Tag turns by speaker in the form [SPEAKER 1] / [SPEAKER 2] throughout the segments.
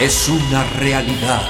[SPEAKER 1] es una realidad.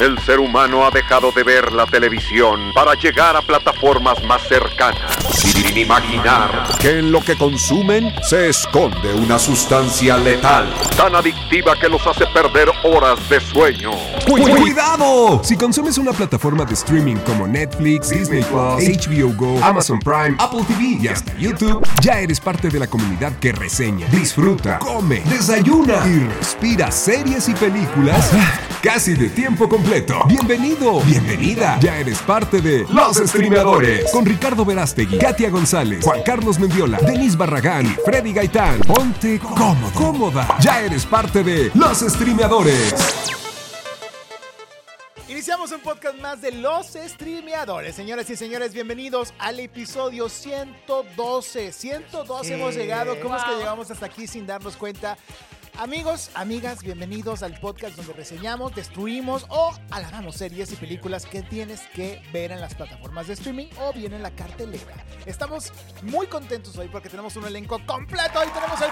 [SPEAKER 2] El ser humano ha dejado de ver la televisión para llegar a plataformas más cercanas, sin imaginar que en lo que consumen se esconde una sustancia letal, tan adictiva que los hace perder horas de sueño.
[SPEAKER 3] ¡Cuidado! Si consumes una plataforma de streaming como Netflix, Disney Plus, HBO Go, Amazon Prime, Apple TV y hasta YouTube, ya eres parte de la comunidad que reseña, disfruta, come, desayuna y respira series y películas ah, casi de tiempo completo. Bienvenido, bienvenida. Ya eres parte de Los Streamadores con Ricardo Verástegui, Katia González, Juan Carlos Mendiola, Denis Barragán y Freddy Gaitán. Ponte cómodo, cómoda. Ya eres parte de Los Streamadores.
[SPEAKER 4] Iniciamos un podcast más de los streameadores. Señoras y señores, bienvenidos al episodio 112. 112 hemos llegado. ¿Cómo es que llegamos hasta aquí sin darnos cuenta? Amigos, amigas, bienvenidos al podcast donde reseñamos, destruimos o alabamos series y películas que tienes que ver en las plataformas de streaming o bien en la cartelera. Estamos muy contentos hoy porque tenemos un elenco completo. Hoy tenemos el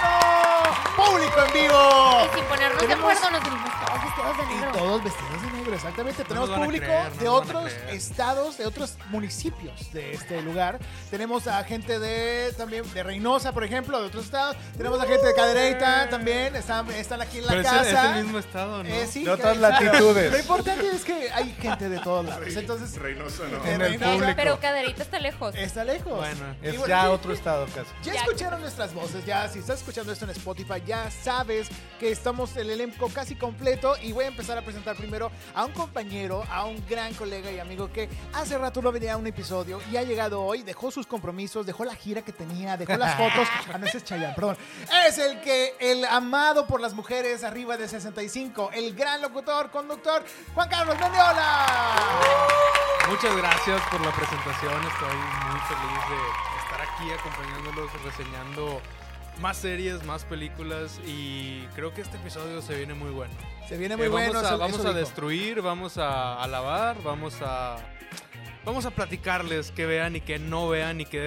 [SPEAKER 4] lleno, público en vivo.
[SPEAKER 5] Y sin ponernos de
[SPEAKER 4] Tenemos-
[SPEAKER 5] acuerdo nos vinimos todos vestidos de
[SPEAKER 4] Y
[SPEAKER 5] negro.
[SPEAKER 4] todos vestidos de negro, exactamente. Tenemos
[SPEAKER 6] nos van a
[SPEAKER 4] público
[SPEAKER 6] creer,
[SPEAKER 4] de
[SPEAKER 6] no nos van a
[SPEAKER 4] otros
[SPEAKER 6] creer.
[SPEAKER 4] estados, de otros municipios de este lugar. Tenemos a gente de también de Reynosa, por ejemplo, de otros estados. Tenemos a gente de Cadereyta también. Están, están aquí en la
[SPEAKER 6] Pero es el-
[SPEAKER 4] casa.
[SPEAKER 6] es el mismo estado, ¿no?
[SPEAKER 4] Eh, sí,
[SPEAKER 7] De otras
[SPEAKER 4] que-
[SPEAKER 7] latitudes.
[SPEAKER 4] Lo importante es que hay gente de todos lados. Entonces,
[SPEAKER 7] Reynosa no.
[SPEAKER 4] En
[SPEAKER 7] En
[SPEAKER 4] el
[SPEAKER 7] el
[SPEAKER 5] No,
[SPEAKER 4] público.
[SPEAKER 5] pero Caderita está lejos.
[SPEAKER 4] está lejos.
[SPEAKER 6] Bueno,
[SPEAKER 4] Y
[SPEAKER 7] es
[SPEAKER 4] bueno,
[SPEAKER 7] ya
[SPEAKER 4] ¿qué-
[SPEAKER 7] otro estado casi.
[SPEAKER 4] Ya
[SPEAKER 5] Ya.
[SPEAKER 4] escucharon nuestras voces, ya si estás escuchando esto en Spotify, ya sabes que estamos el elenco casi completo y voy a empezar a presentar primero a un compañero, a un gran colega y amigo que hace rato no venía a un episodio y ha llegado hoy, dejó sus compromisos, dejó la gira que tenía, dejó las fotos. Ah, no, ese es Chayanne, perdón. Es el que, el amado por las mujeres arriba de 65, el gran locutor, conductor, Juan Carlos Mendiola.
[SPEAKER 6] Uh. Muchas gracias por la presentación. Estoy muy feliz de estar aquí acompañándolos, reseñando más series, más películas y creo que este episodio se viene muy bueno.
[SPEAKER 4] Se viene muy
[SPEAKER 6] Eh, vamos
[SPEAKER 4] bueno.
[SPEAKER 6] a,
[SPEAKER 4] eso-
[SPEAKER 6] vamos
[SPEAKER 4] eso
[SPEAKER 6] a
[SPEAKER 4] dijo.
[SPEAKER 6] destruir, vamos a alabar, vamos a vamos a platicarles qué vean y qué no vean y qué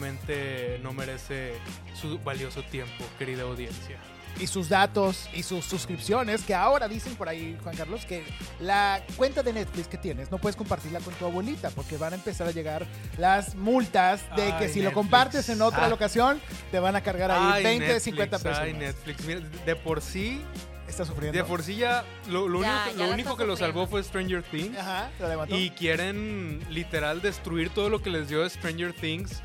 [SPEAKER 6] definitivamente no merece su valioso tiempo, querida audiencia.
[SPEAKER 4] y sus datos y sus suscripciones, que ahora dicen por ahí, Juan Carlos, que la cuenta de Netflix que tienes no puedes compartirla con tu abuelita porque van a empezar a llegar las multas de que
[SPEAKER 6] Ay,
[SPEAKER 4] si lo
[SPEAKER 6] Netflix.
[SPEAKER 4] compartes en otra
[SPEAKER 6] Ah.
[SPEAKER 4] locación te van a cargar ahí 20, 50 pesos.
[SPEAKER 6] Ay,
[SPEAKER 4] más.
[SPEAKER 6] Netflix. Mira, de por sí,
[SPEAKER 4] Está sufriendo.
[SPEAKER 6] de por sí ya lo, lo
[SPEAKER 5] Ya,
[SPEAKER 6] único,
[SPEAKER 5] ya
[SPEAKER 6] lo
[SPEAKER 5] la
[SPEAKER 6] único
[SPEAKER 5] está
[SPEAKER 6] que lo
[SPEAKER 5] sufriendo.
[SPEAKER 6] salvó fue Stranger Things.
[SPEAKER 4] Ajá, lo levantó.
[SPEAKER 6] Y quieren literal destruir todo lo que les dio Stranger Things,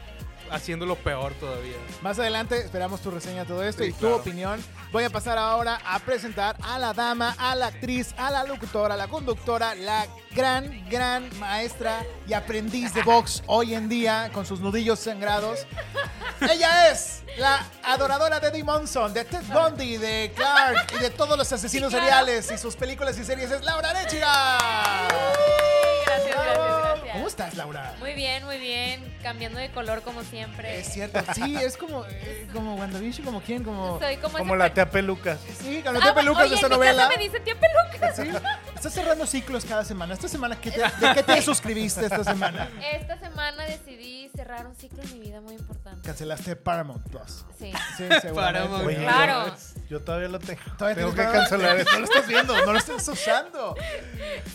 [SPEAKER 6] haciéndolo peor todavía.
[SPEAKER 5] Pues
[SPEAKER 4] Más adelante esperamos tu reseña de todo esto
[SPEAKER 6] Sí,
[SPEAKER 4] y tu
[SPEAKER 6] claro.
[SPEAKER 4] opinión. Voy a pasar ahora a presentar a la dama, a la actriz, a la locutora, a la conductora, la gran, gran maestra y aprendiz de box hoy en día con sus nudillos sangrados. Ella es la adoradora de Eddie Monson, de Ted Bundy, de Clark y de todos los asesinos
[SPEAKER 5] Sí, claro.
[SPEAKER 4] seriales y sus películas y series. Es Laura Arechiga.
[SPEAKER 5] Gracias, gracias, gracias.
[SPEAKER 4] ¿Cómo estás, Laura?
[SPEAKER 5] Muy bien, muy bien. Cambiando de color como siempre.
[SPEAKER 4] Es cierto, sí, es como, eh, como WandaVision, como quién, como...
[SPEAKER 5] Soy como,
[SPEAKER 7] Como
[SPEAKER 5] ese
[SPEAKER 7] la
[SPEAKER 5] pe-
[SPEAKER 7] tía Pelucas.
[SPEAKER 4] Sí, ganó
[SPEAKER 5] Ah,
[SPEAKER 4] Tía Pelucas
[SPEAKER 5] oye,
[SPEAKER 4] de esta
[SPEAKER 5] en mi
[SPEAKER 4] novela.
[SPEAKER 5] casa me dice tía Pelucas.
[SPEAKER 4] Sí, estás cerrando ciclos cada semana. Esta semana, ¿qué te- ¿de qué te suscribiste esta semana?
[SPEAKER 5] Esta semana decidí cerrar un ciclo en mi vida muy importante.
[SPEAKER 4] Cancelaste Paramount Plus.
[SPEAKER 5] Sí.
[SPEAKER 4] Sí, seguramente.
[SPEAKER 6] Paramount.
[SPEAKER 7] Oye,
[SPEAKER 5] Claro.
[SPEAKER 7] ya ves, Yo todavía lo tengo.
[SPEAKER 4] Todavía tienes
[SPEAKER 7] tengo que
[SPEAKER 4] Paramount.
[SPEAKER 7] cancelar
[SPEAKER 4] No
[SPEAKER 7] esto.
[SPEAKER 4] lo estás viendo, no lo estás usando.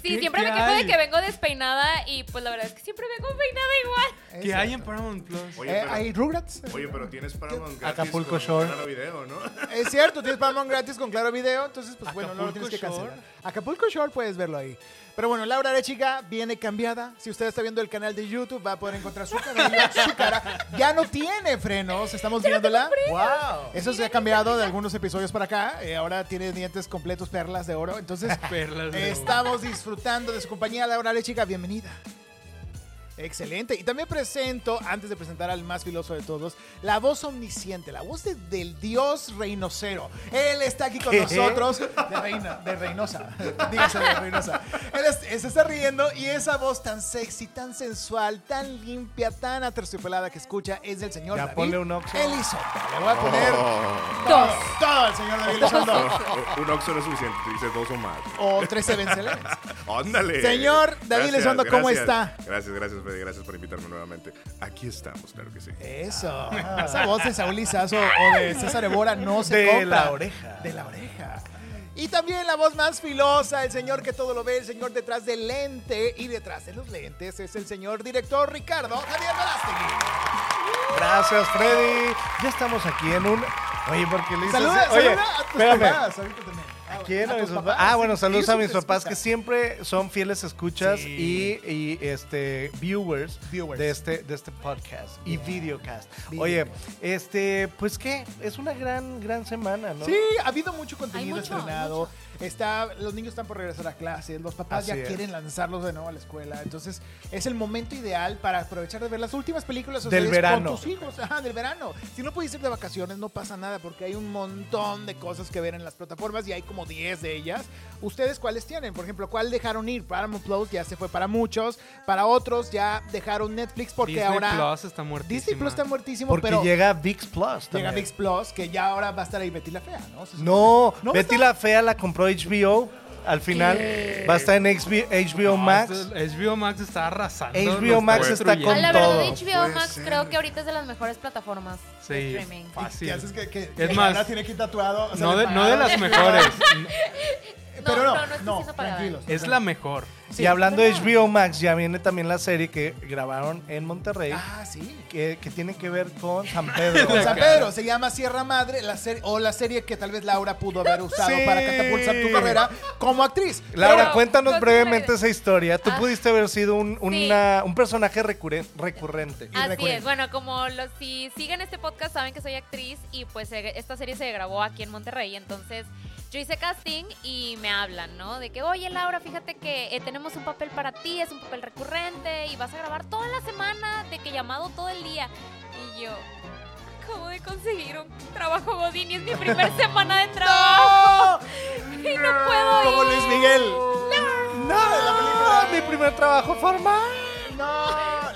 [SPEAKER 5] Sí,
[SPEAKER 6] ¿Qué-
[SPEAKER 5] siempre
[SPEAKER 6] qué
[SPEAKER 5] me quejo de
[SPEAKER 6] hay?
[SPEAKER 5] que vengo despeinada y pues la verdad es que siempre vengo peinada igual.
[SPEAKER 6] ¿Qué hay en Paramount Plus?
[SPEAKER 8] Oye,
[SPEAKER 4] Eh,
[SPEAKER 8] pero,
[SPEAKER 4] ¿Hay Rugrats?
[SPEAKER 8] oye, pero tienes Paramount gratis
[SPEAKER 7] Acapulco
[SPEAKER 8] con
[SPEAKER 7] Shore.
[SPEAKER 8] Claro Video, ¿no?
[SPEAKER 4] Es cierto, tienes Paramount gratis con Claro Video, entonces pues bueno, no lo tienes que
[SPEAKER 6] Acapulco
[SPEAKER 4] cancelar.
[SPEAKER 6] Shore.
[SPEAKER 4] Acapulco Shore puedes verlo ahí. Pero bueno, Laura Arechiga viene cambiada. Si usted está viendo el canal de YouTube, va a poder encontrar su cabello, su cara. Ya no tiene frenos, estamos viéndola.
[SPEAKER 7] ¡Wow!
[SPEAKER 4] Eso se ha cambiado de algunos episodios para acá. eh, ahora tiene dientes completos, perlas de oro. Entonces,
[SPEAKER 6] Perlas de oro.
[SPEAKER 4] estamos disfrutando de su compañía. Laura Lechica, bienvenida. Excelente. Y también presento, antes de presentar al más filoso de todos, la voz omnisciente, la voz de- del dios reinocero. Él está aquí con
[SPEAKER 7] ¿Qué?
[SPEAKER 4] nosotros. De, reina, de Reynosa. Dígase de Reynosa. Él es- él se está riendo y esa voz tan sexy, tan sensual, tan limpia, tan aterciopelada que escucha es del señor
[SPEAKER 7] Ya
[SPEAKER 4] David
[SPEAKER 7] ponle un Oh. Oxxo.
[SPEAKER 4] Elizondo. Le voy a poner
[SPEAKER 5] Dos.
[SPEAKER 4] todo el señor David Elizondo.
[SPEAKER 8] No, Eh, un Oxxo no es suficiente, dice dos o más.
[SPEAKER 4] O E 13 vencedores.
[SPEAKER 8] Ándale.
[SPEAKER 4] Señor David
[SPEAKER 8] Gracias,
[SPEAKER 4] Elizondo, ¿cómo
[SPEAKER 8] gracias.
[SPEAKER 4] está?
[SPEAKER 8] Gracias, gracias, Freddy. Gracias por invitarme nuevamente. Aquí estamos, claro que sí.
[SPEAKER 4] Eso. Esa voz de Saúl Lizazo o de César Evora no se
[SPEAKER 7] De
[SPEAKER 4] compra.
[SPEAKER 7] la oreja.
[SPEAKER 4] De la oreja. Y también la voz más filosa, el señor que todo lo ve, el señor detrás del lente y detrás de los lentes es el señor director Ricardo Javier Velázquez.
[SPEAKER 7] Gracias, Freddy. Ya estamos aquí en un. Oye, porque le dices.
[SPEAKER 4] Saluda,
[SPEAKER 7] Oye,
[SPEAKER 4] saluda a tus
[SPEAKER 7] espérame.
[SPEAKER 4] papás ahorita también. Ah,
[SPEAKER 7] ¿Quién?
[SPEAKER 4] a
[SPEAKER 7] A
[SPEAKER 4] tus
[SPEAKER 7] mis papás.
[SPEAKER 4] papás.
[SPEAKER 7] Ah, bueno, saludos
[SPEAKER 4] Ellos
[SPEAKER 7] a
[SPEAKER 4] sí
[SPEAKER 7] mis
[SPEAKER 4] te
[SPEAKER 7] papás que
[SPEAKER 4] escuchan.
[SPEAKER 7] siempre son fieles escuchas
[SPEAKER 6] Sí.
[SPEAKER 7] y, y, este viewers,
[SPEAKER 4] Viewers.
[SPEAKER 7] de este de este podcast y videocast.
[SPEAKER 4] Videocast.
[SPEAKER 7] Oye, este, pues qué, es una gran gran semana, ¿no?
[SPEAKER 4] Sí, ha habido mucho contenido
[SPEAKER 5] mucho,
[SPEAKER 4] estrenado. Está, los niños están por regresar a clases, los papás
[SPEAKER 7] Así
[SPEAKER 4] ya
[SPEAKER 7] es.
[SPEAKER 4] quieren lanzarlos de nuevo a la escuela. Entonces, es el momento ideal para aprovechar de ver las últimas películas o
[SPEAKER 7] Del
[SPEAKER 4] series
[SPEAKER 7] verano.
[SPEAKER 4] con tus hijos. Ajá, del verano. Si no puedes ir de vacaciones, no pasa nada porque hay un montón de cosas que ver en las plataformas y hay como 10 de ellas. ¿Ustedes cuáles tienen? Por ejemplo, ¿cuál dejaron ir? Paramount Plus ya se fue para muchos, para otros ya dejaron Netflix porque
[SPEAKER 6] Disney
[SPEAKER 4] ahora
[SPEAKER 6] Plus está muertísima.
[SPEAKER 4] Disney Plus está muertísimo,
[SPEAKER 7] Porque
[SPEAKER 4] pero
[SPEAKER 7] llega VIX Plus
[SPEAKER 4] llega
[SPEAKER 7] también.
[SPEAKER 4] Mix Plus que ya ahora va a estar ahí Betty la Fea, ¿no? Se
[SPEAKER 7] No,
[SPEAKER 4] ¿No
[SPEAKER 7] Betty
[SPEAKER 4] está?
[SPEAKER 7] la fea la compró HBO al final. Va a estar en HBO,
[SPEAKER 6] No,
[SPEAKER 7] Max.
[SPEAKER 6] esto- Ah, HBO Max está arrasando.
[SPEAKER 7] HBO
[SPEAKER 6] lo
[SPEAKER 7] Max está
[SPEAKER 6] destruyendo.
[SPEAKER 7] con
[SPEAKER 5] Ah, la
[SPEAKER 7] todo.
[SPEAKER 5] verdad, HBO
[SPEAKER 8] Puede
[SPEAKER 5] Max
[SPEAKER 8] ser.
[SPEAKER 5] creo que ahorita es de las mejores plataformas de
[SPEAKER 6] Sí,
[SPEAKER 5] streaming.
[SPEAKER 6] fácil.
[SPEAKER 4] ¿Qué haces que, que,
[SPEAKER 6] Es
[SPEAKER 4] que
[SPEAKER 6] más,
[SPEAKER 4] ahora tiene aquí tatuado? O sea,
[SPEAKER 6] No
[SPEAKER 4] le
[SPEAKER 6] de, no de
[SPEAKER 4] pagaron.
[SPEAKER 6] las mejores.
[SPEAKER 4] Pero no, no,
[SPEAKER 5] está siendo pagada.
[SPEAKER 4] tranquilos.
[SPEAKER 6] es la mejor.
[SPEAKER 7] y hablando de
[SPEAKER 5] ¿verdad?
[SPEAKER 7] HBO Max, ya viene también la serie que grabaron en Monterrey.
[SPEAKER 4] Ah, sí.
[SPEAKER 7] que, que tiene que ver con San Pedro.
[SPEAKER 4] San Pedro se llama Sierra Madre, la serie, o la serie que tal vez Laura pudo haber usado
[SPEAKER 7] Sí.
[SPEAKER 4] para catapultar tu carrera como actriz.
[SPEAKER 7] Laura,
[SPEAKER 5] Pero-
[SPEAKER 7] cuéntanos
[SPEAKER 5] Pero-
[SPEAKER 7] brevemente esa historia. Tú
[SPEAKER 5] Ah.
[SPEAKER 7] pudiste haber sido un, una- un personaje recurre- recurrente.
[SPEAKER 5] Así
[SPEAKER 4] recuerden.
[SPEAKER 5] es, bueno, como los, si siguen este podcast saben que soy actriz y pues eh, esta serie se grabó aquí en Monterrey, entonces yo hice casting y me hablan, ¿no? De que, oye Laura, fíjate que eh, tenemos un papel para ti, es un papel recurrente y vas a grabar toda la semana, de que llamado todo el día. Y yo, acabo de conseguir un trabajo Godín y es mi primera semana de trabajo. Y no puedo ir.
[SPEAKER 4] Como Luis Miguel.
[SPEAKER 7] No, la película, mi primer trabajo formal.
[SPEAKER 4] No,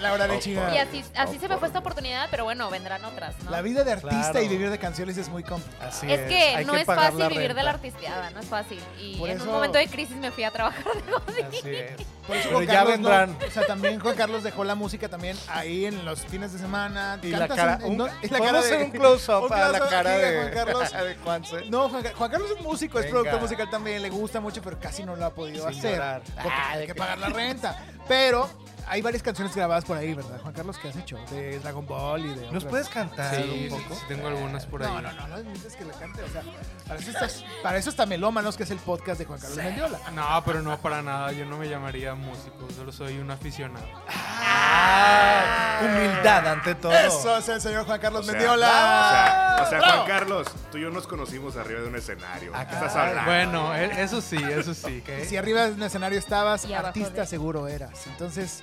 [SPEAKER 4] Laura de
[SPEAKER 5] Y
[SPEAKER 4] China.
[SPEAKER 5] así, así se me fue esta oportunidad, pero bueno, vendrán otras, ¿no?
[SPEAKER 4] La vida de artista
[SPEAKER 7] Claro.
[SPEAKER 4] y vivir de canciones es muy complicado.
[SPEAKER 7] Así
[SPEAKER 5] Es que
[SPEAKER 7] hay
[SPEAKER 5] no es
[SPEAKER 7] pagar
[SPEAKER 5] fácil
[SPEAKER 7] la
[SPEAKER 5] vivir de la
[SPEAKER 7] renta.
[SPEAKER 5] artisteada, no es fácil. Y
[SPEAKER 4] Por
[SPEAKER 5] en
[SPEAKER 4] eso-
[SPEAKER 5] un momento de crisis me fui a trabajar de
[SPEAKER 7] Así
[SPEAKER 5] godín.
[SPEAKER 7] es.
[SPEAKER 4] Por eso
[SPEAKER 7] Pero
[SPEAKER 4] Juan
[SPEAKER 7] ya
[SPEAKER 4] Carlos no-
[SPEAKER 7] vendrán.
[SPEAKER 4] o sea, también Juan Carlos dejó la música también ahí en los fines de semana.
[SPEAKER 7] Y la
[SPEAKER 4] Cantas
[SPEAKER 7] cara.
[SPEAKER 4] en- en-
[SPEAKER 7] un-
[SPEAKER 4] no- y la cara
[SPEAKER 7] Podemos
[SPEAKER 4] de-
[SPEAKER 7] hacer un close-up
[SPEAKER 4] un
[SPEAKER 7] a la
[SPEAKER 4] close-up
[SPEAKER 7] cara
[SPEAKER 4] aquí
[SPEAKER 7] de,
[SPEAKER 4] de Juan Carlos.
[SPEAKER 7] de Juanse.
[SPEAKER 4] No, Juan, Ca- Juan Carlos es músico, es
[SPEAKER 7] Venga.
[SPEAKER 4] productor musical también, le gusta mucho, pero casi no lo ha podido
[SPEAKER 7] Sin
[SPEAKER 4] hacer.
[SPEAKER 7] llorar.
[SPEAKER 4] Porque
[SPEAKER 7] Ah,
[SPEAKER 4] hay que pagar la renta. Pero hay varias canciones grabadas por ahí, ¿verdad, Juan Carlos? ¿Qué has hecho? De Dragon Ball y de.
[SPEAKER 7] ¿Nos
[SPEAKER 4] otras.
[SPEAKER 7] puedes cantar
[SPEAKER 6] Sí,
[SPEAKER 7] un poco?
[SPEAKER 6] sí, tengo algunas por ahí.
[SPEAKER 4] No, no, no, no necesitas que la cante. O sea, para eso, estás, para eso está Melómanos, que es el podcast de Juan Carlos Mendiola.
[SPEAKER 6] No, pero no para nada. Yo no me llamaría músico. Solo soy un aficionado.
[SPEAKER 7] Ah, humildad ante todo.
[SPEAKER 4] Eso es el señor Juan Carlos
[SPEAKER 8] O sea,
[SPEAKER 4] Mendiola.
[SPEAKER 8] O sea, o sea,
[SPEAKER 4] ¡Bravo!
[SPEAKER 8] Juan Carlos, tú y yo nos conocimos arriba de un escenario.
[SPEAKER 7] Ah,
[SPEAKER 8] ¿Qué estás
[SPEAKER 7] caray.
[SPEAKER 8] hablando?
[SPEAKER 6] Bueno, e- eso sí, eso sí.
[SPEAKER 4] Si arriba en el escenario estabas,
[SPEAKER 5] Y abajo
[SPEAKER 4] artista
[SPEAKER 5] de-
[SPEAKER 4] seguro eras. Entonces,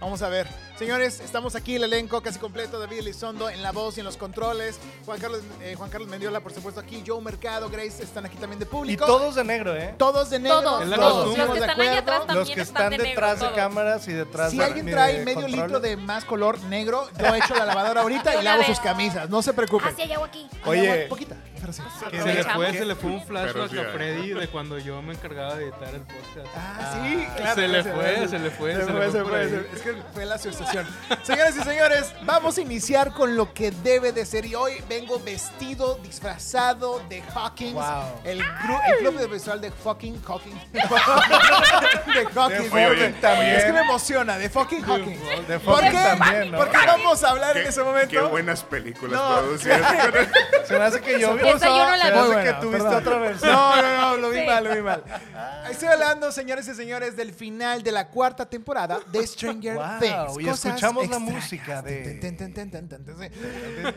[SPEAKER 4] vamos a ver. Señores, estamos aquí, el elenco casi completo, David Elizondo en la voz y en los controles, Juan Carlos, eh, Juan Carlos Mendiola, por supuesto, aquí, Joe Mercado, Grace, están aquí también de
[SPEAKER 7] Y
[SPEAKER 4] público.
[SPEAKER 7] todos de negro, ¿eh?
[SPEAKER 4] Todos de negro.
[SPEAKER 5] Todos,
[SPEAKER 6] Es la
[SPEAKER 5] todos.
[SPEAKER 6] costumbre.
[SPEAKER 5] Los que
[SPEAKER 4] de
[SPEAKER 5] están allá
[SPEAKER 4] acuerdo.
[SPEAKER 5] atrás también
[SPEAKER 7] Los que están
[SPEAKER 5] de
[SPEAKER 7] detrás
[SPEAKER 5] negro,
[SPEAKER 7] de
[SPEAKER 5] todos.
[SPEAKER 7] cámaras y detrás
[SPEAKER 4] Si
[SPEAKER 7] de
[SPEAKER 4] alguien
[SPEAKER 7] de
[SPEAKER 4] trae medio
[SPEAKER 7] controles.
[SPEAKER 4] litro de más color negro, yo echo la lavadora ahorita
[SPEAKER 5] De
[SPEAKER 4] y
[SPEAKER 5] una
[SPEAKER 4] lavo
[SPEAKER 5] vez.
[SPEAKER 4] sus camisas. No se preocupen.
[SPEAKER 5] Ah, sí, hay agua aquí.
[SPEAKER 4] Hay
[SPEAKER 7] Oye.
[SPEAKER 4] agua poquita, pero sí.
[SPEAKER 7] Que
[SPEAKER 6] Se le,
[SPEAKER 7] de-
[SPEAKER 6] fue, se le fue un
[SPEAKER 8] Pero
[SPEAKER 6] flashback
[SPEAKER 8] sí,
[SPEAKER 6] a
[SPEAKER 8] eh.
[SPEAKER 6] Freddy de cuando yo me encargaba de editar el podcast.
[SPEAKER 4] Ah, sí, claro.
[SPEAKER 6] Se le fue,
[SPEAKER 4] gracias.
[SPEAKER 6] se le fue,
[SPEAKER 4] Se,
[SPEAKER 6] se le
[SPEAKER 4] fue,
[SPEAKER 6] fue
[SPEAKER 4] se
[SPEAKER 6] por
[SPEAKER 4] fue.
[SPEAKER 6] ahí.
[SPEAKER 4] se- Es que fue la asociación. Señoras y señores, vamos a iniciar con lo que debe de ser. Y hoy vengo vestido, disfrazado de Hawkins.
[SPEAKER 7] Wow.
[SPEAKER 4] El, gru- el club de visual de fucking Hawkins. de Hawkins.
[SPEAKER 8] Oye, oye,
[SPEAKER 7] también.
[SPEAKER 4] Es que me emociona, de fucking Hawkins.
[SPEAKER 7] de
[SPEAKER 4] ¿Por
[SPEAKER 7] Fox
[SPEAKER 4] qué?
[SPEAKER 7] también, ¿no?
[SPEAKER 4] Porque vamos a hablar en
[SPEAKER 8] Qué-
[SPEAKER 4] ese momento.
[SPEAKER 8] Qué buenas películas
[SPEAKER 4] No,
[SPEAKER 8] producías.
[SPEAKER 7] Se me hace que yo
[SPEAKER 5] Esa yo no la
[SPEAKER 7] se me
[SPEAKER 5] vi.
[SPEAKER 7] hace
[SPEAKER 4] Muy
[SPEAKER 7] que
[SPEAKER 4] buena,
[SPEAKER 7] tuviste
[SPEAKER 4] perdón.
[SPEAKER 7] otra versión.
[SPEAKER 4] No, no, no, lo vi
[SPEAKER 5] Sí.
[SPEAKER 4] mal, lo vi mal. Estoy hablando, señores y señores, del final de la cuarta temporada de Stranger
[SPEAKER 7] Wow,
[SPEAKER 4] Things.
[SPEAKER 7] y
[SPEAKER 4] Cosas
[SPEAKER 7] escuchamos la
[SPEAKER 4] extrañas.
[SPEAKER 7] música de-
[SPEAKER 4] Ten, ten, ten, ten, ten, ten, ten.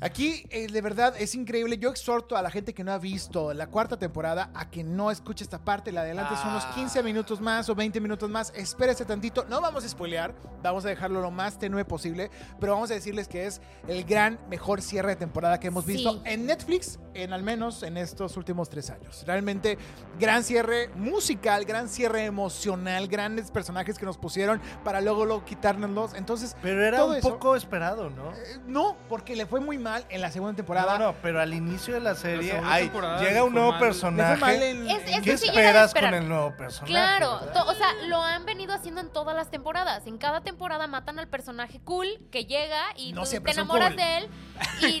[SPEAKER 4] Aquí, eh, de verdad, es increíble. Yo exhorto a la gente que no ha visto la cuarta temporada a que no escuche esta parte. La de adelante son
[SPEAKER 7] Ah.
[SPEAKER 4] unos 15 minutos más o 20 minutos más. Espérese tantito. No vamos a spoilear. Vamos a dejarlo lo más tenue posible. Pero vamos a decirles que es el gran, mejor cierre de temporada que hemos
[SPEAKER 5] Sí.
[SPEAKER 4] visto en Netflix, en al menos en estos últimos tres años. Realmente, gran cierre musical, gran cierre emocional, grandes personajes que nos pusieron para luego, luego quitárnoslos. Entonces,
[SPEAKER 7] Pero era
[SPEAKER 4] todo
[SPEAKER 7] un
[SPEAKER 4] eso-
[SPEAKER 7] poco esperado, ¿no?
[SPEAKER 4] eh, no, porque le fue muy mal en la segunda temporada.
[SPEAKER 7] No, no, pero al inicio de la serie
[SPEAKER 6] segunda
[SPEAKER 7] ay,
[SPEAKER 6] temporada
[SPEAKER 7] llega un
[SPEAKER 6] fue
[SPEAKER 7] nuevo
[SPEAKER 6] mal.
[SPEAKER 4] Le fue mal
[SPEAKER 7] personaje.
[SPEAKER 4] en-
[SPEAKER 5] Es-
[SPEAKER 4] en-
[SPEAKER 5] es-
[SPEAKER 7] ¿Qué
[SPEAKER 5] Sí, sí, era de
[SPEAKER 7] esperas con
[SPEAKER 5] esperar.
[SPEAKER 7] el nuevo personaje?
[SPEAKER 5] Claro,
[SPEAKER 7] verdad?
[SPEAKER 5] to- o sea, lo han venido haciendo en todas las temporadas. En cada temporada matan al personaje cool que llega y
[SPEAKER 4] No
[SPEAKER 5] tú
[SPEAKER 4] siempre
[SPEAKER 5] te
[SPEAKER 4] son
[SPEAKER 5] enamoras
[SPEAKER 4] cool.
[SPEAKER 5] de él. Y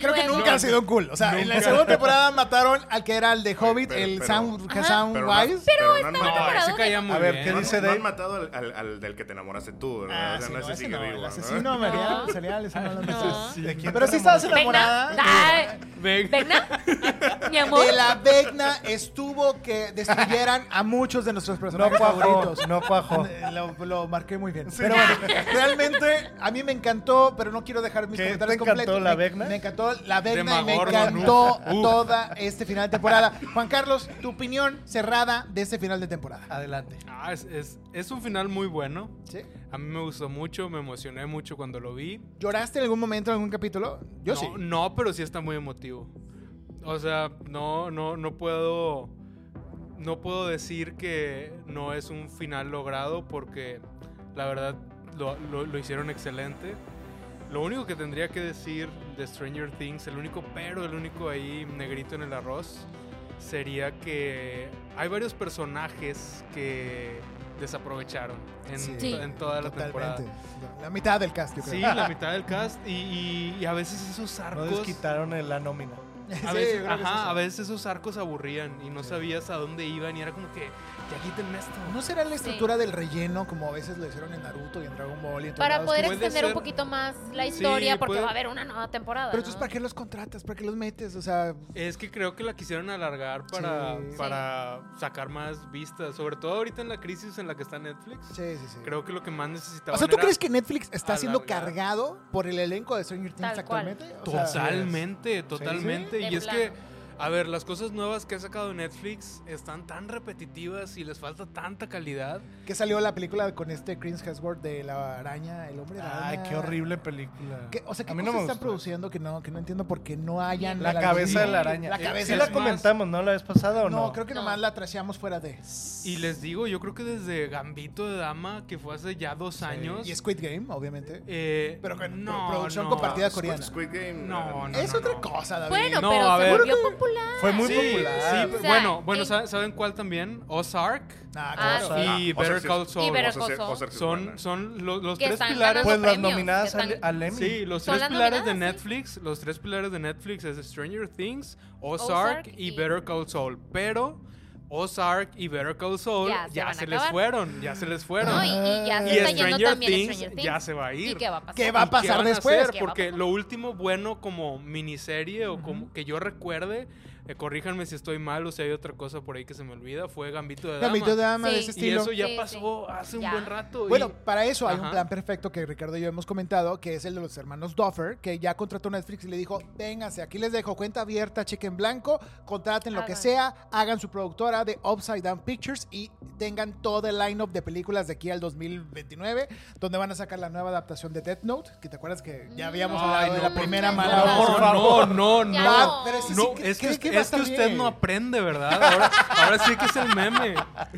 [SPEAKER 4] Creo que
[SPEAKER 5] luego-
[SPEAKER 4] nunca han sido cool. O sea, en la segunda temporada mataron al que era el de Hobbit,
[SPEAKER 8] Pero-
[SPEAKER 4] el
[SPEAKER 8] pero-
[SPEAKER 4] Sam
[SPEAKER 5] Ajá,
[SPEAKER 4] Soundwise.
[SPEAKER 8] Pero, no han
[SPEAKER 5] estaba
[SPEAKER 8] matado-
[SPEAKER 5] preparado.
[SPEAKER 6] ese caía muy
[SPEAKER 7] A ver,
[SPEAKER 6] bien.
[SPEAKER 7] ¿qué
[SPEAKER 8] No,
[SPEAKER 7] dice
[SPEAKER 8] no
[SPEAKER 7] Dave?
[SPEAKER 8] han matado al, al- al del que te enamoraste tú, ¿verdad?
[SPEAKER 4] Ah,
[SPEAKER 8] O sea,
[SPEAKER 4] sí,
[SPEAKER 8] no,
[SPEAKER 4] no,
[SPEAKER 8] ese
[SPEAKER 4] ese
[SPEAKER 8] sigue
[SPEAKER 4] no,
[SPEAKER 8] vivo.
[SPEAKER 4] el
[SPEAKER 8] ¿no?
[SPEAKER 4] asesino María, serial, ese no lo han
[SPEAKER 5] No.
[SPEAKER 4] matado.
[SPEAKER 7] ¿De quién
[SPEAKER 4] Pero
[SPEAKER 7] te
[SPEAKER 4] sí estabas
[SPEAKER 7] enamoraste?
[SPEAKER 5] ¿Vegna?
[SPEAKER 4] enamorada
[SPEAKER 6] Ven.
[SPEAKER 5] ¿Vegna? Mi amor.
[SPEAKER 4] de la Vecna estuvo que destruyeran a muchos de nuestros
[SPEAKER 7] No
[SPEAKER 4] personajes
[SPEAKER 7] cuajó,
[SPEAKER 4] favoritos.
[SPEAKER 7] no cuajó.
[SPEAKER 4] Lo, lo marqué muy bien. Pero bueno, realmente a mí me encantó, pero no quiero dejar mis
[SPEAKER 7] ¿Qué?
[SPEAKER 4] comentarios
[SPEAKER 7] ¿Te encantó
[SPEAKER 4] completos.
[SPEAKER 7] la
[SPEAKER 4] Me-
[SPEAKER 7] Vecna?
[SPEAKER 4] Me, encantó la Vegna y me
[SPEAKER 6] Demagorgon,
[SPEAKER 4] encantó
[SPEAKER 6] uf.
[SPEAKER 4] toda este final de temporada. Juan Carlos, tu opinión cerrada de este final de temporada.
[SPEAKER 7] Adelante.
[SPEAKER 6] Ah, es, es- es un final muy bueno.
[SPEAKER 4] ¿Sí?
[SPEAKER 6] A mí me gustó mucho, me emocioné mucho cuando lo vi.
[SPEAKER 4] ¿Lloraste en algún momento en algún capítulo? Yo
[SPEAKER 6] no,
[SPEAKER 4] sí.
[SPEAKER 6] No, pero sí está muy emotivo. O sea, no, no, no puedo. No puedo decir que no es un final logrado porque la verdad lo, lo- lo hicieron excelente. Lo único que tendría que decir de Stranger Things, el único pero, el único ahí negrito en el arroz, sería que hay varios personajes que desaprovecharon en,
[SPEAKER 4] Sí.
[SPEAKER 5] Sí.
[SPEAKER 6] en toda la temporada.
[SPEAKER 4] Totalmente. La mitad del cast, yo creo. Ah,
[SPEAKER 6] Sí, la mitad del cast y, y- y a veces esos
[SPEAKER 7] No
[SPEAKER 6] arcos...
[SPEAKER 7] desquitaron en la nómina.
[SPEAKER 6] A
[SPEAKER 4] Sí,
[SPEAKER 6] veces,
[SPEAKER 4] yo creo que
[SPEAKER 6] ajá,
[SPEAKER 4] es eso.
[SPEAKER 6] a veces esos arcos aburrían y no sabías a dónde iban y era como que, ya quítenme esto.
[SPEAKER 4] ¿No será la estructura del relleno como a veces lo hicieron en Naruto y en Dragon Ball? Y en todos
[SPEAKER 5] Para
[SPEAKER 4] lados?
[SPEAKER 5] poder
[SPEAKER 6] Pues puede
[SPEAKER 5] extender un
[SPEAKER 6] ser-
[SPEAKER 5] poquito más la
[SPEAKER 6] Sí,
[SPEAKER 5] historia, porque
[SPEAKER 6] puede-
[SPEAKER 5] va a haber una nueva temporada.
[SPEAKER 4] Pero
[SPEAKER 5] ¿no?
[SPEAKER 4] entonces, ¿para qué los contratas? ¿Para qué los metes? O sea,
[SPEAKER 6] Es que creo que la quisieron alargar para,
[SPEAKER 4] Sí.
[SPEAKER 6] para sacar más vistas, sobre todo ahorita en la crisis en la que está Netflix.
[SPEAKER 4] sí, sí, sí.
[SPEAKER 6] Creo que lo que más necesitaba
[SPEAKER 4] o sea, ¿tú crees que Netflix está siendo
[SPEAKER 6] alargar.
[SPEAKER 4] cargado por el elenco de Stranger Things
[SPEAKER 5] Tal cual.
[SPEAKER 4] actualmente? O sea,
[SPEAKER 6] Totalmente, totalmente.
[SPEAKER 5] Sí.
[SPEAKER 6] Y
[SPEAKER 5] De
[SPEAKER 6] es que,
[SPEAKER 5] plano.
[SPEAKER 6] a ver, las cosas nuevas que ha sacado Netflix están tan repetitivas y les falta tanta calidad.
[SPEAKER 4] que salió la película con este Chris Hemsworth de la araña, el hombre de la
[SPEAKER 7] Ay,
[SPEAKER 4] araña.
[SPEAKER 7] qué horrible película.
[SPEAKER 4] ¿Qué- o sea, ¿qué
[SPEAKER 7] A mí no
[SPEAKER 4] cosas
[SPEAKER 7] me
[SPEAKER 4] están
[SPEAKER 7] gustó.
[SPEAKER 4] produciendo que no, que no entiendo por qué no hayan...
[SPEAKER 7] La
[SPEAKER 4] algo
[SPEAKER 7] cabeza de
[SPEAKER 4] así?
[SPEAKER 7] la araña.
[SPEAKER 4] La
[SPEAKER 7] Eh,
[SPEAKER 4] cabeza
[SPEAKER 7] Sí
[SPEAKER 4] de
[SPEAKER 7] la
[SPEAKER 6] más-
[SPEAKER 7] comentamos, ¿no? La vez pasada o
[SPEAKER 4] No,
[SPEAKER 7] no.
[SPEAKER 4] creo que
[SPEAKER 5] No.
[SPEAKER 4] nomás la traseamos fuera de...
[SPEAKER 6] Y les digo, yo creo que desde Gambito de Dama, que fue hace ya dos
[SPEAKER 7] Pues
[SPEAKER 6] años.
[SPEAKER 4] Y Squid Game, obviamente.
[SPEAKER 6] eh,
[SPEAKER 4] Pero con-
[SPEAKER 6] no,
[SPEAKER 4] producción
[SPEAKER 6] no.
[SPEAKER 4] compartida
[SPEAKER 8] Squid-
[SPEAKER 4] coreana.
[SPEAKER 8] Squid Game.
[SPEAKER 6] No, no.
[SPEAKER 4] es otra cosa, David.
[SPEAKER 5] Bueno,
[SPEAKER 6] No,
[SPEAKER 5] pero
[SPEAKER 6] a
[SPEAKER 5] se
[SPEAKER 6] ver.
[SPEAKER 5] volvió popular.
[SPEAKER 7] Fue muy
[SPEAKER 6] sí,
[SPEAKER 7] popular.
[SPEAKER 6] sí,
[SPEAKER 5] O sea,
[SPEAKER 6] bueno, bueno,
[SPEAKER 5] en-
[SPEAKER 6] ¿saben saben cuál también? Ozark
[SPEAKER 4] Ah,
[SPEAKER 5] Ah,
[SPEAKER 4] claro.
[SPEAKER 5] sí.
[SPEAKER 6] y
[SPEAKER 8] Ah,
[SPEAKER 6] Better
[SPEAKER 8] Ozark sí
[SPEAKER 6] Call
[SPEAKER 8] es-
[SPEAKER 6] Saul.
[SPEAKER 5] Y Better
[SPEAKER 8] Ozark-
[SPEAKER 5] Call Saul.
[SPEAKER 8] Ozark es buena.
[SPEAKER 6] Son, son los, los
[SPEAKER 5] Que
[SPEAKER 6] tres
[SPEAKER 5] están
[SPEAKER 6] pilares.
[SPEAKER 7] Pues las
[SPEAKER 5] Ah, premios,
[SPEAKER 7] nominadas
[SPEAKER 5] que
[SPEAKER 7] al,
[SPEAKER 5] están-
[SPEAKER 7] al Emmy.
[SPEAKER 6] Sí, los
[SPEAKER 5] Son
[SPEAKER 6] tres
[SPEAKER 5] las
[SPEAKER 6] pilares de
[SPEAKER 5] nominadas, sí.
[SPEAKER 6] Netflix, los tres pilares de Netflix es Stranger Things, Ozark,
[SPEAKER 5] Ozark
[SPEAKER 6] y,
[SPEAKER 5] y-
[SPEAKER 6] Better Call Saul. Pero Ozark y Better Call Saul
[SPEAKER 5] Ya
[SPEAKER 6] ya,
[SPEAKER 5] se
[SPEAKER 6] se,
[SPEAKER 5] van a
[SPEAKER 6] les
[SPEAKER 5] acabar.
[SPEAKER 6] fueron, ya se les fueron.
[SPEAKER 5] No, y, y ya se
[SPEAKER 6] y
[SPEAKER 5] está yendo
[SPEAKER 6] Stranger
[SPEAKER 5] también
[SPEAKER 6] Things,
[SPEAKER 5] Stranger Things.
[SPEAKER 6] ya se va a ir.
[SPEAKER 5] ¿Y qué va a pasar?
[SPEAKER 4] ¿Qué va a
[SPEAKER 6] ¿Y qué
[SPEAKER 4] pasar
[SPEAKER 6] van a
[SPEAKER 4] después?
[SPEAKER 6] hacer?
[SPEAKER 5] ¿Qué va a
[SPEAKER 6] Porque
[SPEAKER 5] pasar?
[SPEAKER 6] lo último bueno como miniserie o como que yo recuerde, eh, corríjanme si estoy mal o si hay otra cosa por ahí que se me olvida, fue Gambito de Dama.
[SPEAKER 4] Gambito de dama
[SPEAKER 5] Sí.
[SPEAKER 4] de ese
[SPEAKER 6] Y
[SPEAKER 4] estilo.
[SPEAKER 6] eso ya
[SPEAKER 5] Sí,
[SPEAKER 6] pasó
[SPEAKER 5] sí.
[SPEAKER 6] hace
[SPEAKER 5] Ya.
[SPEAKER 6] un buen rato. y-
[SPEAKER 4] Bueno, para eso hay un
[SPEAKER 6] Ajá.
[SPEAKER 4] plan perfecto que Ricardo y yo hemos comentado, que es el de los hermanos Doffer, que ya contrató Netflix y le dijo, vénganse, aquí les dejo cuenta abierta, cheque en blanco, contraten lo que
[SPEAKER 5] Hagan.
[SPEAKER 4] sea, hagan su productora de Upside Down Pictures y tengan todo el line-up de películas de aquí al 2029, donde van a sacar la nueva adaptación de Death Note, que te acuerdas que ya habíamos
[SPEAKER 5] Ay,
[SPEAKER 4] hablado
[SPEAKER 5] no,
[SPEAKER 4] de la
[SPEAKER 5] por
[SPEAKER 4] primera
[SPEAKER 5] favor.
[SPEAKER 4] mala
[SPEAKER 5] No,
[SPEAKER 4] onda.
[SPEAKER 5] por
[SPEAKER 6] favor, no,
[SPEAKER 5] Ya
[SPEAKER 6] no.
[SPEAKER 4] Ah, pero ese sí
[SPEAKER 6] No,
[SPEAKER 4] que-
[SPEAKER 6] es que,
[SPEAKER 4] cree que va a
[SPEAKER 6] es que
[SPEAKER 4] estar
[SPEAKER 6] usted
[SPEAKER 4] bien.
[SPEAKER 6] no aprende, ¿verdad? Ahora, ahora sí que es el meme.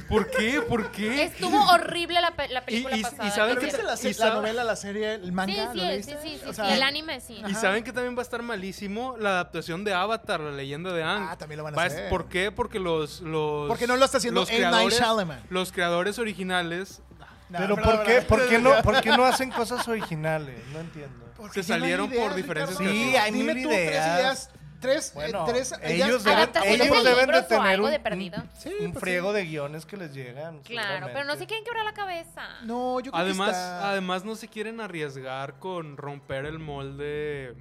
[SPEAKER 6] ¿Por qué? ¿Por qué?
[SPEAKER 5] Estuvo horrible la, pe- la
[SPEAKER 6] Y- y-
[SPEAKER 5] película
[SPEAKER 6] y
[SPEAKER 5] pasada.
[SPEAKER 6] ¿saben
[SPEAKER 5] yo
[SPEAKER 6] qué
[SPEAKER 5] creo.
[SPEAKER 4] ¿Viste la, se-
[SPEAKER 6] Y
[SPEAKER 4] la
[SPEAKER 6] sab-
[SPEAKER 4] novela, la serie, el
[SPEAKER 5] Sí,
[SPEAKER 4] manga? ¿Lo
[SPEAKER 5] sí, sí,
[SPEAKER 4] leíste?
[SPEAKER 5] sí, sí,
[SPEAKER 4] O
[SPEAKER 5] sí,
[SPEAKER 4] sea,
[SPEAKER 5] El anime, sí.
[SPEAKER 6] Y saben que también va a estar malísimo la adaptación de Avatar, la leyenda de Ang.
[SPEAKER 4] Ah, también lo van a
[SPEAKER 6] Va es-
[SPEAKER 4] hacer.
[SPEAKER 6] ¿Por qué? Porque los, los
[SPEAKER 4] Porque no lo está haciendo
[SPEAKER 6] los
[SPEAKER 4] M. Night
[SPEAKER 6] creadores-
[SPEAKER 4] Shyamalan.
[SPEAKER 6] Los creadores originales
[SPEAKER 4] No,
[SPEAKER 7] Pero
[SPEAKER 4] no,
[SPEAKER 7] ¿por
[SPEAKER 4] no,
[SPEAKER 7] qué,
[SPEAKER 4] no.
[SPEAKER 7] por qué no, por qué no hacen cosas originales? No entiendo.
[SPEAKER 4] Porque
[SPEAKER 6] se
[SPEAKER 4] tienen
[SPEAKER 6] salieron
[SPEAKER 4] ideas,
[SPEAKER 6] por diferencias
[SPEAKER 4] Ricardo.
[SPEAKER 7] creativas. Sí, hay
[SPEAKER 4] Dime
[SPEAKER 7] mil
[SPEAKER 4] tú
[SPEAKER 7] ideas.
[SPEAKER 4] tres ideas. Tres,
[SPEAKER 7] Bueno,
[SPEAKER 4] eh, tres ideas.
[SPEAKER 7] ellos deben,
[SPEAKER 5] Adaptaciones de
[SPEAKER 7] ellos deben de
[SPEAKER 5] libros o
[SPEAKER 7] tener
[SPEAKER 5] algo
[SPEAKER 7] un,
[SPEAKER 5] de perdido.
[SPEAKER 7] un-
[SPEAKER 4] Sí,
[SPEAKER 7] un
[SPEAKER 4] pues
[SPEAKER 7] friego
[SPEAKER 4] sí.
[SPEAKER 7] de guiones que les llegan.
[SPEAKER 5] Claro, pero no se
[SPEAKER 7] seguramente.
[SPEAKER 5] quieren quebrar la cabeza.
[SPEAKER 4] No, yo creo
[SPEAKER 6] Además,
[SPEAKER 4] que está...
[SPEAKER 6] además no se quieren arriesgar con romper el molde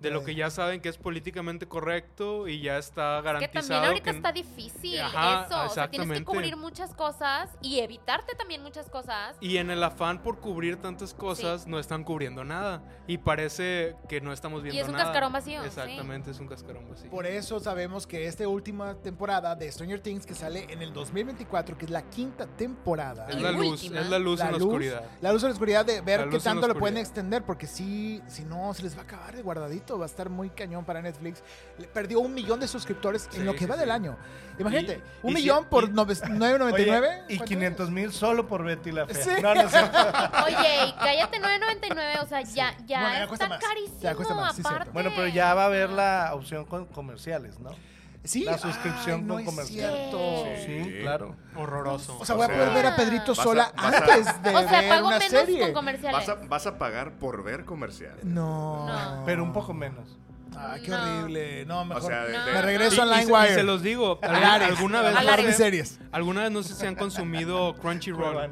[SPEAKER 6] de lo que ya saben que es políticamente correcto y ya está
[SPEAKER 5] Que
[SPEAKER 6] garantizado.
[SPEAKER 5] también ahorita
[SPEAKER 6] que-
[SPEAKER 5] está difícil
[SPEAKER 6] Ajá,
[SPEAKER 5] eso. O sea, tienes que
[SPEAKER 6] exactamente.
[SPEAKER 5] cubrir muchas cosas y evitarte también muchas cosas.
[SPEAKER 6] Y en el afán por cubrir tantas cosas no están cubriendo nada y parece que no estamos viendo
[SPEAKER 5] es un
[SPEAKER 6] nada.
[SPEAKER 5] cascarón vacío, sí.
[SPEAKER 6] Exactamente, es un cascarón vacío.
[SPEAKER 4] Por eso sabemos que esta última temporada de Stranger Things que sale en el 2024, que es la quinta temporada.
[SPEAKER 6] es la
[SPEAKER 5] La
[SPEAKER 6] luz,
[SPEAKER 5] última.
[SPEAKER 6] es la luz en la oscuridad.
[SPEAKER 4] la luz en la oscuridad de
[SPEAKER 6] La
[SPEAKER 4] ver qué
[SPEAKER 6] luz en
[SPEAKER 4] tanto
[SPEAKER 6] la
[SPEAKER 4] lo pueden
[SPEAKER 6] oscuridad.
[SPEAKER 4] extender, porque sí, si no, se les va a acabar de guardadito, va a estar muy cañón para Netflix. Le- Perdió un millón de suscriptores
[SPEAKER 6] Sí,
[SPEAKER 4] en lo que
[SPEAKER 6] sí,
[SPEAKER 4] va
[SPEAKER 6] sí.
[SPEAKER 4] del año. Imagínate,
[SPEAKER 6] Y-
[SPEAKER 4] un
[SPEAKER 6] y si-
[SPEAKER 4] millón por
[SPEAKER 6] y-
[SPEAKER 4] nove- 9.99.
[SPEAKER 7] Oye, y
[SPEAKER 4] ¿cuánto
[SPEAKER 7] 500 mil solo por Betty la Fea.
[SPEAKER 4] Sí.
[SPEAKER 7] No, no sé.
[SPEAKER 5] Oye, y cállate 9.99, o sea, ya, ya
[SPEAKER 4] Bueno, ya cuesta
[SPEAKER 5] está
[SPEAKER 4] más,
[SPEAKER 5] carísimo
[SPEAKER 4] ya cuesta más, sí, cierto.
[SPEAKER 5] aparte.
[SPEAKER 7] Bueno, pero ya va a haber la opción con comerciales, ¿no?
[SPEAKER 4] es? Sí,
[SPEAKER 7] la suscripción
[SPEAKER 4] no
[SPEAKER 7] con
[SPEAKER 4] es
[SPEAKER 7] comercial.
[SPEAKER 4] cierto.
[SPEAKER 8] Sí.
[SPEAKER 7] claro.
[SPEAKER 6] Horroroso.
[SPEAKER 4] O sea, voy a
[SPEAKER 8] O sea,
[SPEAKER 4] poder ver a Pedrito
[SPEAKER 5] vas
[SPEAKER 8] a-
[SPEAKER 4] Sola
[SPEAKER 8] vas a-
[SPEAKER 4] antes de
[SPEAKER 5] O sea,
[SPEAKER 4] ver
[SPEAKER 5] pago
[SPEAKER 4] una
[SPEAKER 5] menos
[SPEAKER 4] serie.
[SPEAKER 5] con comerciales.
[SPEAKER 8] Vas a, vas a pagar por ver comercial.
[SPEAKER 4] No.
[SPEAKER 5] No.
[SPEAKER 7] Pero un poco menos.
[SPEAKER 4] Ay, qué
[SPEAKER 5] No.
[SPEAKER 4] horrible. No, mejor.
[SPEAKER 8] sea, de-
[SPEAKER 5] No.
[SPEAKER 4] Me regreso a
[SPEAKER 6] Y- y se- Y
[SPEAKER 4] LimeWire.
[SPEAKER 6] se los digo,
[SPEAKER 4] A Lares.
[SPEAKER 6] alguna
[SPEAKER 4] A
[SPEAKER 6] vez,
[SPEAKER 4] Lares.
[SPEAKER 6] no sé-
[SPEAKER 4] series.
[SPEAKER 6] alguna vez no sé si han consumido Crunchyroll.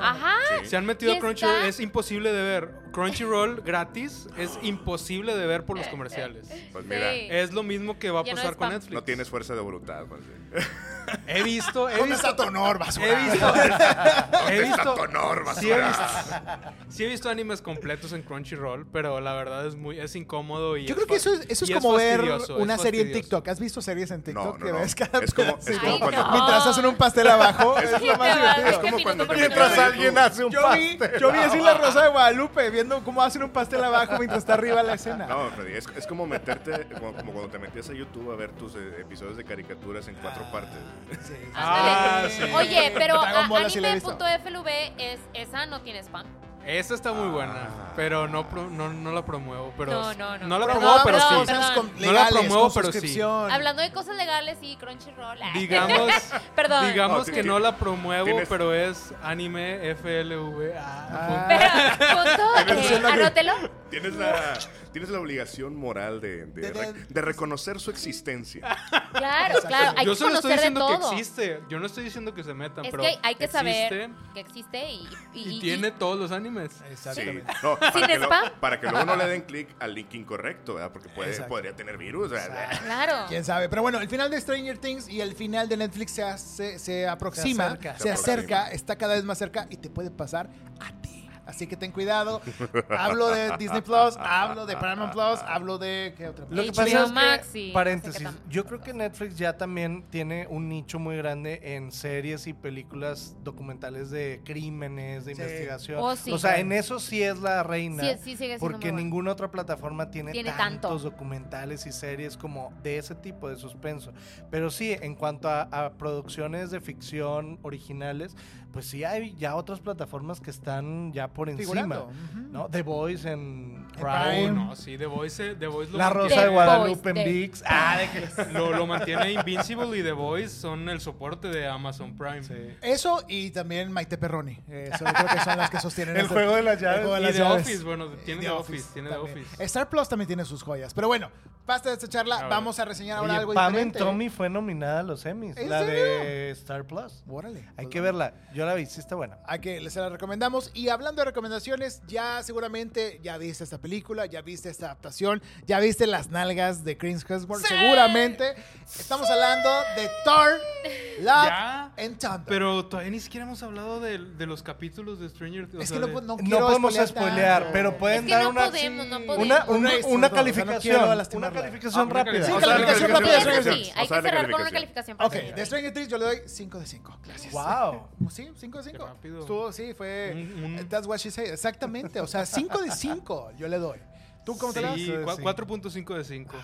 [SPEAKER 5] Ajá.
[SPEAKER 6] Se han metido
[SPEAKER 5] ¿Y
[SPEAKER 6] a Crunchyroll,
[SPEAKER 5] está?
[SPEAKER 6] es imposible de ver. Crunchyroll gratis es imposible de ver por los comerciales.
[SPEAKER 8] Pues mira,
[SPEAKER 5] Sí.
[SPEAKER 6] Es lo mismo que va a
[SPEAKER 5] Ya no
[SPEAKER 6] pasar
[SPEAKER 5] es
[SPEAKER 6] con
[SPEAKER 5] spam.
[SPEAKER 6] Netflix.
[SPEAKER 8] no tienes fuerza de voluntad. más bien.
[SPEAKER 6] He visto, he
[SPEAKER 4] ¿Dónde
[SPEAKER 6] visto,
[SPEAKER 4] está tu honor, basura?
[SPEAKER 6] he visto, he
[SPEAKER 8] Está
[SPEAKER 6] visto,
[SPEAKER 8] tu honor,
[SPEAKER 6] sí he
[SPEAKER 8] basura.
[SPEAKER 6] visto, sí he visto animes completos en Crunchyroll, pero la verdad es muy, es incómodo y
[SPEAKER 4] Yo creo que eso es, eso es como ver una serie en TikTok. ¿Has visto series en TikTok?
[SPEAKER 8] No, no,
[SPEAKER 4] que
[SPEAKER 8] no.
[SPEAKER 4] ves cada
[SPEAKER 8] Es como- es
[SPEAKER 4] pedacito?
[SPEAKER 5] como Ay, cuando- no.
[SPEAKER 4] Mientras hacen un pastel abajo, es
[SPEAKER 5] Sí,
[SPEAKER 4] lo más
[SPEAKER 5] te vas,
[SPEAKER 4] divertido.
[SPEAKER 5] es que
[SPEAKER 8] cuando
[SPEAKER 5] minuto por
[SPEAKER 8] mientras
[SPEAKER 5] minuto.
[SPEAKER 8] alguien hace un
[SPEAKER 4] Yo vi,
[SPEAKER 8] pastel.
[SPEAKER 4] yo vi así la Rosa de Guadalupe, viendo cómo hacen un pastel abajo mientras está arriba la escena.
[SPEAKER 8] No, Freddy, es, es como meterte, como, como cuando te metías a YouTube a ver tus eh, episodios de caricaturas en cuatro
[SPEAKER 4] Ah.
[SPEAKER 8] partes.
[SPEAKER 4] Sí, sí,
[SPEAKER 6] Ah,
[SPEAKER 4] sí.
[SPEAKER 6] sí.
[SPEAKER 5] Oye, pero
[SPEAKER 4] Dragon
[SPEAKER 5] a-
[SPEAKER 4] Ball así la he visto.
[SPEAKER 5] anime.flv es esa no tiene spam.
[SPEAKER 6] Esa está muy buena, pero no, pro- no, no la promuevo. Pero
[SPEAKER 5] No, no, no.
[SPEAKER 6] No la
[SPEAKER 5] Perdón,
[SPEAKER 6] promuevo, pero
[SPEAKER 5] perdón,
[SPEAKER 6] sí.
[SPEAKER 5] perdón.
[SPEAKER 4] Cosas con-
[SPEAKER 6] No la
[SPEAKER 4] legales,
[SPEAKER 6] promuevo,
[SPEAKER 4] con
[SPEAKER 6] pero sí.
[SPEAKER 4] suscripción.
[SPEAKER 5] Hablando de cosas legales y Crunchyroll. ah.
[SPEAKER 6] Digamos,
[SPEAKER 5] Perdón.
[SPEAKER 6] digamos
[SPEAKER 8] No,
[SPEAKER 6] que
[SPEAKER 8] ti-
[SPEAKER 6] no la promuevo,
[SPEAKER 8] tienes-
[SPEAKER 6] pero es anime FLV. Ah,
[SPEAKER 5] Pero, punto,
[SPEAKER 8] Tienes
[SPEAKER 5] eh,
[SPEAKER 8] una-
[SPEAKER 5] anótelo.
[SPEAKER 8] Tienes la, tienes la obligación moral de, de
[SPEAKER 4] De- de-
[SPEAKER 8] re- de reconocer su existencia.
[SPEAKER 5] Claro, claro. Hay
[SPEAKER 6] yo
[SPEAKER 5] que
[SPEAKER 6] solo
[SPEAKER 5] conocer
[SPEAKER 6] estoy
[SPEAKER 5] de
[SPEAKER 6] diciendo que
[SPEAKER 5] todo.
[SPEAKER 6] existe. Yo no estoy diciendo que se metan,
[SPEAKER 5] Es
[SPEAKER 6] pero
[SPEAKER 5] que hay que saber
[SPEAKER 6] existe
[SPEAKER 5] que existe y, y-
[SPEAKER 6] Y
[SPEAKER 5] y-
[SPEAKER 6] tiene todos los animes.
[SPEAKER 8] Sí.
[SPEAKER 4] Exactamente.
[SPEAKER 8] No, para,
[SPEAKER 5] Sin
[SPEAKER 8] que lo-
[SPEAKER 5] spam.
[SPEAKER 8] para que luego no le den clic al link incorrecto, ¿verdad? Porque puede-
[SPEAKER 4] Exacto.
[SPEAKER 8] podría tener virus. ¿verdad?
[SPEAKER 5] Claro.
[SPEAKER 4] Quién sabe. Pero bueno, el final de Stranger Things y el final de Netflix se, hace- se aproxima, se acerca.
[SPEAKER 7] acerca.
[SPEAKER 8] Se aproxima.
[SPEAKER 4] está cada vez más cerca y te puede pasar a ti. Así que ten cuidado. Hablo de Disney Plus, hablo de Paramount Plus, hablo de. ¿Qué otra?
[SPEAKER 7] Lo que
[SPEAKER 5] HBO
[SPEAKER 7] pasa es
[SPEAKER 5] Max
[SPEAKER 7] que,
[SPEAKER 5] y-
[SPEAKER 7] paréntesis,
[SPEAKER 5] no sé qué tan-
[SPEAKER 7] yo creo que Netflix ya también tiene un nicho muy grande en series y películas documentales de crímenes, de
[SPEAKER 4] Sí.
[SPEAKER 7] investigación.
[SPEAKER 5] Oh, sí.
[SPEAKER 7] O sea, en eso sí es la reina.
[SPEAKER 5] Sí, sí, sigue siendo
[SPEAKER 7] porque
[SPEAKER 5] muy bueno.
[SPEAKER 7] ninguna otra plataforma tiene,
[SPEAKER 5] Tiene tanto.
[SPEAKER 7] tantos documentales y series como de ese tipo de suspenso. Pero sí, en cuanto a, a producciones de ficción originales, pues sí hay ya otras plataformas que están ya por encima.
[SPEAKER 4] Figurando. Ujú.
[SPEAKER 7] ¿no? The Voice en
[SPEAKER 4] Prime.
[SPEAKER 7] Prime.
[SPEAKER 6] Oh, no, sí, The Voice, eh, The Voice lo
[SPEAKER 7] Ah, La
[SPEAKER 6] mantiene-
[SPEAKER 7] Rosa de
[SPEAKER 5] Voice,
[SPEAKER 7] Guadalupe en
[SPEAKER 5] de-
[SPEAKER 7] VIX. Ah, de que-
[SPEAKER 6] Lo, lo mantiene Invincible y The Voice son el soporte de Amazon Prime.
[SPEAKER 4] Eso y también Maite Perroni. eh, Eso yo creo que son las que sostienen.
[SPEAKER 7] El
[SPEAKER 4] este-
[SPEAKER 7] juego de las
[SPEAKER 4] el juego
[SPEAKER 6] Y
[SPEAKER 7] llaves.
[SPEAKER 4] las
[SPEAKER 6] The
[SPEAKER 4] llaves.
[SPEAKER 6] Office, bueno, tiene
[SPEAKER 4] The
[SPEAKER 6] The, Office,
[SPEAKER 4] Office
[SPEAKER 6] tiene The
[SPEAKER 4] también.
[SPEAKER 6] Office.
[SPEAKER 4] Star Plus también tiene sus joyas. Pero bueno, basta de esta charla.
[SPEAKER 6] A ver.
[SPEAKER 4] Vamos a reseñar ahora
[SPEAKER 7] Oye,
[SPEAKER 4] algo
[SPEAKER 7] Pam and
[SPEAKER 4] diferente.
[SPEAKER 7] Tommy fue nominada a los Emmys.
[SPEAKER 4] ¿En
[SPEAKER 7] La
[SPEAKER 4] serio?
[SPEAKER 7] de Star Plus.
[SPEAKER 4] Órale.
[SPEAKER 7] Hay
[SPEAKER 4] pues
[SPEAKER 7] que
[SPEAKER 4] vamos.
[SPEAKER 7] verla. Yo la vi, sí está buena.
[SPEAKER 4] a que se la recomendamos. Y hablando de recomendaciones, ya seguramente ya viste esta película, ya viste esta adaptación, ya viste las nalgas de Chris Hemsworth, seguramente. Estamos hablando de Thor, Love
[SPEAKER 6] Ya.
[SPEAKER 4] and Thunder.
[SPEAKER 6] Pero todavía ni siquiera hemos hablado de, de los capítulos de Stranger Things.
[SPEAKER 4] es que no, po- no
[SPEAKER 7] No
[SPEAKER 4] quiero
[SPEAKER 7] podemos
[SPEAKER 4] spoilear
[SPEAKER 7] spoilear,
[SPEAKER 4] tanto.
[SPEAKER 7] pero pueden
[SPEAKER 5] Es que
[SPEAKER 7] dar
[SPEAKER 5] no
[SPEAKER 7] una,
[SPEAKER 5] podemos, no
[SPEAKER 7] una-
[SPEAKER 5] podemos.
[SPEAKER 7] una,
[SPEAKER 4] Un
[SPEAKER 7] una,
[SPEAKER 4] extra, o sea, no
[SPEAKER 7] calificación.
[SPEAKER 4] quiero
[SPEAKER 7] una
[SPEAKER 4] lastimarla.
[SPEAKER 6] Ah,
[SPEAKER 7] calificación
[SPEAKER 6] una
[SPEAKER 7] rápida.
[SPEAKER 4] Sí,
[SPEAKER 6] calificación.
[SPEAKER 7] O sea,
[SPEAKER 4] calificación
[SPEAKER 5] Yo
[SPEAKER 4] rápida
[SPEAKER 5] creo que
[SPEAKER 4] Stranger
[SPEAKER 5] sí,
[SPEAKER 4] Things.
[SPEAKER 5] hay
[SPEAKER 8] Vamos a
[SPEAKER 5] que
[SPEAKER 8] darle
[SPEAKER 5] cerrar con una calificación.
[SPEAKER 8] calificación.
[SPEAKER 5] para
[SPEAKER 4] Ok,
[SPEAKER 5] que-
[SPEAKER 4] de Stranger Things yo le doy 5 de 5. Gracias.
[SPEAKER 7] Wow.
[SPEAKER 4] Sí, 5 de 5.
[SPEAKER 6] Qué rápido.
[SPEAKER 4] Estuvo, sí, fue.
[SPEAKER 6] Un- un-
[SPEAKER 4] That's what she said. Exactamente. O sea, 5 de 5 yo le doy. ¿Tú cómo te la das?
[SPEAKER 6] Sí, cua-
[SPEAKER 7] Sí.
[SPEAKER 6] 4.5 de 5.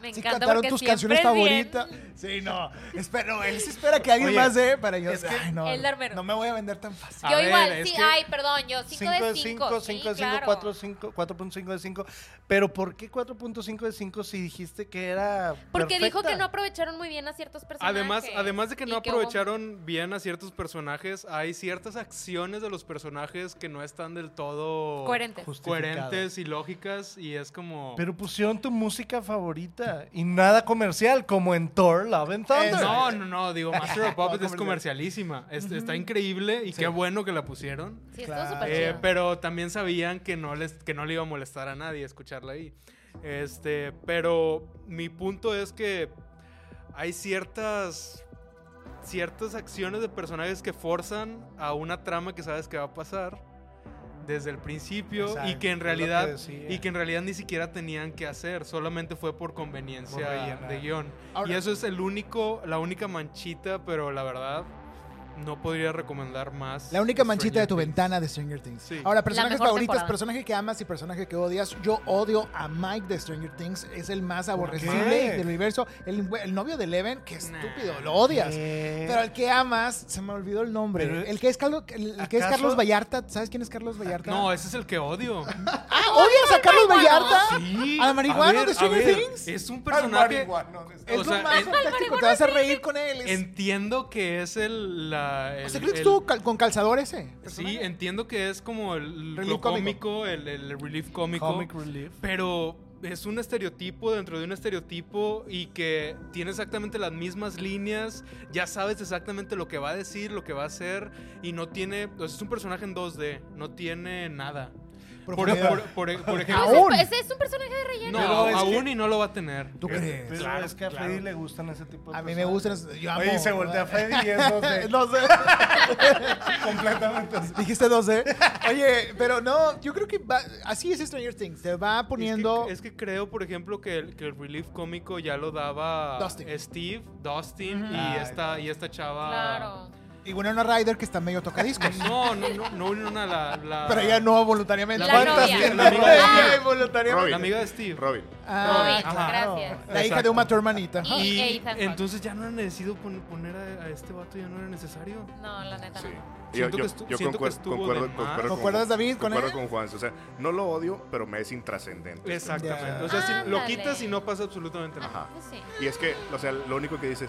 [SPEAKER 5] Me
[SPEAKER 4] Sí
[SPEAKER 5] encanta
[SPEAKER 4] cantaron
[SPEAKER 5] porque
[SPEAKER 4] tus
[SPEAKER 5] siempre
[SPEAKER 4] canciones
[SPEAKER 5] es bien.
[SPEAKER 4] favoritas. Sí, no. Espero, él se espera que alguien
[SPEAKER 7] Oye,
[SPEAKER 4] más dé para yo.
[SPEAKER 7] es que-
[SPEAKER 4] Ay, no,
[SPEAKER 5] El Darbero.
[SPEAKER 4] no me voy a vender tan fácil.
[SPEAKER 6] A
[SPEAKER 5] Yo
[SPEAKER 6] ver,
[SPEAKER 5] igual,
[SPEAKER 6] es
[SPEAKER 5] sí,
[SPEAKER 6] que-
[SPEAKER 5] ay, perdón, yo 5
[SPEAKER 7] 5
[SPEAKER 5] de
[SPEAKER 7] de 5,
[SPEAKER 5] 5,
[SPEAKER 7] 5 de 5, 4, 5, 4.5 de 5. Pero ¿por qué 4.5 de 5 si dijiste que era
[SPEAKER 5] Porque dijo que no
[SPEAKER 7] perfecta?
[SPEAKER 5] aprovecharon muy bien a ciertos personajes.
[SPEAKER 6] Además, además de que no
[SPEAKER 5] y hubo-
[SPEAKER 6] aprovecharon bien a ciertos personajes, hay ciertas acciones de los personajes que no están del todo
[SPEAKER 5] Coherentes.
[SPEAKER 6] coherentes y lógicas y es como...
[SPEAKER 7] Pero pusieron tu música favorita y nada comercial, como en Thor, Love and Thunder.
[SPEAKER 6] Eh, No, no, no, digo, Master of Puppets es comercialísima. Es- está increíble y qué bueno que la pusieron.
[SPEAKER 5] Sí,
[SPEAKER 4] Claro.
[SPEAKER 5] estuvo súper
[SPEAKER 6] Eh,
[SPEAKER 5] chido.
[SPEAKER 6] pero también sabían que no, les, que no le iba a molestar a nadie escucharla ahí. Este, pero mi punto es que hay ciertas ciertas acciones de personajes que forzan a una trama que sabes que va a pasar desde el principio y
[SPEAKER 7] Exacto,
[SPEAKER 6] que en
[SPEAKER 7] es lo que
[SPEAKER 6] realidad
[SPEAKER 7] decía.
[SPEAKER 6] y que en realidad ni siquiera tenían que hacer, solamente fue por
[SPEAKER 7] Por
[SPEAKER 6] conveniencia
[SPEAKER 7] rellenar.
[SPEAKER 6] de guión. y
[SPEAKER 4] Ahora-
[SPEAKER 6] eso es el único la única manchita, pero la verdad no podría recomendar más.
[SPEAKER 4] La única manchita de tu
[SPEAKER 6] Stranger Things.
[SPEAKER 4] ventana de Stranger Things.
[SPEAKER 6] Sí.
[SPEAKER 4] Ahora, personajes
[SPEAKER 5] mejor
[SPEAKER 4] favoritos,
[SPEAKER 5] temporada.
[SPEAKER 4] personaje que amas y personaje que odias. Yo odio a Mike de Stranger Things. Es el más aborrecible
[SPEAKER 7] qué?
[SPEAKER 4] del universo. El, güe- el novio de Eleven, que estúpido, lo odias.
[SPEAKER 7] ¿Qué?
[SPEAKER 4] Pero el que amas, se me olvidó el nombre.
[SPEAKER 7] Pero-
[SPEAKER 4] el que es Ah, Carlos, el, el que es
[SPEAKER 7] ¿Acaso-
[SPEAKER 4] Carlos Vallarta. ¿Sabes quién es Carlos Vallarta?
[SPEAKER 6] No, ese es el que odio.
[SPEAKER 4] Ah, ¿Odias a Carlos
[SPEAKER 5] marihuano.
[SPEAKER 4] Vallarta?
[SPEAKER 6] Sí.
[SPEAKER 4] ¿Al marihuano
[SPEAKER 6] ver,
[SPEAKER 4] de
[SPEAKER 6] a
[SPEAKER 4] Stranger
[SPEAKER 6] ver,
[SPEAKER 4] Things?
[SPEAKER 6] Es un
[SPEAKER 8] Al
[SPEAKER 6] personaje.
[SPEAKER 8] marihuano de-
[SPEAKER 4] Es
[SPEAKER 6] O
[SPEAKER 4] lo
[SPEAKER 6] sea,
[SPEAKER 4] más
[SPEAKER 6] en-
[SPEAKER 4] fantástico, te vas a reír con él. es-
[SPEAKER 6] Entiendo que es el. La, el-
[SPEAKER 4] ¿Se cree que
[SPEAKER 6] el-
[SPEAKER 4] estuvo cal- con calzador ese?
[SPEAKER 6] Sí, entiendo que es como el, lo
[SPEAKER 4] Relief
[SPEAKER 6] cómico, el, el relief cómico.
[SPEAKER 7] Comic Relief.
[SPEAKER 6] Pero es un estereotipo dentro de un estereotipo y que tiene exactamente las mismas líneas, ya sabes exactamente lo que va a decir, lo que va a hacer y no tiene, o sea, es un personaje en 2D, no tiene nada. Por,
[SPEAKER 4] Profundidad. Ah,
[SPEAKER 6] por- por- por
[SPEAKER 5] Ese es-
[SPEAKER 6] ejemplo,
[SPEAKER 5] Ese es un personaje de relleno.
[SPEAKER 6] no,
[SPEAKER 7] Pero es
[SPEAKER 6] aún
[SPEAKER 7] que-
[SPEAKER 6] y no lo va a tener.
[SPEAKER 4] ¿Tú crees?
[SPEAKER 7] Pero
[SPEAKER 6] Claro,
[SPEAKER 7] es que a
[SPEAKER 6] claro.
[SPEAKER 7] Freddy le gustan ese tipo de
[SPEAKER 4] eh, A mí me
[SPEAKER 7] cosas.
[SPEAKER 4] gustan. Yo amo.
[SPEAKER 7] Oye, y se voltea Freddy y es 2D.
[SPEAKER 4] No sé.
[SPEAKER 7] Completamente.
[SPEAKER 4] Dijiste 12. Oye, pero no, yo creo que va- así es Stranger Things. Te va poniendo.
[SPEAKER 6] Es que, es que creo, por ejemplo, que el, que el relief cómico ya lo daba
[SPEAKER 4] Dustin.
[SPEAKER 6] Steve, Dustin y,
[SPEAKER 4] Ah,
[SPEAKER 6] esta, y esta chava.
[SPEAKER 5] Claro.
[SPEAKER 4] Y bueno, una Ryder que está medio tocadiscos.
[SPEAKER 6] No, no, no, no una la. la
[SPEAKER 4] Pero ella no voluntariamente.
[SPEAKER 5] La ¿Cuántas novia.
[SPEAKER 6] tiene? La amiga.
[SPEAKER 4] Ella involuntariamente.
[SPEAKER 6] La amiga de Steve.
[SPEAKER 8] Robin.
[SPEAKER 4] Ah,
[SPEAKER 5] Robin,
[SPEAKER 4] claro.
[SPEAKER 5] gracias.
[SPEAKER 4] La hija de
[SPEAKER 6] Exacto.
[SPEAKER 4] Uma, tu hermanita.
[SPEAKER 5] Y- Ethan Hawke.
[SPEAKER 6] entonces ya no era necesario pon- poner a, a este vato, ya no era necesario.
[SPEAKER 5] No, la neta
[SPEAKER 8] Sí.
[SPEAKER 5] no.
[SPEAKER 8] Yo,
[SPEAKER 6] Siento
[SPEAKER 8] yo-
[SPEAKER 6] que estu-
[SPEAKER 8] yo
[SPEAKER 6] siento que
[SPEAKER 8] concuer-
[SPEAKER 6] estuvo
[SPEAKER 8] concuerdo,
[SPEAKER 6] de más.
[SPEAKER 8] concuerdo con-
[SPEAKER 4] ¿Concuerdas, David, con
[SPEAKER 8] concuerdo
[SPEAKER 4] él?
[SPEAKER 8] con Juan. O sea, no lo odio, pero me es intrascendente.
[SPEAKER 6] Exactamente.
[SPEAKER 4] Ya.
[SPEAKER 6] O sea, si lo
[SPEAKER 5] Ándale.
[SPEAKER 6] quitas y no pasa absolutamente nada.
[SPEAKER 8] Ajá.
[SPEAKER 5] Pues sí.
[SPEAKER 8] Y es que, o sea, lo único que dices,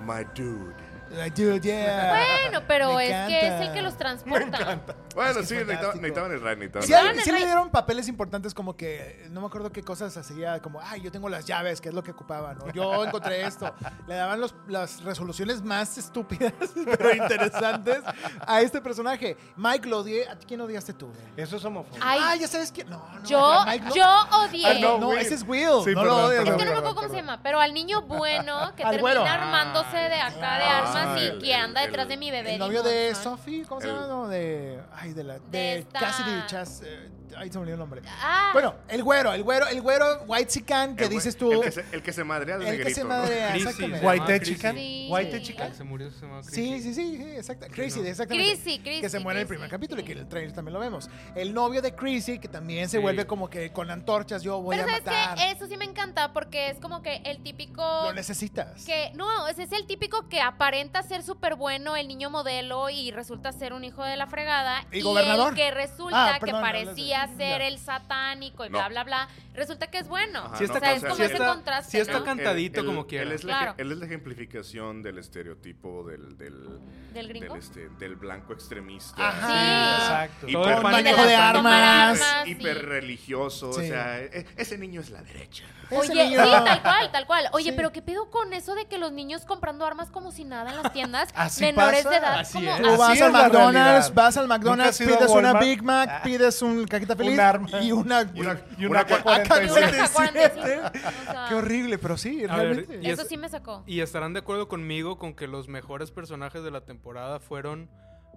[SPEAKER 8] my dude.
[SPEAKER 4] Like, dude, yeah.
[SPEAKER 5] Bueno, pero
[SPEAKER 4] Me
[SPEAKER 5] es que es
[SPEAKER 4] encanta.
[SPEAKER 5] el que los transporta.
[SPEAKER 8] Bueno,
[SPEAKER 4] es
[SPEAKER 8] sí, necesitaba-
[SPEAKER 4] fantástico.
[SPEAKER 8] necesitaban el Ryan, necesitaban
[SPEAKER 4] Sí,
[SPEAKER 8] el
[SPEAKER 4] hay-
[SPEAKER 5] Estaban en
[SPEAKER 4] sí le
[SPEAKER 5] Ray-
[SPEAKER 4] dieron papeles importantes como que no me acuerdo qué cosas hacía como ay yo tengo las llaves que es lo que ocupaban o yo encontré esto le daban los- las resoluciones más estúpidas pero interesantes a este personaje Mike lo odié a ti quién odiaste tú
[SPEAKER 7] Eso es homofóbia.
[SPEAKER 5] Ay,
[SPEAKER 4] ah ya sabes quién no no
[SPEAKER 5] yo,
[SPEAKER 4] a Mike no.
[SPEAKER 5] yo
[SPEAKER 4] Ah,
[SPEAKER 5] odié.
[SPEAKER 4] no,
[SPEAKER 8] Will.
[SPEAKER 4] ese es Will
[SPEAKER 8] Sí,
[SPEAKER 4] no lo
[SPEAKER 8] perdón,
[SPEAKER 4] odies
[SPEAKER 5] Es que
[SPEAKER 8] perdón.
[SPEAKER 5] no me acuerdo cómo se llama, pero al niño bueno que termina armándose de acá de
[SPEAKER 8] Ah,
[SPEAKER 5] armas y
[SPEAKER 8] el-
[SPEAKER 5] que anda
[SPEAKER 8] el-
[SPEAKER 5] detrás de mi bebé.
[SPEAKER 4] el novio de
[SPEAKER 5] Johnson.
[SPEAKER 4] Sophie cómo se
[SPEAKER 8] El-
[SPEAKER 4] llama no de ay de la de,
[SPEAKER 5] De esta-
[SPEAKER 4] Cassidy Chas eh, ay se me olvidó el nombre
[SPEAKER 5] Ah,
[SPEAKER 4] bueno el güero el güero el güero White Sican que
[SPEAKER 8] El güey-
[SPEAKER 4] dices tú
[SPEAKER 8] El que se, el que se madrea al
[SPEAKER 4] el que se
[SPEAKER 8] negrito, ¿no?
[SPEAKER 4] madrea
[SPEAKER 6] Crisis,
[SPEAKER 4] exactamente
[SPEAKER 6] se llama
[SPEAKER 7] White
[SPEAKER 6] Crisis.
[SPEAKER 7] Chicken.
[SPEAKER 5] Sí.
[SPEAKER 7] White
[SPEAKER 6] El
[SPEAKER 7] Chicken.
[SPEAKER 6] que se murió se llama
[SPEAKER 4] Sí,
[SPEAKER 6] Crisis.
[SPEAKER 4] sí, sí, sí, exacta. Crazy,
[SPEAKER 6] ¿no?
[SPEAKER 4] exactamente.
[SPEAKER 5] Chrissy, Chrissy,
[SPEAKER 4] Que se muere en el
[SPEAKER 5] Chrissy,
[SPEAKER 4] primer capítulo,
[SPEAKER 5] sí.
[SPEAKER 4] que en el trailer también lo vemos. El novio de Chrissy, que también se
[SPEAKER 6] Sí.
[SPEAKER 4] vuelve como que con antorchas, yo voy
[SPEAKER 5] pero
[SPEAKER 4] a
[SPEAKER 5] sabes
[SPEAKER 4] matar.
[SPEAKER 5] que eso sí me encanta porque es como que el típico
[SPEAKER 4] Lo necesitas.
[SPEAKER 5] que no, ese es el típico que aparenta ser súper bueno, el niño modelo y resulta ser un hijo de la fregada
[SPEAKER 4] Y gobernador.
[SPEAKER 5] el que resulta
[SPEAKER 4] Ah, perdón,
[SPEAKER 5] que
[SPEAKER 4] hablas de-
[SPEAKER 5] parecía ser
[SPEAKER 4] ya.
[SPEAKER 5] el satánico y
[SPEAKER 8] No.
[SPEAKER 5] bla bla bla, resulta que es bueno.
[SPEAKER 8] Ajá,
[SPEAKER 6] Si
[SPEAKER 8] no,
[SPEAKER 6] está,
[SPEAKER 5] o sea,
[SPEAKER 6] can-
[SPEAKER 5] es
[SPEAKER 8] o sea,
[SPEAKER 5] como
[SPEAKER 6] si
[SPEAKER 5] ese
[SPEAKER 6] está-
[SPEAKER 5] contraste,
[SPEAKER 6] si está
[SPEAKER 5] ¿no?
[SPEAKER 6] cantadito
[SPEAKER 8] Él-
[SPEAKER 6] como
[SPEAKER 8] él-
[SPEAKER 6] quiera.
[SPEAKER 8] Él es, la,
[SPEAKER 5] Claro.
[SPEAKER 8] él es la ejemplificación del estereotipo del, del,
[SPEAKER 5] del gringo.
[SPEAKER 8] del, este, del blanco extremista.
[SPEAKER 4] Ajá.
[SPEAKER 7] Exacto.
[SPEAKER 8] Hiper-
[SPEAKER 6] Todo el
[SPEAKER 8] hiper-
[SPEAKER 6] pánico
[SPEAKER 4] manejo de
[SPEAKER 6] satánico.
[SPEAKER 4] armas.
[SPEAKER 5] armas, sí.
[SPEAKER 8] hiperreligioso,
[SPEAKER 4] Sí.
[SPEAKER 8] o sea, e- ese niño es la derecha.
[SPEAKER 4] Ese
[SPEAKER 5] Oye, sí,
[SPEAKER 4] niño-
[SPEAKER 5] tal cual, tal cual. Oye,
[SPEAKER 4] Sí.
[SPEAKER 5] pero ¿qué pedo con eso de que los niños comprando armas como si nada en las tiendas
[SPEAKER 7] Así
[SPEAKER 5] menores
[SPEAKER 7] pasa.
[SPEAKER 5] de edad?
[SPEAKER 6] Así
[SPEAKER 5] como,
[SPEAKER 6] es.
[SPEAKER 4] Tú
[SPEAKER 7] Así
[SPEAKER 4] vas
[SPEAKER 7] es
[SPEAKER 4] al
[SPEAKER 7] la
[SPEAKER 4] McDonald's,
[SPEAKER 7] realidad.
[SPEAKER 4] vas al
[SPEAKER 7] Nunca
[SPEAKER 4] McDonald's,
[SPEAKER 7] has ido a
[SPEAKER 4] pides una
[SPEAKER 7] Walmart.
[SPEAKER 4] Big Mac,
[SPEAKER 7] Ah.
[SPEAKER 4] pides un cajita feliz
[SPEAKER 7] Un arma.
[SPEAKER 4] y una. Ah,
[SPEAKER 8] Y una,
[SPEAKER 7] y una
[SPEAKER 8] cua-
[SPEAKER 7] cua-
[SPEAKER 4] AK-47.
[SPEAKER 5] 47. O sea,
[SPEAKER 4] Qué horrible, pero sí,
[SPEAKER 6] A ver,
[SPEAKER 4] realmente.
[SPEAKER 6] y
[SPEAKER 5] Eso
[SPEAKER 6] es-
[SPEAKER 5] sí me sacó.
[SPEAKER 6] Y estarán de acuerdo conmigo con que los mejores personajes de la temporada fueron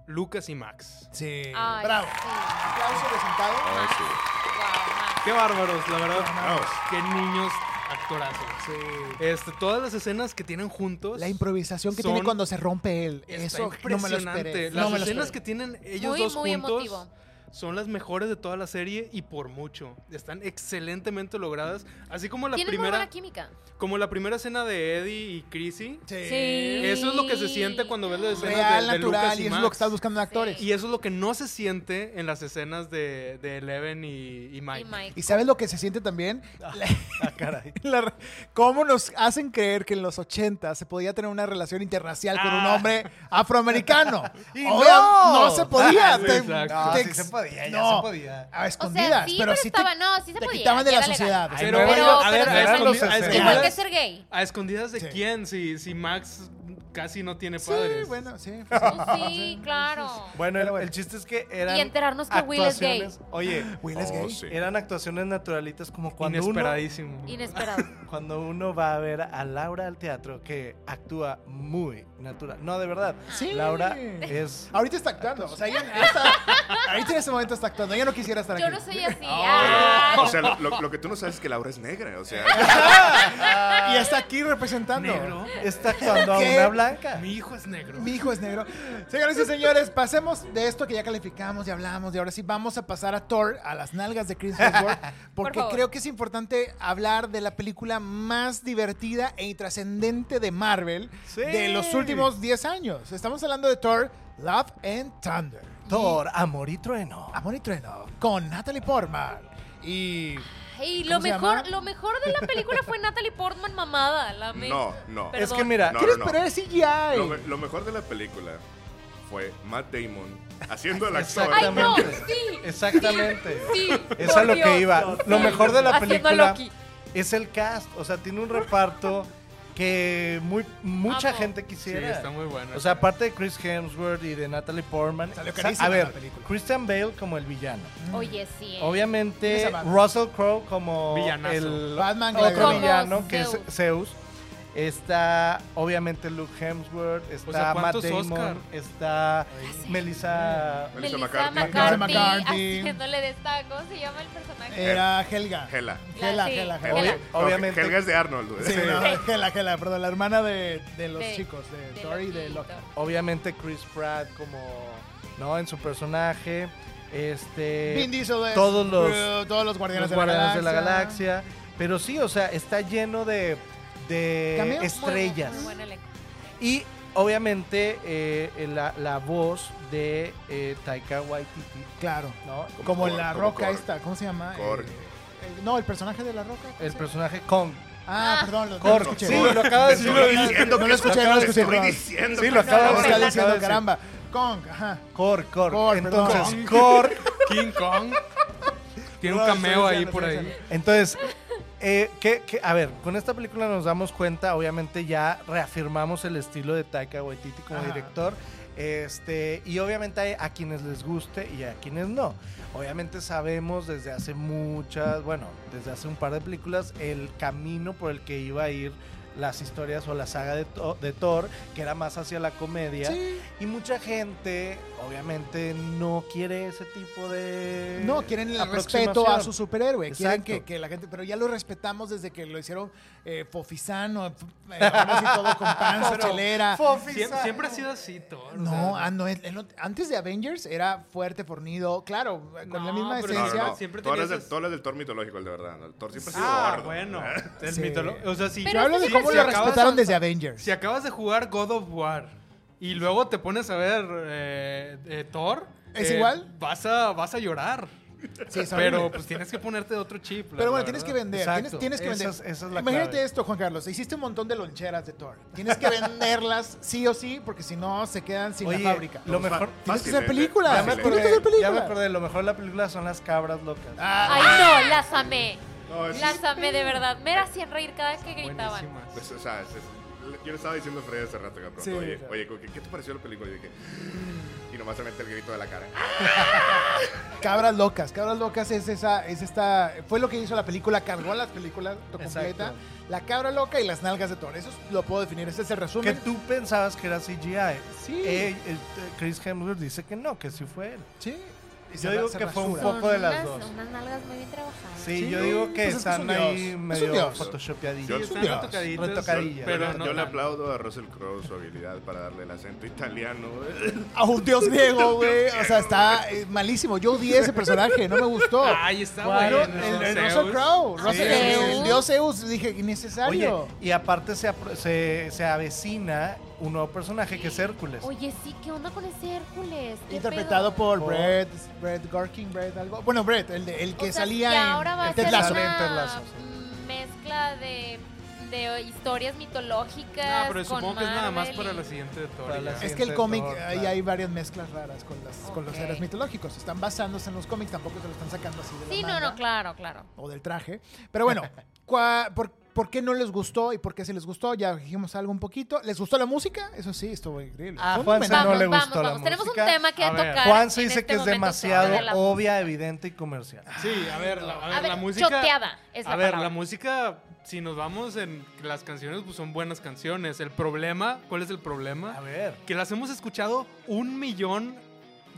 [SPEAKER 6] Lucas y Max.
[SPEAKER 4] Sí.
[SPEAKER 5] Ay,
[SPEAKER 4] Bravo.
[SPEAKER 5] sí.
[SPEAKER 4] Aplauso presentado.
[SPEAKER 8] Ah, sí.
[SPEAKER 5] Guau,
[SPEAKER 6] Qué bárbaros, la verdad.
[SPEAKER 8] Vamos.
[SPEAKER 6] Qué niños actorazos. Este, todas las escenas que tienen juntos.
[SPEAKER 4] La improvisación que
[SPEAKER 6] Son-
[SPEAKER 4] tiene cuando se rompe él.
[SPEAKER 6] Está
[SPEAKER 4] Eso no me lo
[SPEAKER 6] impresionante.
[SPEAKER 4] esperé.
[SPEAKER 6] Las
[SPEAKER 4] No me lo
[SPEAKER 6] escenas que
[SPEAKER 4] esperé.
[SPEAKER 6] tienen ellos
[SPEAKER 5] Muy,
[SPEAKER 6] dos
[SPEAKER 5] muy
[SPEAKER 6] juntos
[SPEAKER 5] emotivo.
[SPEAKER 6] son las mejores de toda la serie y por mucho. Están excelentemente logradas. Así como la
[SPEAKER 5] Tienen muy buena
[SPEAKER 6] primera,
[SPEAKER 5] química.
[SPEAKER 6] como la primera escena de Eddie y Chrissy.
[SPEAKER 5] Sí.
[SPEAKER 6] Eso es lo que se siente cuando ves las escenas
[SPEAKER 4] Real,
[SPEAKER 6] de, de
[SPEAKER 4] natural,
[SPEAKER 6] Lucas y,
[SPEAKER 4] y eso es
[SPEAKER 6] Max.
[SPEAKER 4] lo que estás buscando en actores.
[SPEAKER 6] Y eso es lo que no se siente en las escenas de, de Eleven y, y Mike.
[SPEAKER 5] Y Mike.
[SPEAKER 4] ¿Y sabes lo que se siente también?
[SPEAKER 7] Ah, caray.
[SPEAKER 4] La- la- ¿Cómo nos hacen creer que en los 80 se podía tener una relación internacional con un
[SPEAKER 6] Ah.
[SPEAKER 4] hombre afroamericano?
[SPEAKER 7] Y
[SPEAKER 4] Oh, no,
[SPEAKER 7] no.
[SPEAKER 4] se podía.
[SPEAKER 6] Sí,
[SPEAKER 4] te-
[SPEAKER 6] exacto.
[SPEAKER 7] No,
[SPEAKER 4] te
[SPEAKER 7] Ah, sí
[SPEAKER 4] ex-
[SPEAKER 7] se podía, ya
[SPEAKER 4] no, Ah,
[SPEAKER 7] se podía.
[SPEAKER 4] A
[SPEAKER 5] O sea,
[SPEAKER 4] escondidas,
[SPEAKER 5] sí,
[SPEAKER 4] pero,
[SPEAKER 5] pero
[SPEAKER 4] sí
[SPEAKER 5] estaba,
[SPEAKER 4] te,
[SPEAKER 5] no, sí se
[SPEAKER 4] te
[SPEAKER 5] podía.
[SPEAKER 4] quitaban de
[SPEAKER 5] ya
[SPEAKER 4] la
[SPEAKER 5] era legal.
[SPEAKER 4] sociedad.
[SPEAKER 7] Ay,
[SPEAKER 6] Pero,
[SPEAKER 7] Pero-
[SPEAKER 6] bueno, a ver,
[SPEAKER 5] pero
[SPEAKER 6] a,
[SPEAKER 5] igual
[SPEAKER 6] escondidas-
[SPEAKER 7] que
[SPEAKER 6] a
[SPEAKER 7] ser
[SPEAKER 6] escondidas-
[SPEAKER 5] Igual que ser gay.
[SPEAKER 6] ¿A escondidas de
[SPEAKER 4] Sí.
[SPEAKER 6] quién? Si, si Max casi no tiene
[SPEAKER 4] Sí,
[SPEAKER 6] padres.
[SPEAKER 4] bueno, sí. pues,
[SPEAKER 5] Pues sí, claro.
[SPEAKER 7] Bueno, el,
[SPEAKER 4] Pero bueno.
[SPEAKER 7] el chiste es que eran.
[SPEAKER 5] Y enterarnos que Will es gay.
[SPEAKER 7] actuaciones- Oye,
[SPEAKER 4] Will es
[SPEAKER 8] Oh,
[SPEAKER 4] gay.
[SPEAKER 8] sí.
[SPEAKER 7] eran actuaciones naturalitas como cuando uno,
[SPEAKER 6] Inesperadísimo.
[SPEAKER 5] Inesperado.
[SPEAKER 7] cuando uno va a ver a Laura al teatro que actúa muy natural. No, de verdad.
[SPEAKER 4] Sí.
[SPEAKER 7] Laura es.
[SPEAKER 4] Ahorita está actuando. O sea, ella está- ahorita en este momento está actuando. Ella no quisiera estar
[SPEAKER 5] Yo
[SPEAKER 4] aquí.
[SPEAKER 5] no soy así. Ah.
[SPEAKER 8] O sea, lo- lo, lo que tú no sabes es que Laura es negra, o sea,
[SPEAKER 4] Y está aquí representando.
[SPEAKER 6] Negro.
[SPEAKER 7] Está actuando a
[SPEAKER 4] ¿Qué?
[SPEAKER 7] una blanca.
[SPEAKER 6] Mi hijo es negro.
[SPEAKER 4] Mi hijo es negro. Señores y señores, pasemos de esto que ya calificamos y hablamos y ahora sí vamos a pasar a Thor, a las nalgas de Chris Hemsworth, porque
[SPEAKER 5] favor.
[SPEAKER 4] creo que es importante hablar de la película más divertida e intrascendente de Marvel
[SPEAKER 7] Sí.
[SPEAKER 4] de los últimos 10 años. Estamos hablando de Thor, Love and Thunder.
[SPEAKER 7] Thor, amor y trueno.
[SPEAKER 4] Amor y Trueno, con Natalie Portman. Y...
[SPEAKER 5] Y
[SPEAKER 4] ¿Cómo
[SPEAKER 5] lo
[SPEAKER 4] se
[SPEAKER 5] mejor,
[SPEAKER 4] llama?
[SPEAKER 5] lo mejor de la película fue Natalie Portman mamada. La me-
[SPEAKER 8] no, no.
[SPEAKER 5] Pero-
[SPEAKER 7] Es que mira,
[SPEAKER 8] No,
[SPEAKER 4] ¿Quieres
[SPEAKER 8] no, no.
[SPEAKER 4] esperar el CGI?
[SPEAKER 8] Lo, me- lo mejor de la película fue Matt Damon haciendo el actor.
[SPEAKER 5] ¡Ay, no! Sí.
[SPEAKER 7] Exactamente. Exactamente.
[SPEAKER 5] Sí.
[SPEAKER 7] Es
[SPEAKER 5] por
[SPEAKER 7] a lo que
[SPEAKER 5] Dios.
[SPEAKER 7] iba. Lo mejor de la
[SPEAKER 5] Haciendo
[SPEAKER 7] película
[SPEAKER 5] Loki.
[SPEAKER 7] es el cast. O sea, tiene un reparto que muy, mucha
[SPEAKER 5] Amo.
[SPEAKER 7] gente
[SPEAKER 6] Sí,
[SPEAKER 7] quisiera.
[SPEAKER 6] está muy bueno.
[SPEAKER 7] O sea, aparte de Chris Hemsworth y de Natalie Portman.
[SPEAKER 4] Salió
[SPEAKER 7] sa-
[SPEAKER 4] carísima
[SPEAKER 7] a ver,
[SPEAKER 4] la película.
[SPEAKER 7] Christian Bale como el villano.
[SPEAKER 5] Oye, sí. eh.
[SPEAKER 4] ¿Quién es
[SPEAKER 7] Obviamente,
[SPEAKER 4] el Batman?
[SPEAKER 7] Russell Crowe como
[SPEAKER 6] Villanazo.
[SPEAKER 7] el
[SPEAKER 4] Batman,
[SPEAKER 7] otro
[SPEAKER 4] claro.
[SPEAKER 7] villano
[SPEAKER 5] Como
[SPEAKER 7] que es
[SPEAKER 5] Zeus.
[SPEAKER 7] Zeus. Está, obviamente, Luke Hemsworth. Está Matt
[SPEAKER 6] ¿cuántos
[SPEAKER 7] Damon.
[SPEAKER 6] Oscar?
[SPEAKER 7] Está Melissa.
[SPEAKER 8] Melissa
[SPEAKER 5] Melissa
[SPEAKER 8] McCarthy.
[SPEAKER 5] McCarthy,
[SPEAKER 4] Melissa McCarthy. Eh,
[SPEAKER 5] haciéndole de esta, ¿cómo se llama el personaje?
[SPEAKER 4] Era Helga.
[SPEAKER 8] Hela.
[SPEAKER 4] Gela,
[SPEAKER 5] Sí.
[SPEAKER 4] Gela,
[SPEAKER 5] Gela.
[SPEAKER 4] Gela.
[SPEAKER 8] No,
[SPEAKER 7] Obviamente.
[SPEAKER 8] Helga es de Arnold.
[SPEAKER 4] Sí,
[SPEAKER 8] güey.
[SPEAKER 4] no, Gela, Gela, perdón, la hermana de, de los
[SPEAKER 5] De-
[SPEAKER 4] chicos, de,
[SPEAKER 5] de
[SPEAKER 4] Dory y de Loki.
[SPEAKER 5] Loquito.
[SPEAKER 7] obviamente Chris Pratt como no en su personaje este
[SPEAKER 4] Vin Diesel es
[SPEAKER 7] todos los-
[SPEAKER 4] Groot, todos los guardianes,
[SPEAKER 7] los
[SPEAKER 4] de,
[SPEAKER 7] Guardianes
[SPEAKER 4] la
[SPEAKER 7] de la Galaxia pero sí o sea está lleno de de
[SPEAKER 4] Cameos.
[SPEAKER 7] estrellas
[SPEAKER 5] Muy buen elenco.
[SPEAKER 7] y obviamente eh, la, la voz de eh, Taika Waititi
[SPEAKER 4] Claro.
[SPEAKER 7] no
[SPEAKER 4] Como,
[SPEAKER 8] Como
[SPEAKER 4] la
[SPEAKER 8] Korg,
[SPEAKER 4] roca
[SPEAKER 8] como Korg.
[SPEAKER 4] esta, ¿cómo se llama?
[SPEAKER 8] Korg.
[SPEAKER 4] Eh, el- no, el personaje de la roca. ¿cómo
[SPEAKER 7] el
[SPEAKER 4] se-
[SPEAKER 7] personaje Kong
[SPEAKER 4] Ah, perdón, lo, no lo
[SPEAKER 7] Korg
[SPEAKER 4] escuché.
[SPEAKER 7] sí lo acaba de
[SPEAKER 8] Te
[SPEAKER 7] decir
[SPEAKER 8] estoy
[SPEAKER 7] ahorita.
[SPEAKER 8] diciendo
[SPEAKER 4] No
[SPEAKER 8] que
[SPEAKER 4] lo escuché, no lo
[SPEAKER 8] te
[SPEAKER 4] escuché,
[SPEAKER 8] Estoy
[SPEAKER 4] perdón.
[SPEAKER 8] diciendo
[SPEAKER 7] Sí,
[SPEAKER 8] que
[SPEAKER 7] lo
[SPEAKER 8] no.
[SPEAKER 4] No,
[SPEAKER 7] acaba
[SPEAKER 4] no,
[SPEAKER 7] de
[SPEAKER 4] está
[SPEAKER 7] decir, acaba
[SPEAKER 4] diciendo,
[SPEAKER 7] de decir.
[SPEAKER 4] caramba. Kong, ajá.
[SPEAKER 7] Korg Korg
[SPEAKER 4] Korg, perdón.
[SPEAKER 7] entonces Korg
[SPEAKER 6] King Kong tiene un
[SPEAKER 4] No, sí,
[SPEAKER 6] cameo
[SPEAKER 4] sí,
[SPEAKER 6] ahí
[SPEAKER 4] sí,
[SPEAKER 6] por
[SPEAKER 4] sí,
[SPEAKER 6] ahí.
[SPEAKER 4] sí.
[SPEAKER 7] Entonces, eh, ¿qué- qué- a ver, con esta película nos damos cuenta, obviamente ya reafirmamos el estilo de Taika Waititi como
[SPEAKER 4] Ajá.
[SPEAKER 7] director. Este, y obviamente hay a quienes les guste y a quienes no. Obviamente sabemos desde hace muchas, bueno, desde hace un par de películas, el camino por el que iba a ir las historias o la saga de, To- de Thor, que era más hacia la comedia. Y mucha gente, obviamente, no quiere ese tipo de.
[SPEAKER 4] No, quieren el respeto a
[SPEAKER 7] aproximación.
[SPEAKER 4] su superhéroe. Quieren que,
[SPEAKER 7] Exacto.
[SPEAKER 4] que la gente. Pero ya lo respetamos desde que lo hicieron eh, Fofizano, eh, ahora sí todo con panza,
[SPEAKER 6] Pero-
[SPEAKER 4] chelera.
[SPEAKER 6] Siem-
[SPEAKER 7] Fofisa.
[SPEAKER 6] Siempre, ha sido así, Thor. o
[SPEAKER 4] No,
[SPEAKER 6] sea,
[SPEAKER 4] ah, no, él- él no- antes de Avengers era fuerte, fornido, claro, con la
[SPEAKER 6] No,
[SPEAKER 4] misma
[SPEAKER 6] pero
[SPEAKER 8] No, no,
[SPEAKER 4] esencia.
[SPEAKER 8] no.
[SPEAKER 6] Siempre
[SPEAKER 8] Tú hablas
[SPEAKER 6] tenía
[SPEAKER 8] del-
[SPEAKER 6] esas-
[SPEAKER 8] tú hablas del Thor mitológico, el de verdad. ¿no? El Thor siempre ha sido
[SPEAKER 6] Ah,
[SPEAKER 8] gordo.
[SPEAKER 6] bueno. El
[SPEAKER 4] Sí.
[SPEAKER 6] mitolo- O sea, si,
[SPEAKER 5] Pero
[SPEAKER 4] Yo hablo de
[SPEAKER 5] sí,
[SPEAKER 4] cómo
[SPEAKER 5] sí,
[SPEAKER 4] lo
[SPEAKER 5] acabas-
[SPEAKER 4] respetaron desde Avengers.
[SPEAKER 6] si acabas de jugar God of War y luego te pones a ver eh, eh, Thor,
[SPEAKER 4] ¿Es
[SPEAKER 6] eh,
[SPEAKER 4] igual?
[SPEAKER 6] Vas a, vas a llorar.
[SPEAKER 4] Sí, es horrible.
[SPEAKER 6] Pero pues tienes que ponerte otro chip. la-
[SPEAKER 4] Pero bueno,
[SPEAKER 6] la
[SPEAKER 4] tienes que
[SPEAKER 6] verdad.
[SPEAKER 4] vender,
[SPEAKER 7] Exacto.
[SPEAKER 4] tienes, tienes que
[SPEAKER 7] Esa
[SPEAKER 4] vender.
[SPEAKER 7] es- esa es la
[SPEAKER 4] Imagínate
[SPEAKER 7] clave.
[SPEAKER 4] esto, Juan Carlos, hiciste un montón de loncheras de Thor. Tienes que venderlas sí o sí, porque si no se quedan sin
[SPEAKER 7] Oye,
[SPEAKER 4] la fábrica.
[SPEAKER 7] lo
[SPEAKER 8] Fa-
[SPEAKER 7] mejor-
[SPEAKER 4] Tienes que
[SPEAKER 8] fácil,
[SPEAKER 4] hacer
[SPEAKER 8] eh,
[SPEAKER 4] películas.
[SPEAKER 7] Ya me
[SPEAKER 8] fácil,
[SPEAKER 4] Tienes que
[SPEAKER 7] acordé,
[SPEAKER 4] hacer
[SPEAKER 7] ya me
[SPEAKER 4] películas.
[SPEAKER 7] acordé, lo mejor de la película son las cabras locas.
[SPEAKER 4] Ah,
[SPEAKER 5] Ay, no, las amé.
[SPEAKER 8] No, es-
[SPEAKER 5] Las amé, de verdad. Me hacían reír cada vez que gritaban.
[SPEAKER 6] Buenísimas.
[SPEAKER 8] Pues, o sea, es- es- yo le estaba diciendo a Fred hace rato, cabrón.
[SPEAKER 4] Sí,
[SPEAKER 8] oye,
[SPEAKER 4] claro.
[SPEAKER 8] oye, ¿qué, qué te pareció la película? Y dije, "Mm", y nomás se mete el grito de la cara.
[SPEAKER 4] Cabras locas. Cabras locas es esa, es esta. Fue lo que hizo la película, cargó a las películas to-
[SPEAKER 7] Exacto.
[SPEAKER 4] completa. La cabra loca y las nalgas de Thor. Eso es- lo puedo definir. Ese es el
[SPEAKER 7] que
[SPEAKER 4] resumen.
[SPEAKER 7] tú pensabas que era CGI.
[SPEAKER 4] Sí.
[SPEAKER 7] Eh, el- eh, Chris Hemsworth dice que no, que sí fue él.
[SPEAKER 4] Sí. Y
[SPEAKER 7] Yo
[SPEAKER 4] ra-
[SPEAKER 7] digo que fue un
[SPEAKER 4] rasura.
[SPEAKER 7] poco- de las
[SPEAKER 5] unas,
[SPEAKER 7] dos.
[SPEAKER 5] unas nalgas muy bien trabajadas.
[SPEAKER 7] Sí,
[SPEAKER 4] Sí,
[SPEAKER 7] yo digo que
[SPEAKER 4] pues es que
[SPEAKER 7] están
[SPEAKER 4] es un dios. Es
[SPEAKER 7] ahí
[SPEAKER 4] un
[SPEAKER 7] medio
[SPEAKER 4] dios.
[SPEAKER 8] Yo-
[SPEAKER 6] Sí,
[SPEAKER 7] photoshopeadillos.
[SPEAKER 4] un
[SPEAKER 6] están
[SPEAKER 4] dios.
[SPEAKER 6] retocadillas,
[SPEAKER 7] Retocadillas.
[SPEAKER 6] Pero
[SPEAKER 8] yo
[SPEAKER 6] Ah, no
[SPEAKER 8] le
[SPEAKER 6] tanto.
[SPEAKER 8] aplaudo a Russell Crowe su habilidad para darle el acento italiano.
[SPEAKER 4] A un dios griego, güey. O sea, está eh, malísimo. Yo odié ese personaje, no me gustó.
[SPEAKER 6] Ay, está
[SPEAKER 4] Claro,
[SPEAKER 6] bueno.
[SPEAKER 4] Ah, el, el
[SPEAKER 6] Zeus.
[SPEAKER 4] Russell Crowe. Russell- el,
[SPEAKER 5] Zeus.
[SPEAKER 4] el dios Zeus, dije,
[SPEAKER 7] Oye,
[SPEAKER 4] innecesario.
[SPEAKER 7] y aparte se, apro- se, se avecina un nuevo personaje que es Hércules.
[SPEAKER 5] Oye, sí, ¿qué onda con ese Hércules? ¿Qué
[SPEAKER 4] Interpretado
[SPEAKER 5] pedo? Oh.
[SPEAKER 4] por
[SPEAKER 7] Por-
[SPEAKER 4] Brett, Brett Gorkin, Brett algo. Bueno, Brett, el, de- el
[SPEAKER 5] O
[SPEAKER 4] que
[SPEAKER 5] sea,
[SPEAKER 4] salía
[SPEAKER 5] y
[SPEAKER 4] en
[SPEAKER 5] ahora va
[SPEAKER 4] en
[SPEAKER 5] a
[SPEAKER 4] Ted
[SPEAKER 5] ser
[SPEAKER 4] Lasso.
[SPEAKER 5] una
[SPEAKER 7] Ted Lasso, sí.
[SPEAKER 5] mezcla de, de historias mitológicas.
[SPEAKER 6] No, Ah, pero
[SPEAKER 5] con
[SPEAKER 6] supongo que es nada más
[SPEAKER 5] Marvel
[SPEAKER 6] para
[SPEAKER 5] y-
[SPEAKER 6] la siguiente de Thor.
[SPEAKER 7] Para
[SPEAKER 6] y
[SPEAKER 7] la
[SPEAKER 6] ya.
[SPEAKER 4] Es
[SPEAKER 7] siguiente.
[SPEAKER 4] que el
[SPEAKER 7] Siente
[SPEAKER 4] cómic,
[SPEAKER 7] dolor,
[SPEAKER 4] ahí
[SPEAKER 7] claro.
[SPEAKER 4] hay varias mezclas raras con, las, con los
[SPEAKER 5] Ok.
[SPEAKER 4] seres mitológicos. Están basándose en los cómics, tampoco se lo están sacando así de la
[SPEAKER 5] Sí, no,
[SPEAKER 4] manga
[SPEAKER 5] no, claro, claro.
[SPEAKER 4] o del traje. Pero bueno, cua- por, por qué no les gustó y por qué sí les gustó? Ya dijimos algo un poquito. ¿Les gustó la música? Eso sí, estuvo increíble.
[SPEAKER 7] A
[SPEAKER 4] Fue un
[SPEAKER 7] Juanse
[SPEAKER 4] homenaje.
[SPEAKER 7] no
[SPEAKER 5] Vamos,
[SPEAKER 7] le
[SPEAKER 5] vamos,
[SPEAKER 7] gustó la
[SPEAKER 5] vamos. Tenemos un
[SPEAKER 7] música.
[SPEAKER 5] tema que
[SPEAKER 6] A ver.
[SPEAKER 5] tocar.
[SPEAKER 7] Juan se
[SPEAKER 5] en
[SPEAKER 7] dice
[SPEAKER 5] este
[SPEAKER 7] que es
[SPEAKER 5] momento,
[SPEAKER 7] demasiado
[SPEAKER 5] sobre la-
[SPEAKER 7] obvia, evidente y comercial.
[SPEAKER 6] Sí, a ver, la, a ver,
[SPEAKER 5] ver,
[SPEAKER 6] la música.
[SPEAKER 5] choteada es la
[SPEAKER 6] a ver,
[SPEAKER 5] palabra.
[SPEAKER 6] la música, si nos vamos en que las canciones, pues son buenas canciones. El problema, ¿cuál es el problema?
[SPEAKER 7] A ver.
[SPEAKER 6] Que las hemos escuchado un millón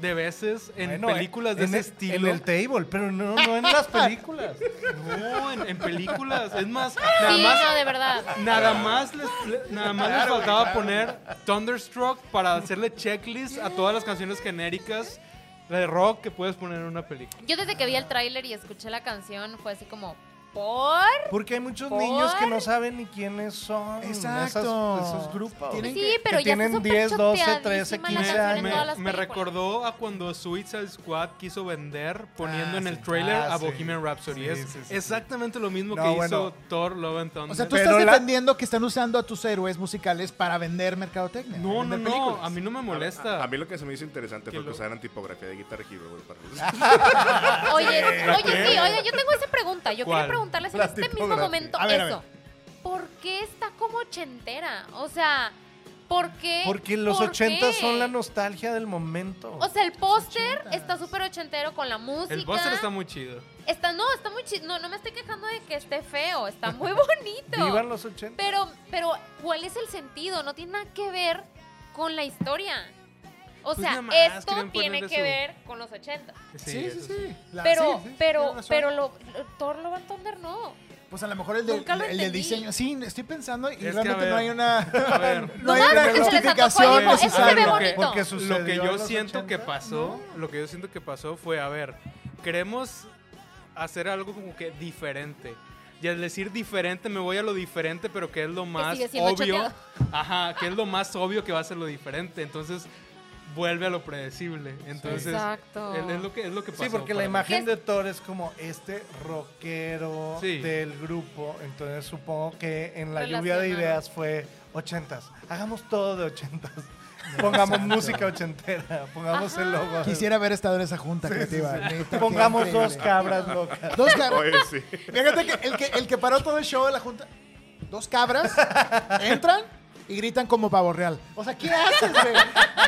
[SPEAKER 6] de veces eh, en
[SPEAKER 7] Bueno,
[SPEAKER 6] películas de
[SPEAKER 7] en
[SPEAKER 6] ese
[SPEAKER 7] el- En
[SPEAKER 6] estilo.
[SPEAKER 7] el table, pero no, no en las películas.
[SPEAKER 6] no, en, en películas. Es más, nada
[SPEAKER 5] Sí,
[SPEAKER 6] más.
[SPEAKER 5] no, de verdad.
[SPEAKER 6] Nada más les, le- nada más les faltaba poner Thunderstruck para hacerle checklist a todas las canciones genéricas de rock que puedes poner en una película.
[SPEAKER 5] Yo desde que vi el tráiler y escuché la canción fue así como, ¿Por?
[SPEAKER 7] Porque hay muchos
[SPEAKER 5] ¿Por?
[SPEAKER 7] niños que no saben ni quiénes son.
[SPEAKER 4] Exacto.
[SPEAKER 7] esas- esos grupos.
[SPEAKER 4] Tienen-
[SPEAKER 5] Sí,
[SPEAKER 7] que
[SPEAKER 5] pero ya
[SPEAKER 7] tienen 10, 12, 13,
[SPEAKER 6] Me,
[SPEAKER 7] 15
[SPEAKER 6] me-
[SPEAKER 7] años.
[SPEAKER 6] me-
[SPEAKER 7] todas las
[SPEAKER 6] me recordó a cuando Suicide Squad quiso vender poniendo
[SPEAKER 7] Ah,
[SPEAKER 6] en el
[SPEAKER 7] sí.
[SPEAKER 6] trailer
[SPEAKER 7] Ah,
[SPEAKER 6] a
[SPEAKER 7] sí.
[SPEAKER 6] Bohemian Rhapsody.
[SPEAKER 7] Sí,
[SPEAKER 6] es
[SPEAKER 7] sí, sí,
[SPEAKER 6] exactamente lo mismo
[SPEAKER 7] No,
[SPEAKER 6] que
[SPEAKER 7] bueno.
[SPEAKER 6] hizo Thor Love and Thunder.
[SPEAKER 4] O sea, tú
[SPEAKER 7] Pero
[SPEAKER 4] estás
[SPEAKER 7] la-
[SPEAKER 4] defendiendo que están usando a tus héroes musicales para vender mercadotecnia.
[SPEAKER 6] no, no,
[SPEAKER 4] vender
[SPEAKER 6] no,
[SPEAKER 4] películas.
[SPEAKER 6] a mí no me molesta.
[SPEAKER 8] A, a mí lo que se me hizo interesante
[SPEAKER 6] Que
[SPEAKER 8] fue que
[SPEAKER 6] lo- Ah,
[SPEAKER 8] usaran tipografía de Guitar Hero güey, para
[SPEAKER 5] Oye, oye,
[SPEAKER 6] qué?
[SPEAKER 5] sí, oye, yo tengo esa pregunta. Yo
[SPEAKER 6] ¿Cuál?
[SPEAKER 5] quería preguntarles en
[SPEAKER 8] La
[SPEAKER 5] este mismo
[SPEAKER 8] tipografía.
[SPEAKER 5] momento
[SPEAKER 4] A ver, a
[SPEAKER 5] eso. ¿Por qué está como ochentera? O sea, ¿por qué?
[SPEAKER 7] Porque los
[SPEAKER 5] ¿Por
[SPEAKER 7] 80
[SPEAKER 5] qué?
[SPEAKER 7] son la nostalgia del momento.
[SPEAKER 5] O sea, el póster está súper ochentero con la música.
[SPEAKER 6] el póster está muy chido.
[SPEAKER 5] Está- no, está muy chido. No, no me estoy quejando de que esté feo. Está muy bonito.
[SPEAKER 7] Vivan los 80.
[SPEAKER 5] Pero, pero, ¿cuál es el sentido? No tiene nada que ver con la historia. O
[SPEAKER 6] Pues
[SPEAKER 5] sea,
[SPEAKER 6] nada más
[SPEAKER 5] esto
[SPEAKER 6] querían
[SPEAKER 5] tiene
[SPEAKER 6] ponerle
[SPEAKER 5] que
[SPEAKER 6] su-
[SPEAKER 5] ver con los 80.
[SPEAKER 4] Sí, sí,
[SPEAKER 6] eso
[SPEAKER 4] sí. La-
[SPEAKER 5] Pero,
[SPEAKER 4] sí, sí,
[SPEAKER 5] pero,
[SPEAKER 4] tienes razón.
[SPEAKER 5] pero lo, lo- Thor Love and Thunder no.
[SPEAKER 4] Pues a lo mejor el de,
[SPEAKER 5] Nunca lo
[SPEAKER 4] el de
[SPEAKER 5] entendí.
[SPEAKER 4] diseño. Sí, estoy pensando y
[SPEAKER 6] que, a
[SPEAKER 4] realmente
[SPEAKER 6] ver,
[SPEAKER 4] no hay una.
[SPEAKER 6] A ver.
[SPEAKER 4] No hay una
[SPEAKER 5] Nomás se les antojó y
[SPEAKER 4] justificación
[SPEAKER 5] dijo, "Eso se ve
[SPEAKER 4] necesaria.
[SPEAKER 5] bonito".
[SPEAKER 6] Porque-
[SPEAKER 5] Porque
[SPEAKER 7] sucedió
[SPEAKER 6] lo que
[SPEAKER 7] en
[SPEAKER 6] yo
[SPEAKER 7] los
[SPEAKER 6] siento
[SPEAKER 7] 80.
[SPEAKER 6] que pasó, lo que yo siento que pasó fue, a ver, queremos hacer algo como que diferente. Y al decir diferente me voy a lo diferente, pero que es lo más
[SPEAKER 5] sigue siendo
[SPEAKER 6] obvio.
[SPEAKER 5] choteado.
[SPEAKER 6] Ajá, que es lo más obvio que va a ser lo diferente. Entonces vuelve a lo predecible. Entonces
[SPEAKER 5] Exacto.
[SPEAKER 6] Es, es lo que es lo que pasó.
[SPEAKER 7] Sí, porque la
[SPEAKER 6] para mí.
[SPEAKER 7] imagen
[SPEAKER 5] ¿Qué
[SPEAKER 7] de Thor es como este rockero
[SPEAKER 6] Sí.
[SPEAKER 7] del grupo. Entonces supongo que en la lluvia de
[SPEAKER 5] Relacionado.
[SPEAKER 7] ideas fue ochentas. Hagamos todo de ochentas. Pongamos música ochentera. Pongamos el logo.
[SPEAKER 4] Quisiera haber estado en esa junta creativa. neta, qué
[SPEAKER 7] Pongamos dos
[SPEAKER 4] increíble.
[SPEAKER 7] cabras locas.
[SPEAKER 4] Dos cabras.
[SPEAKER 8] Oye, sí.
[SPEAKER 4] Fíjate que el, que el que paró todo el show de la junta. Dos cabras entran y gritan como pavo real. O sea, ¿qué haces, güey?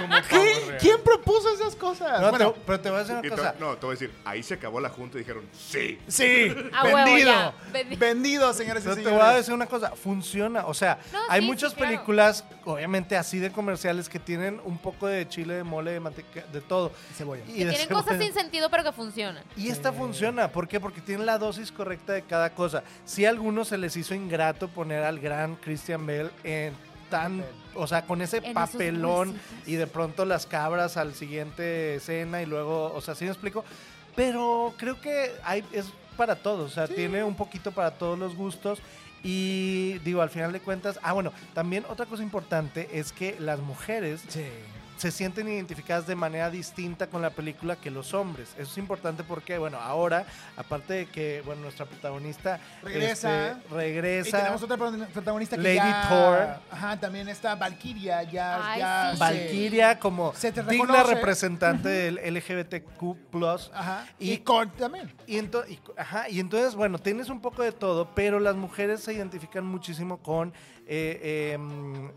[SPEAKER 6] Como pavo
[SPEAKER 4] ¿Qué-
[SPEAKER 6] real.
[SPEAKER 4] ¿Quién propuso esas cosas?
[SPEAKER 7] No,
[SPEAKER 4] bueno,
[SPEAKER 7] te- pero te voy a decir
[SPEAKER 8] Y te-
[SPEAKER 7] una cosa.
[SPEAKER 8] no, te voy a decir, ahí se acabó la junta y dijeron, sí.
[SPEAKER 4] sí.
[SPEAKER 5] A huevo,
[SPEAKER 4] vendido.
[SPEAKER 5] ya, vendi-
[SPEAKER 4] vendido, señores y
[SPEAKER 7] Pero te
[SPEAKER 4] señores.
[SPEAKER 7] voy a decir una cosa, funciona. O sea,
[SPEAKER 5] No,
[SPEAKER 7] hay
[SPEAKER 5] sí,
[SPEAKER 7] muchas
[SPEAKER 5] sí, claro.
[SPEAKER 7] películas, obviamente así de comerciales, que tienen un poco de chile, de mole, de manteca, de todo.
[SPEAKER 4] Y cebolla.
[SPEAKER 7] Y
[SPEAKER 5] Que
[SPEAKER 7] de
[SPEAKER 5] tienen cosas
[SPEAKER 7] cebolla.
[SPEAKER 5] sin sentido, pero que funcionan.
[SPEAKER 7] Y esta funciona, ¿por qué? Porque tiene la dosis correcta de cada cosa. Si a algunos se les hizo ingrato poner al gran Christian Bell en tan, o sea, con ese
[SPEAKER 5] En esos
[SPEAKER 7] papelón
[SPEAKER 5] huesitos.
[SPEAKER 7] y de pronto las cabras al siguiente escena y luego, o sea, sí me explico, pero creo que hay, es para todos, o sea, tiene un poquito para todos los gustos. Y digo, al final de cuentas, ah, bueno, también otra cosa importante es que las mujeres se sienten identificadas de manera distinta con la película que los hombres. Eso es importante porque, bueno, ahora, aparte de que, bueno, nuestra protagonista
[SPEAKER 4] Regresa.
[SPEAKER 7] este, regresa.
[SPEAKER 4] Y tenemos otra protagonista que
[SPEAKER 7] Lady
[SPEAKER 4] ya-
[SPEAKER 7] Thor.
[SPEAKER 4] Ajá, también está Valkyria. Ya,
[SPEAKER 5] Ay,
[SPEAKER 4] ya
[SPEAKER 5] sí.
[SPEAKER 4] se-
[SPEAKER 7] Valkyria como
[SPEAKER 4] Se te
[SPEAKER 7] digna
[SPEAKER 4] reconoce.
[SPEAKER 7] representante del LGBTQ+.
[SPEAKER 4] Ajá. Y,
[SPEAKER 7] Y-
[SPEAKER 4] Korn también.
[SPEAKER 7] Y, ento- y- ajá, y entonces, bueno, tienes un poco de todo, pero las mujeres se identifican muchísimo con eh, eh, mm, eh,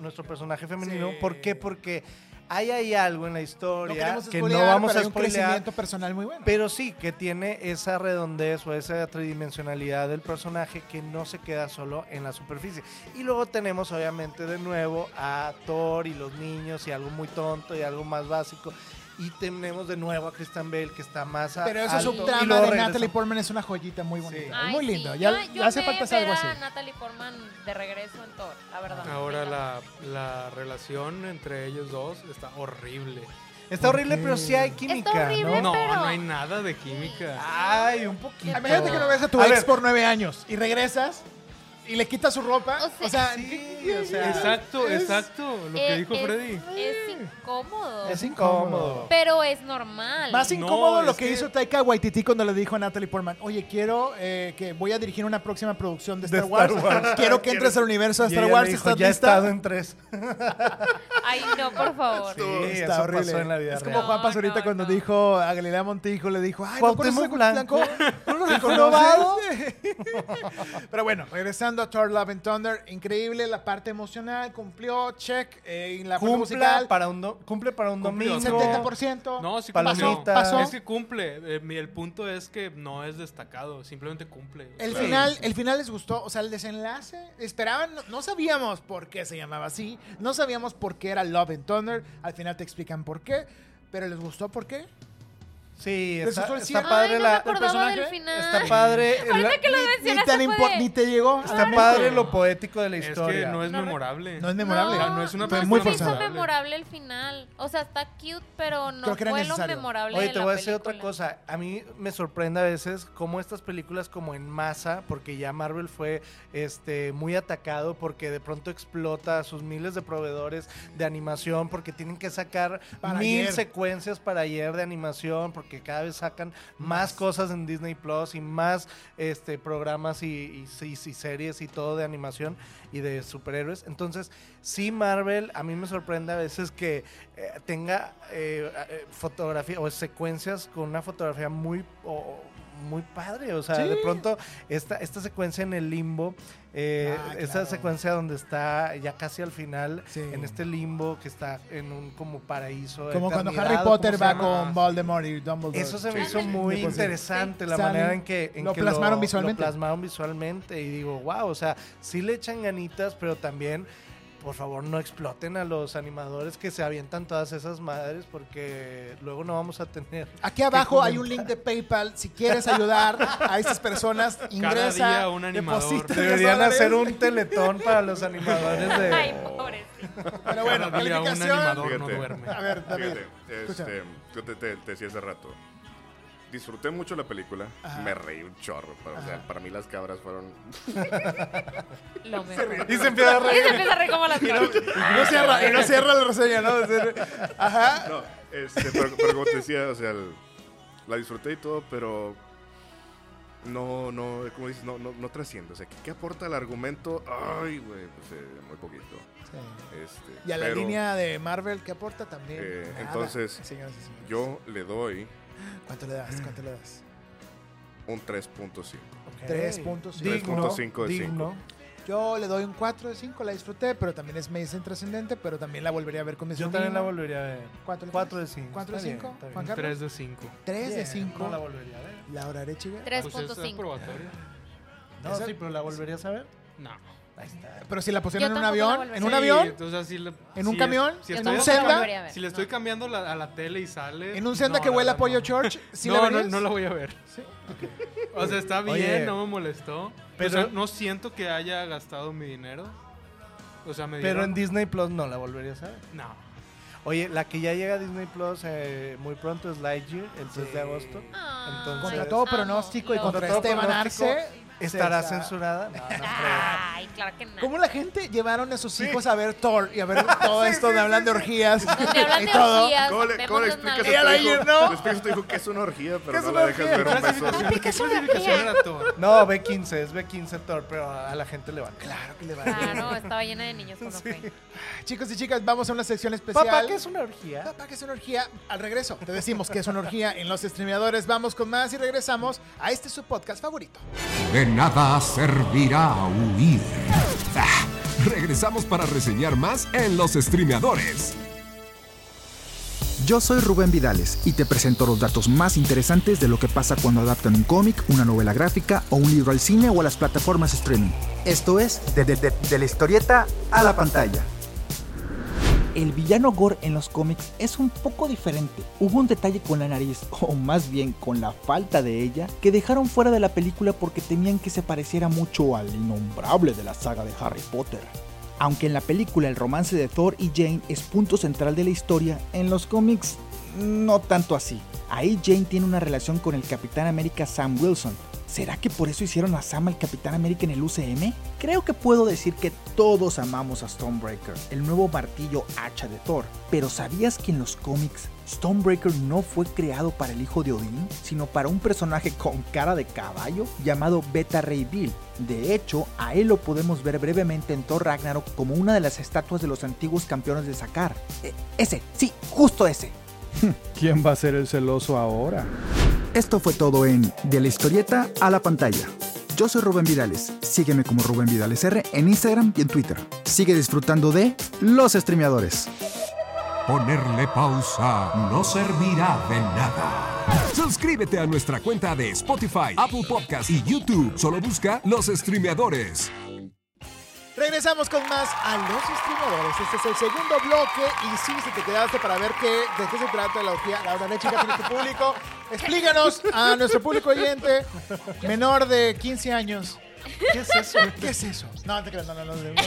[SPEAKER 7] nuestro personaje femenino.
[SPEAKER 4] Sí.
[SPEAKER 7] ¿Por qué? Porque hay ahí algo en la historia
[SPEAKER 4] queremos
[SPEAKER 7] que
[SPEAKER 4] spoilear,
[SPEAKER 7] no vamos
[SPEAKER 4] pero
[SPEAKER 7] a
[SPEAKER 4] hay un
[SPEAKER 7] spoilear.
[SPEAKER 4] crecimiento personal muy bueno.
[SPEAKER 7] Pero sí, que tiene esa redondez o esa tridimensionalidad del personaje que no se queda solo en la superficie. Y luego tenemos obviamente de nuevo a Thor y los niños y algo muy tonto y algo más básico. Y tenemos de nuevo a Christian Bale que está más a-
[SPEAKER 4] Pero esa
[SPEAKER 7] alto. Y
[SPEAKER 4] subtrama
[SPEAKER 7] luego
[SPEAKER 4] de
[SPEAKER 7] regresa-
[SPEAKER 4] Natalie Portman es una joyita muy bonita.
[SPEAKER 7] Sí.
[SPEAKER 4] es
[SPEAKER 5] Ay,
[SPEAKER 4] muy
[SPEAKER 5] sí.
[SPEAKER 4] lindo.
[SPEAKER 5] Yo-
[SPEAKER 4] Ya,
[SPEAKER 5] yo,
[SPEAKER 4] ya hace
[SPEAKER 5] amé
[SPEAKER 4] falta hacer algo
[SPEAKER 5] ver
[SPEAKER 4] así.
[SPEAKER 5] a Natalie Portman de regreso en Thor, la verdad.
[SPEAKER 6] Ahora
[SPEAKER 5] Me encanta.
[SPEAKER 6] la, la relación entre ellos dos está horrible.
[SPEAKER 7] Está horrible, pero sí hay química.
[SPEAKER 5] horrible,
[SPEAKER 7] ¿no?
[SPEAKER 6] No,
[SPEAKER 5] Pero- Ah,
[SPEAKER 6] no hay nada de química.
[SPEAKER 7] Ay, un poquito.
[SPEAKER 4] Imagínate que no ves a tu
[SPEAKER 7] A
[SPEAKER 4] ex
[SPEAKER 7] ver.
[SPEAKER 4] por nueve años y regresas y le quitas su ropa.
[SPEAKER 5] O sea,
[SPEAKER 4] O sea,
[SPEAKER 7] Sí, o sea,
[SPEAKER 6] Exacto,
[SPEAKER 4] Es-
[SPEAKER 6] exacto, lo que
[SPEAKER 5] Eh,
[SPEAKER 6] dijo
[SPEAKER 5] es-
[SPEAKER 6] Freddy.
[SPEAKER 5] Es incómodo.
[SPEAKER 7] Es incómodo.
[SPEAKER 5] pero es normal.
[SPEAKER 4] más
[SPEAKER 6] No,
[SPEAKER 4] incómodo lo
[SPEAKER 6] es
[SPEAKER 4] que,
[SPEAKER 6] que-
[SPEAKER 4] hizo Taika Waititi cuando le dijo a Natalie Portman, oye, quiero eh, que voy a dirigir una próxima producción de Star,
[SPEAKER 7] Star
[SPEAKER 4] Wars.
[SPEAKER 7] Wars.
[SPEAKER 4] Quiero que entres al universo de
[SPEAKER 7] Y
[SPEAKER 4] Star
[SPEAKER 7] ella le
[SPEAKER 4] Wars.
[SPEAKER 7] dijo,
[SPEAKER 4] ¿Estás
[SPEAKER 7] ya he
[SPEAKER 4] lista?
[SPEAKER 7] estado en tres.
[SPEAKER 5] Ay, no, por favor.
[SPEAKER 7] Sí,
[SPEAKER 4] Está
[SPEAKER 7] eso
[SPEAKER 4] horrible.
[SPEAKER 7] pasó en la vida
[SPEAKER 4] es como
[SPEAKER 7] real.
[SPEAKER 4] Juan Paz ahorita
[SPEAKER 5] No, no,
[SPEAKER 4] cuando
[SPEAKER 5] no.
[SPEAKER 4] dijo a Galilea Montijo, le dijo, ay, ¿no conoces a
[SPEAKER 7] Cuauhtémoc Blanco.
[SPEAKER 4] ¿No lo
[SPEAKER 7] ¿Conoces?
[SPEAKER 4] reconoces? Pero bueno, regresando a Thor Love and Thunder, increíble la parte emocional, cumplió, check, eh, en la parte
[SPEAKER 7] Cumple
[SPEAKER 4] musical,
[SPEAKER 7] para un, do- cumple para un
[SPEAKER 6] Cumplió.
[SPEAKER 7] domingo.
[SPEAKER 4] 70%.
[SPEAKER 6] No, sí
[SPEAKER 7] Palomita.
[SPEAKER 6] cumplió.
[SPEAKER 7] Pasó.
[SPEAKER 6] Es que cumple. Eh, mi- el punto es que no es destacado, simplemente cumple.
[SPEAKER 4] El
[SPEAKER 6] Claro.
[SPEAKER 4] final, el final les gustó, o sea, el desenlace, esperaban, no, no sabíamos por qué se llamaba así, no sabíamos por qué era Love and Thunder, al final te explican por qué, pero les gustó por qué.
[SPEAKER 7] Sí,
[SPEAKER 4] ¿Te
[SPEAKER 7] está,
[SPEAKER 4] susurra el
[SPEAKER 7] está
[SPEAKER 4] cierre?
[SPEAKER 7] padre
[SPEAKER 5] Ay, no
[SPEAKER 7] la,
[SPEAKER 5] me
[SPEAKER 7] el
[SPEAKER 5] acordaba
[SPEAKER 7] personaje.
[SPEAKER 5] del final.
[SPEAKER 7] Está padre. el-
[SPEAKER 5] Ahorita que lo
[SPEAKER 4] Ni,
[SPEAKER 5] mencionaste
[SPEAKER 4] tan
[SPEAKER 5] fue
[SPEAKER 4] impo-
[SPEAKER 5] de-
[SPEAKER 4] ni te llegó.
[SPEAKER 7] Está padre lo poético de la
[SPEAKER 6] Es
[SPEAKER 7] historia.
[SPEAKER 6] que no es
[SPEAKER 5] No,
[SPEAKER 6] memorable.
[SPEAKER 4] No es memorable.
[SPEAKER 6] No, no es una
[SPEAKER 4] Fue muy
[SPEAKER 6] película
[SPEAKER 5] se me hizo
[SPEAKER 4] forzada.
[SPEAKER 6] memorable.
[SPEAKER 5] memorable el final. O sea, está cute, pero no
[SPEAKER 4] Creo que era
[SPEAKER 5] fue lo
[SPEAKER 4] necesario.
[SPEAKER 5] memorable
[SPEAKER 7] Oye,
[SPEAKER 5] de
[SPEAKER 7] te
[SPEAKER 5] la
[SPEAKER 7] voy a decir
[SPEAKER 5] película.
[SPEAKER 7] otra cosa. A mí me sorprende a veces cómo estas películas como en masa, porque ya Marvel fue este muy atacado porque de pronto explota a sus miles de proveedores de animación porque tienen que sacar
[SPEAKER 4] Para
[SPEAKER 7] mil
[SPEAKER 4] ayer.
[SPEAKER 7] secuencias para ayer de animación porque cada vez sacan más cosas en Disney Plus y más este programas y, y- y- y series y todo de animación y de superhéroes. Entonces, sí Marvel a mí me sorprende a veces que eh, tenga eh, eh, fotografía o secuencias con una fotografía muy o- muy padre, o sea, de pronto esta, esta secuencia en el limbo, eh,
[SPEAKER 4] Ah,
[SPEAKER 7] esa
[SPEAKER 4] claro.
[SPEAKER 7] secuencia donde está ya casi al final,
[SPEAKER 4] Sí.
[SPEAKER 7] en este limbo que está en un como paraíso.
[SPEAKER 4] Como cuando
[SPEAKER 7] eternidad,
[SPEAKER 4] Harry
[SPEAKER 7] ¿o cómo
[SPEAKER 4] Potter
[SPEAKER 7] se
[SPEAKER 4] va
[SPEAKER 7] llama?
[SPEAKER 4] con Voldemort y Dumbledore.
[SPEAKER 7] Eso se me
[SPEAKER 8] Sí.
[SPEAKER 7] hizo muy interesante, la
[SPEAKER 4] Salen-
[SPEAKER 7] manera en que, en
[SPEAKER 4] lo
[SPEAKER 7] que
[SPEAKER 4] plasmaron visualmente.
[SPEAKER 7] lo plasmaron visualmente y digo, wow, o sea, sí le echan ganitas, pero también, por favor, no exploten a los animadores que se avientan todas esas madres porque luego no vamos a tener...
[SPEAKER 4] Aquí abajo hay un link
[SPEAKER 7] comentar.
[SPEAKER 4] de PayPal. Si quieres ayudar a estas personas, ingresa.
[SPEAKER 6] día un animador.
[SPEAKER 4] deposita los
[SPEAKER 7] Deberían
[SPEAKER 4] dólares.
[SPEAKER 7] hacer un teletón para los animadores de...
[SPEAKER 5] Ay, pobrecito.
[SPEAKER 4] Pero bueno,
[SPEAKER 6] Cada día un
[SPEAKER 4] calificación. Ah,
[SPEAKER 6] animador no
[SPEAKER 8] Fíjate.
[SPEAKER 6] duerme.
[SPEAKER 4] A ver, David.
[SPEAKER 8] Fíjate, este, yo te, te- te decía hace rato. Disfruté mucho la película.
[SPEAKER 4] Ajá.
[SPEAKER 8] Me reí un chorro. Para, o sea, para mí las cabras fueron.
[SPEAKER 5] Lo mejor.
[SPEAKER 7] Y se empieza a
[SPEAKER 5] Y
[SPEAKER 7] reír.
[SPEAKER 5] se empieza a reír como las cosas.
[SPEAKER 7] Pues
[SPEAKER 4] Y no cierra, y no cierra la reseña, ¿no? Es decir, Ajá.
[SPEAKER 8] No, este, pero, pero como te decía, o sea, el- la disfruté y todo, pero. No, no, como dices, no, no, no trasciende. O sea, ¿qué, qué aporta el argumento? Ay, güey, pues eh, muy poquito. Este,
[SPEAKER 4] Y a la
[SPEAKER 8] pero
[SPEAKER 4] línea de Marvel que aporta también.
[SPEAKER 8] Eh,
[SPEAKER 4] Nada,
[SPEAKER 8] entonces,
[SPEAKER 4] señoras y señores.
[SPEAKER 8] Yo le doy
[SPEAKER 4] ¿Cuánto le das? ¿Cuánto le das?
[SPEAKER 8] un 3.5.
[SPEAKER 7] Ok.
[SPEAKER 4] 3.5.
[SPEAKER 7] Digno,
[SPEAKER 8] 3.5 de
[SPEAKER 7] digno.
[SPEAKER 4] Yo le doy un 4 de 5, la disfruté, pero también es me dicen trascendente, pero también la volvería a ver con mis
[SPEAKER 7] Yo también la volvería a ver.
[SPEAKER 4] 4,
[SPEAKER 7] 4 de 5.
[SPEAKER 4] 4 de 5. Juan
[SPEAKER 6] Un
[SPEAKER 4] Carlos.
[SPEAKER 6] 3 de 5.
[SPEAKER 4] 3 de 5.
[SPEAKER 7] No la volvería a ver.
[SPEAKER 4] ¿La oraré, chica?
[SPEAKER 6] Pues es
[SPEAKER 5] 3.5.
[SPEAKER 6] probatorio.
[SPEAKER 7] No,
[SPEAKER 4] Esa-
[SPEAKER 7] sí, pero la volverías a ver.
[SPEAKER 6] No.
[SPEAKER 7] Ahí está.
[SPEAKER 4] Pero si la pusieron en
[SPEAKER 5] Yo
[SPEAKER 4] un
[SPEAKER 5] tampoco la
[SPEAKER 4] avión,
[SPEAKER 5] volvería
[SPEAKER 4] en un
[SPEAKER 5] a
[SPEAKER 6] Sí,
[SPEAKER 4] avión,
[SPEAKER 6] o sea, si le-
[SPEAKER 4] ¿En un
[SPEAKER 6] si
[SPEAKER 4] camión?
[SPEAKER 6] es- si
[SPEAKER 4] ¿En
[SPEAKER 6] estoy
[SPEAKER 4] un
[SPEAKER 5] No,
[SPEAKER 6] haciendo-
[SPEAKER 4] senda?
[SPEAKER 5] no la volvería a ver.
[SPEAKER 6] Si le estoy cambiando la- a la tele y sale.
[SPEAKER 4] en un senda
[SPEAKER 6] no,
[SPEAKER 4] que
[SPEAKER 6] la
[SPEAKER 4] huela a
[SPEAKER 6] verdad,
[SPEAKER 4] pollo
[SPEAKER 6] no.
[SPEAKER 4] church, ¿sí la
[SPEAKER 6] no, no,
[SPEAKER 4] verías?
[SPEAKER 6] no la voy a ver. O sea, está bien,
[SPEAKER 7] Oye.
[SPEAKER 6] no me molestó.
[SPEAKER 7] Pero-
[SPEAKER 6] Pero o sea, no siento que haya gastado mi dinero. O sea, me
[SPEAKER 7] Pero
[SPEAKER 6] dieron-
[SPEAKER 7] en Disney Plus no la volverías a ver.
[SPEAKER 6] No.
[SPEAKER 7] Oye, la que ya llega a Disney Plus eh, muy pronto es Lightyear, el 3 de agosto.
[SPEAKER 5] Ay,
[SPEAKER 7] Entonces-
[SPEAKER 4] Contra
[SPEAKER 7] Ay,
[SPEAKER 4] todo
[SPEAKER 5] amo,
[SPEAKER 4] pronóstico y
[SPEAKER 5] lo-
[SPEAKER 4] contra este
[SPEAKER 7] todo
[SPEAKER 4] Esteban
[SPEAKER 7] pronóstico,
[SPEAKER 4] Arce.
[SPEAKER 7] ¿Estará
[SPEAKER 4] se-
[SPEAKER 7] censurada? No, no creo.
[SPEAKER 5] Ay, claro que no.
[SPEAKER 4] ¿Cómo la gente llevaron a sus hijos a ver Thor y a ver todo esto de hablar de orgías
[SPEAKER 5] Donde hablan
[SPEAKER 4] y
[SPEAKER 5] de
[SPEAKER 4] todo?
[SPEAKER 5] orgías,
[SPEAKER 8] ¿Cómo le,
[SPEAKER 5] vemos
[SPEAKER 8] cómo le
[SPEAKER 5] las
[SPEAKER 8] explicas a tu
[SPEAKER 5] nalgas.
[SPEAKER 4] Ella la
[SPEAKER 8] hijo?
[SPEAKER 4] llenó.
[SPEAKER 8] Le explicas a tu hijo que es una orgía, pero
[SPEAKER 4] es
[SPEAKER 8] no
[SPEAKER 4] una
[SPEAKER 8] la dejas
[SPEAKER 4] orgía?
[SPEAKER 8] ver un beso.
[SPEAKER 6] Clasificación- ¿Qué clasificación era Thor?
[SPEAKER 7] No, B15, es B15 Thor, pero a la gente le va.
[SPEAKER 4] Claro que le va a
[SPEAKER 5] Claro, estaba llena de niños cuando fue.
[SPEAKER 4] Chicos y chicas, vamos a una sección especial.
[SPEAKER 7] Papá, ¿qué es una orgía?
[SPEAKER 4] Papá, que es una orgía. Al regreso, te decimos que es una orgía en los streameadores. Vamos con más y regresamos a este su podcast favorito.
[SPEAKER 3] De nada servirá huir. Ah, regresamos para reseñar más en los streameadores.
[SPEAKER 9] Yo soy Rubén Vidales y te presento los datos más interesantes de lo que pasa cuando adaptan un cómic, una novela gráfica o un libro al cine o a las plataformas streaming. Esto es de, de- de- de la historieta a la pantalla.
[SPEAKER 10] el villano Gore en los cómics es un poco diferente. Hubo un detalle con la nariz, o más bien con la falta de ella, que dejaron fuera de la película porque temían que se pareciera mucho al innombrable de la saga de Harry Potter. Aunque en la película el romance de Thor y Jane es punto central de la historia, en los cómics no tanto así. Ahí Jane tiene una relación con el Capitán América Sam Wilson. ¿Será que por eso hicieron a Sam el Capitán América en el UCM? Creo que puedo decir que todos amamos a Stonebreaker, el nuevo martillo hacha de Thor. Pero ¿sabías que en los cómics Stonebreaker no fue creado para el hijo de Odín, sino para un personaje con cara de caballo llamado Beta Ray Bill? De hecho, a él lo podemos ver brevemente en Thor Ragnarok como una de las estatuas de los antiguos campeones de Sakar. E- ese, sí, justo ese.
[SPEAKER 11] ¿Quién va a ser el celoso ahora?
[SPEAKER 9] Esto fue todo en De la historieta a la pantalla. Yo soy Rubén Vidales. Sígueme como Rubén Vidales R en Instagram y en Twitter. Sigue disfrutando de los streameadores.
[SPEAKER 3] Ponerle pausa no servirá de nada. Suscríbete a nuestra cuenta de Spotify, Apple Podcast y YouTube. Solo busca los streameadores.
[SPEAKER 4] Regresamos con más a los streamadores. Este es el segundo bloque. Y sí, si te quedaste para ver qué, de qué se trata la orgía, la orgía con nuestro público, explícanos a nuestro público oyente menor de 15 años. ¿Qué es eso? ¿Qué es eso? No, te creas, no, no, no. no, no, no, no.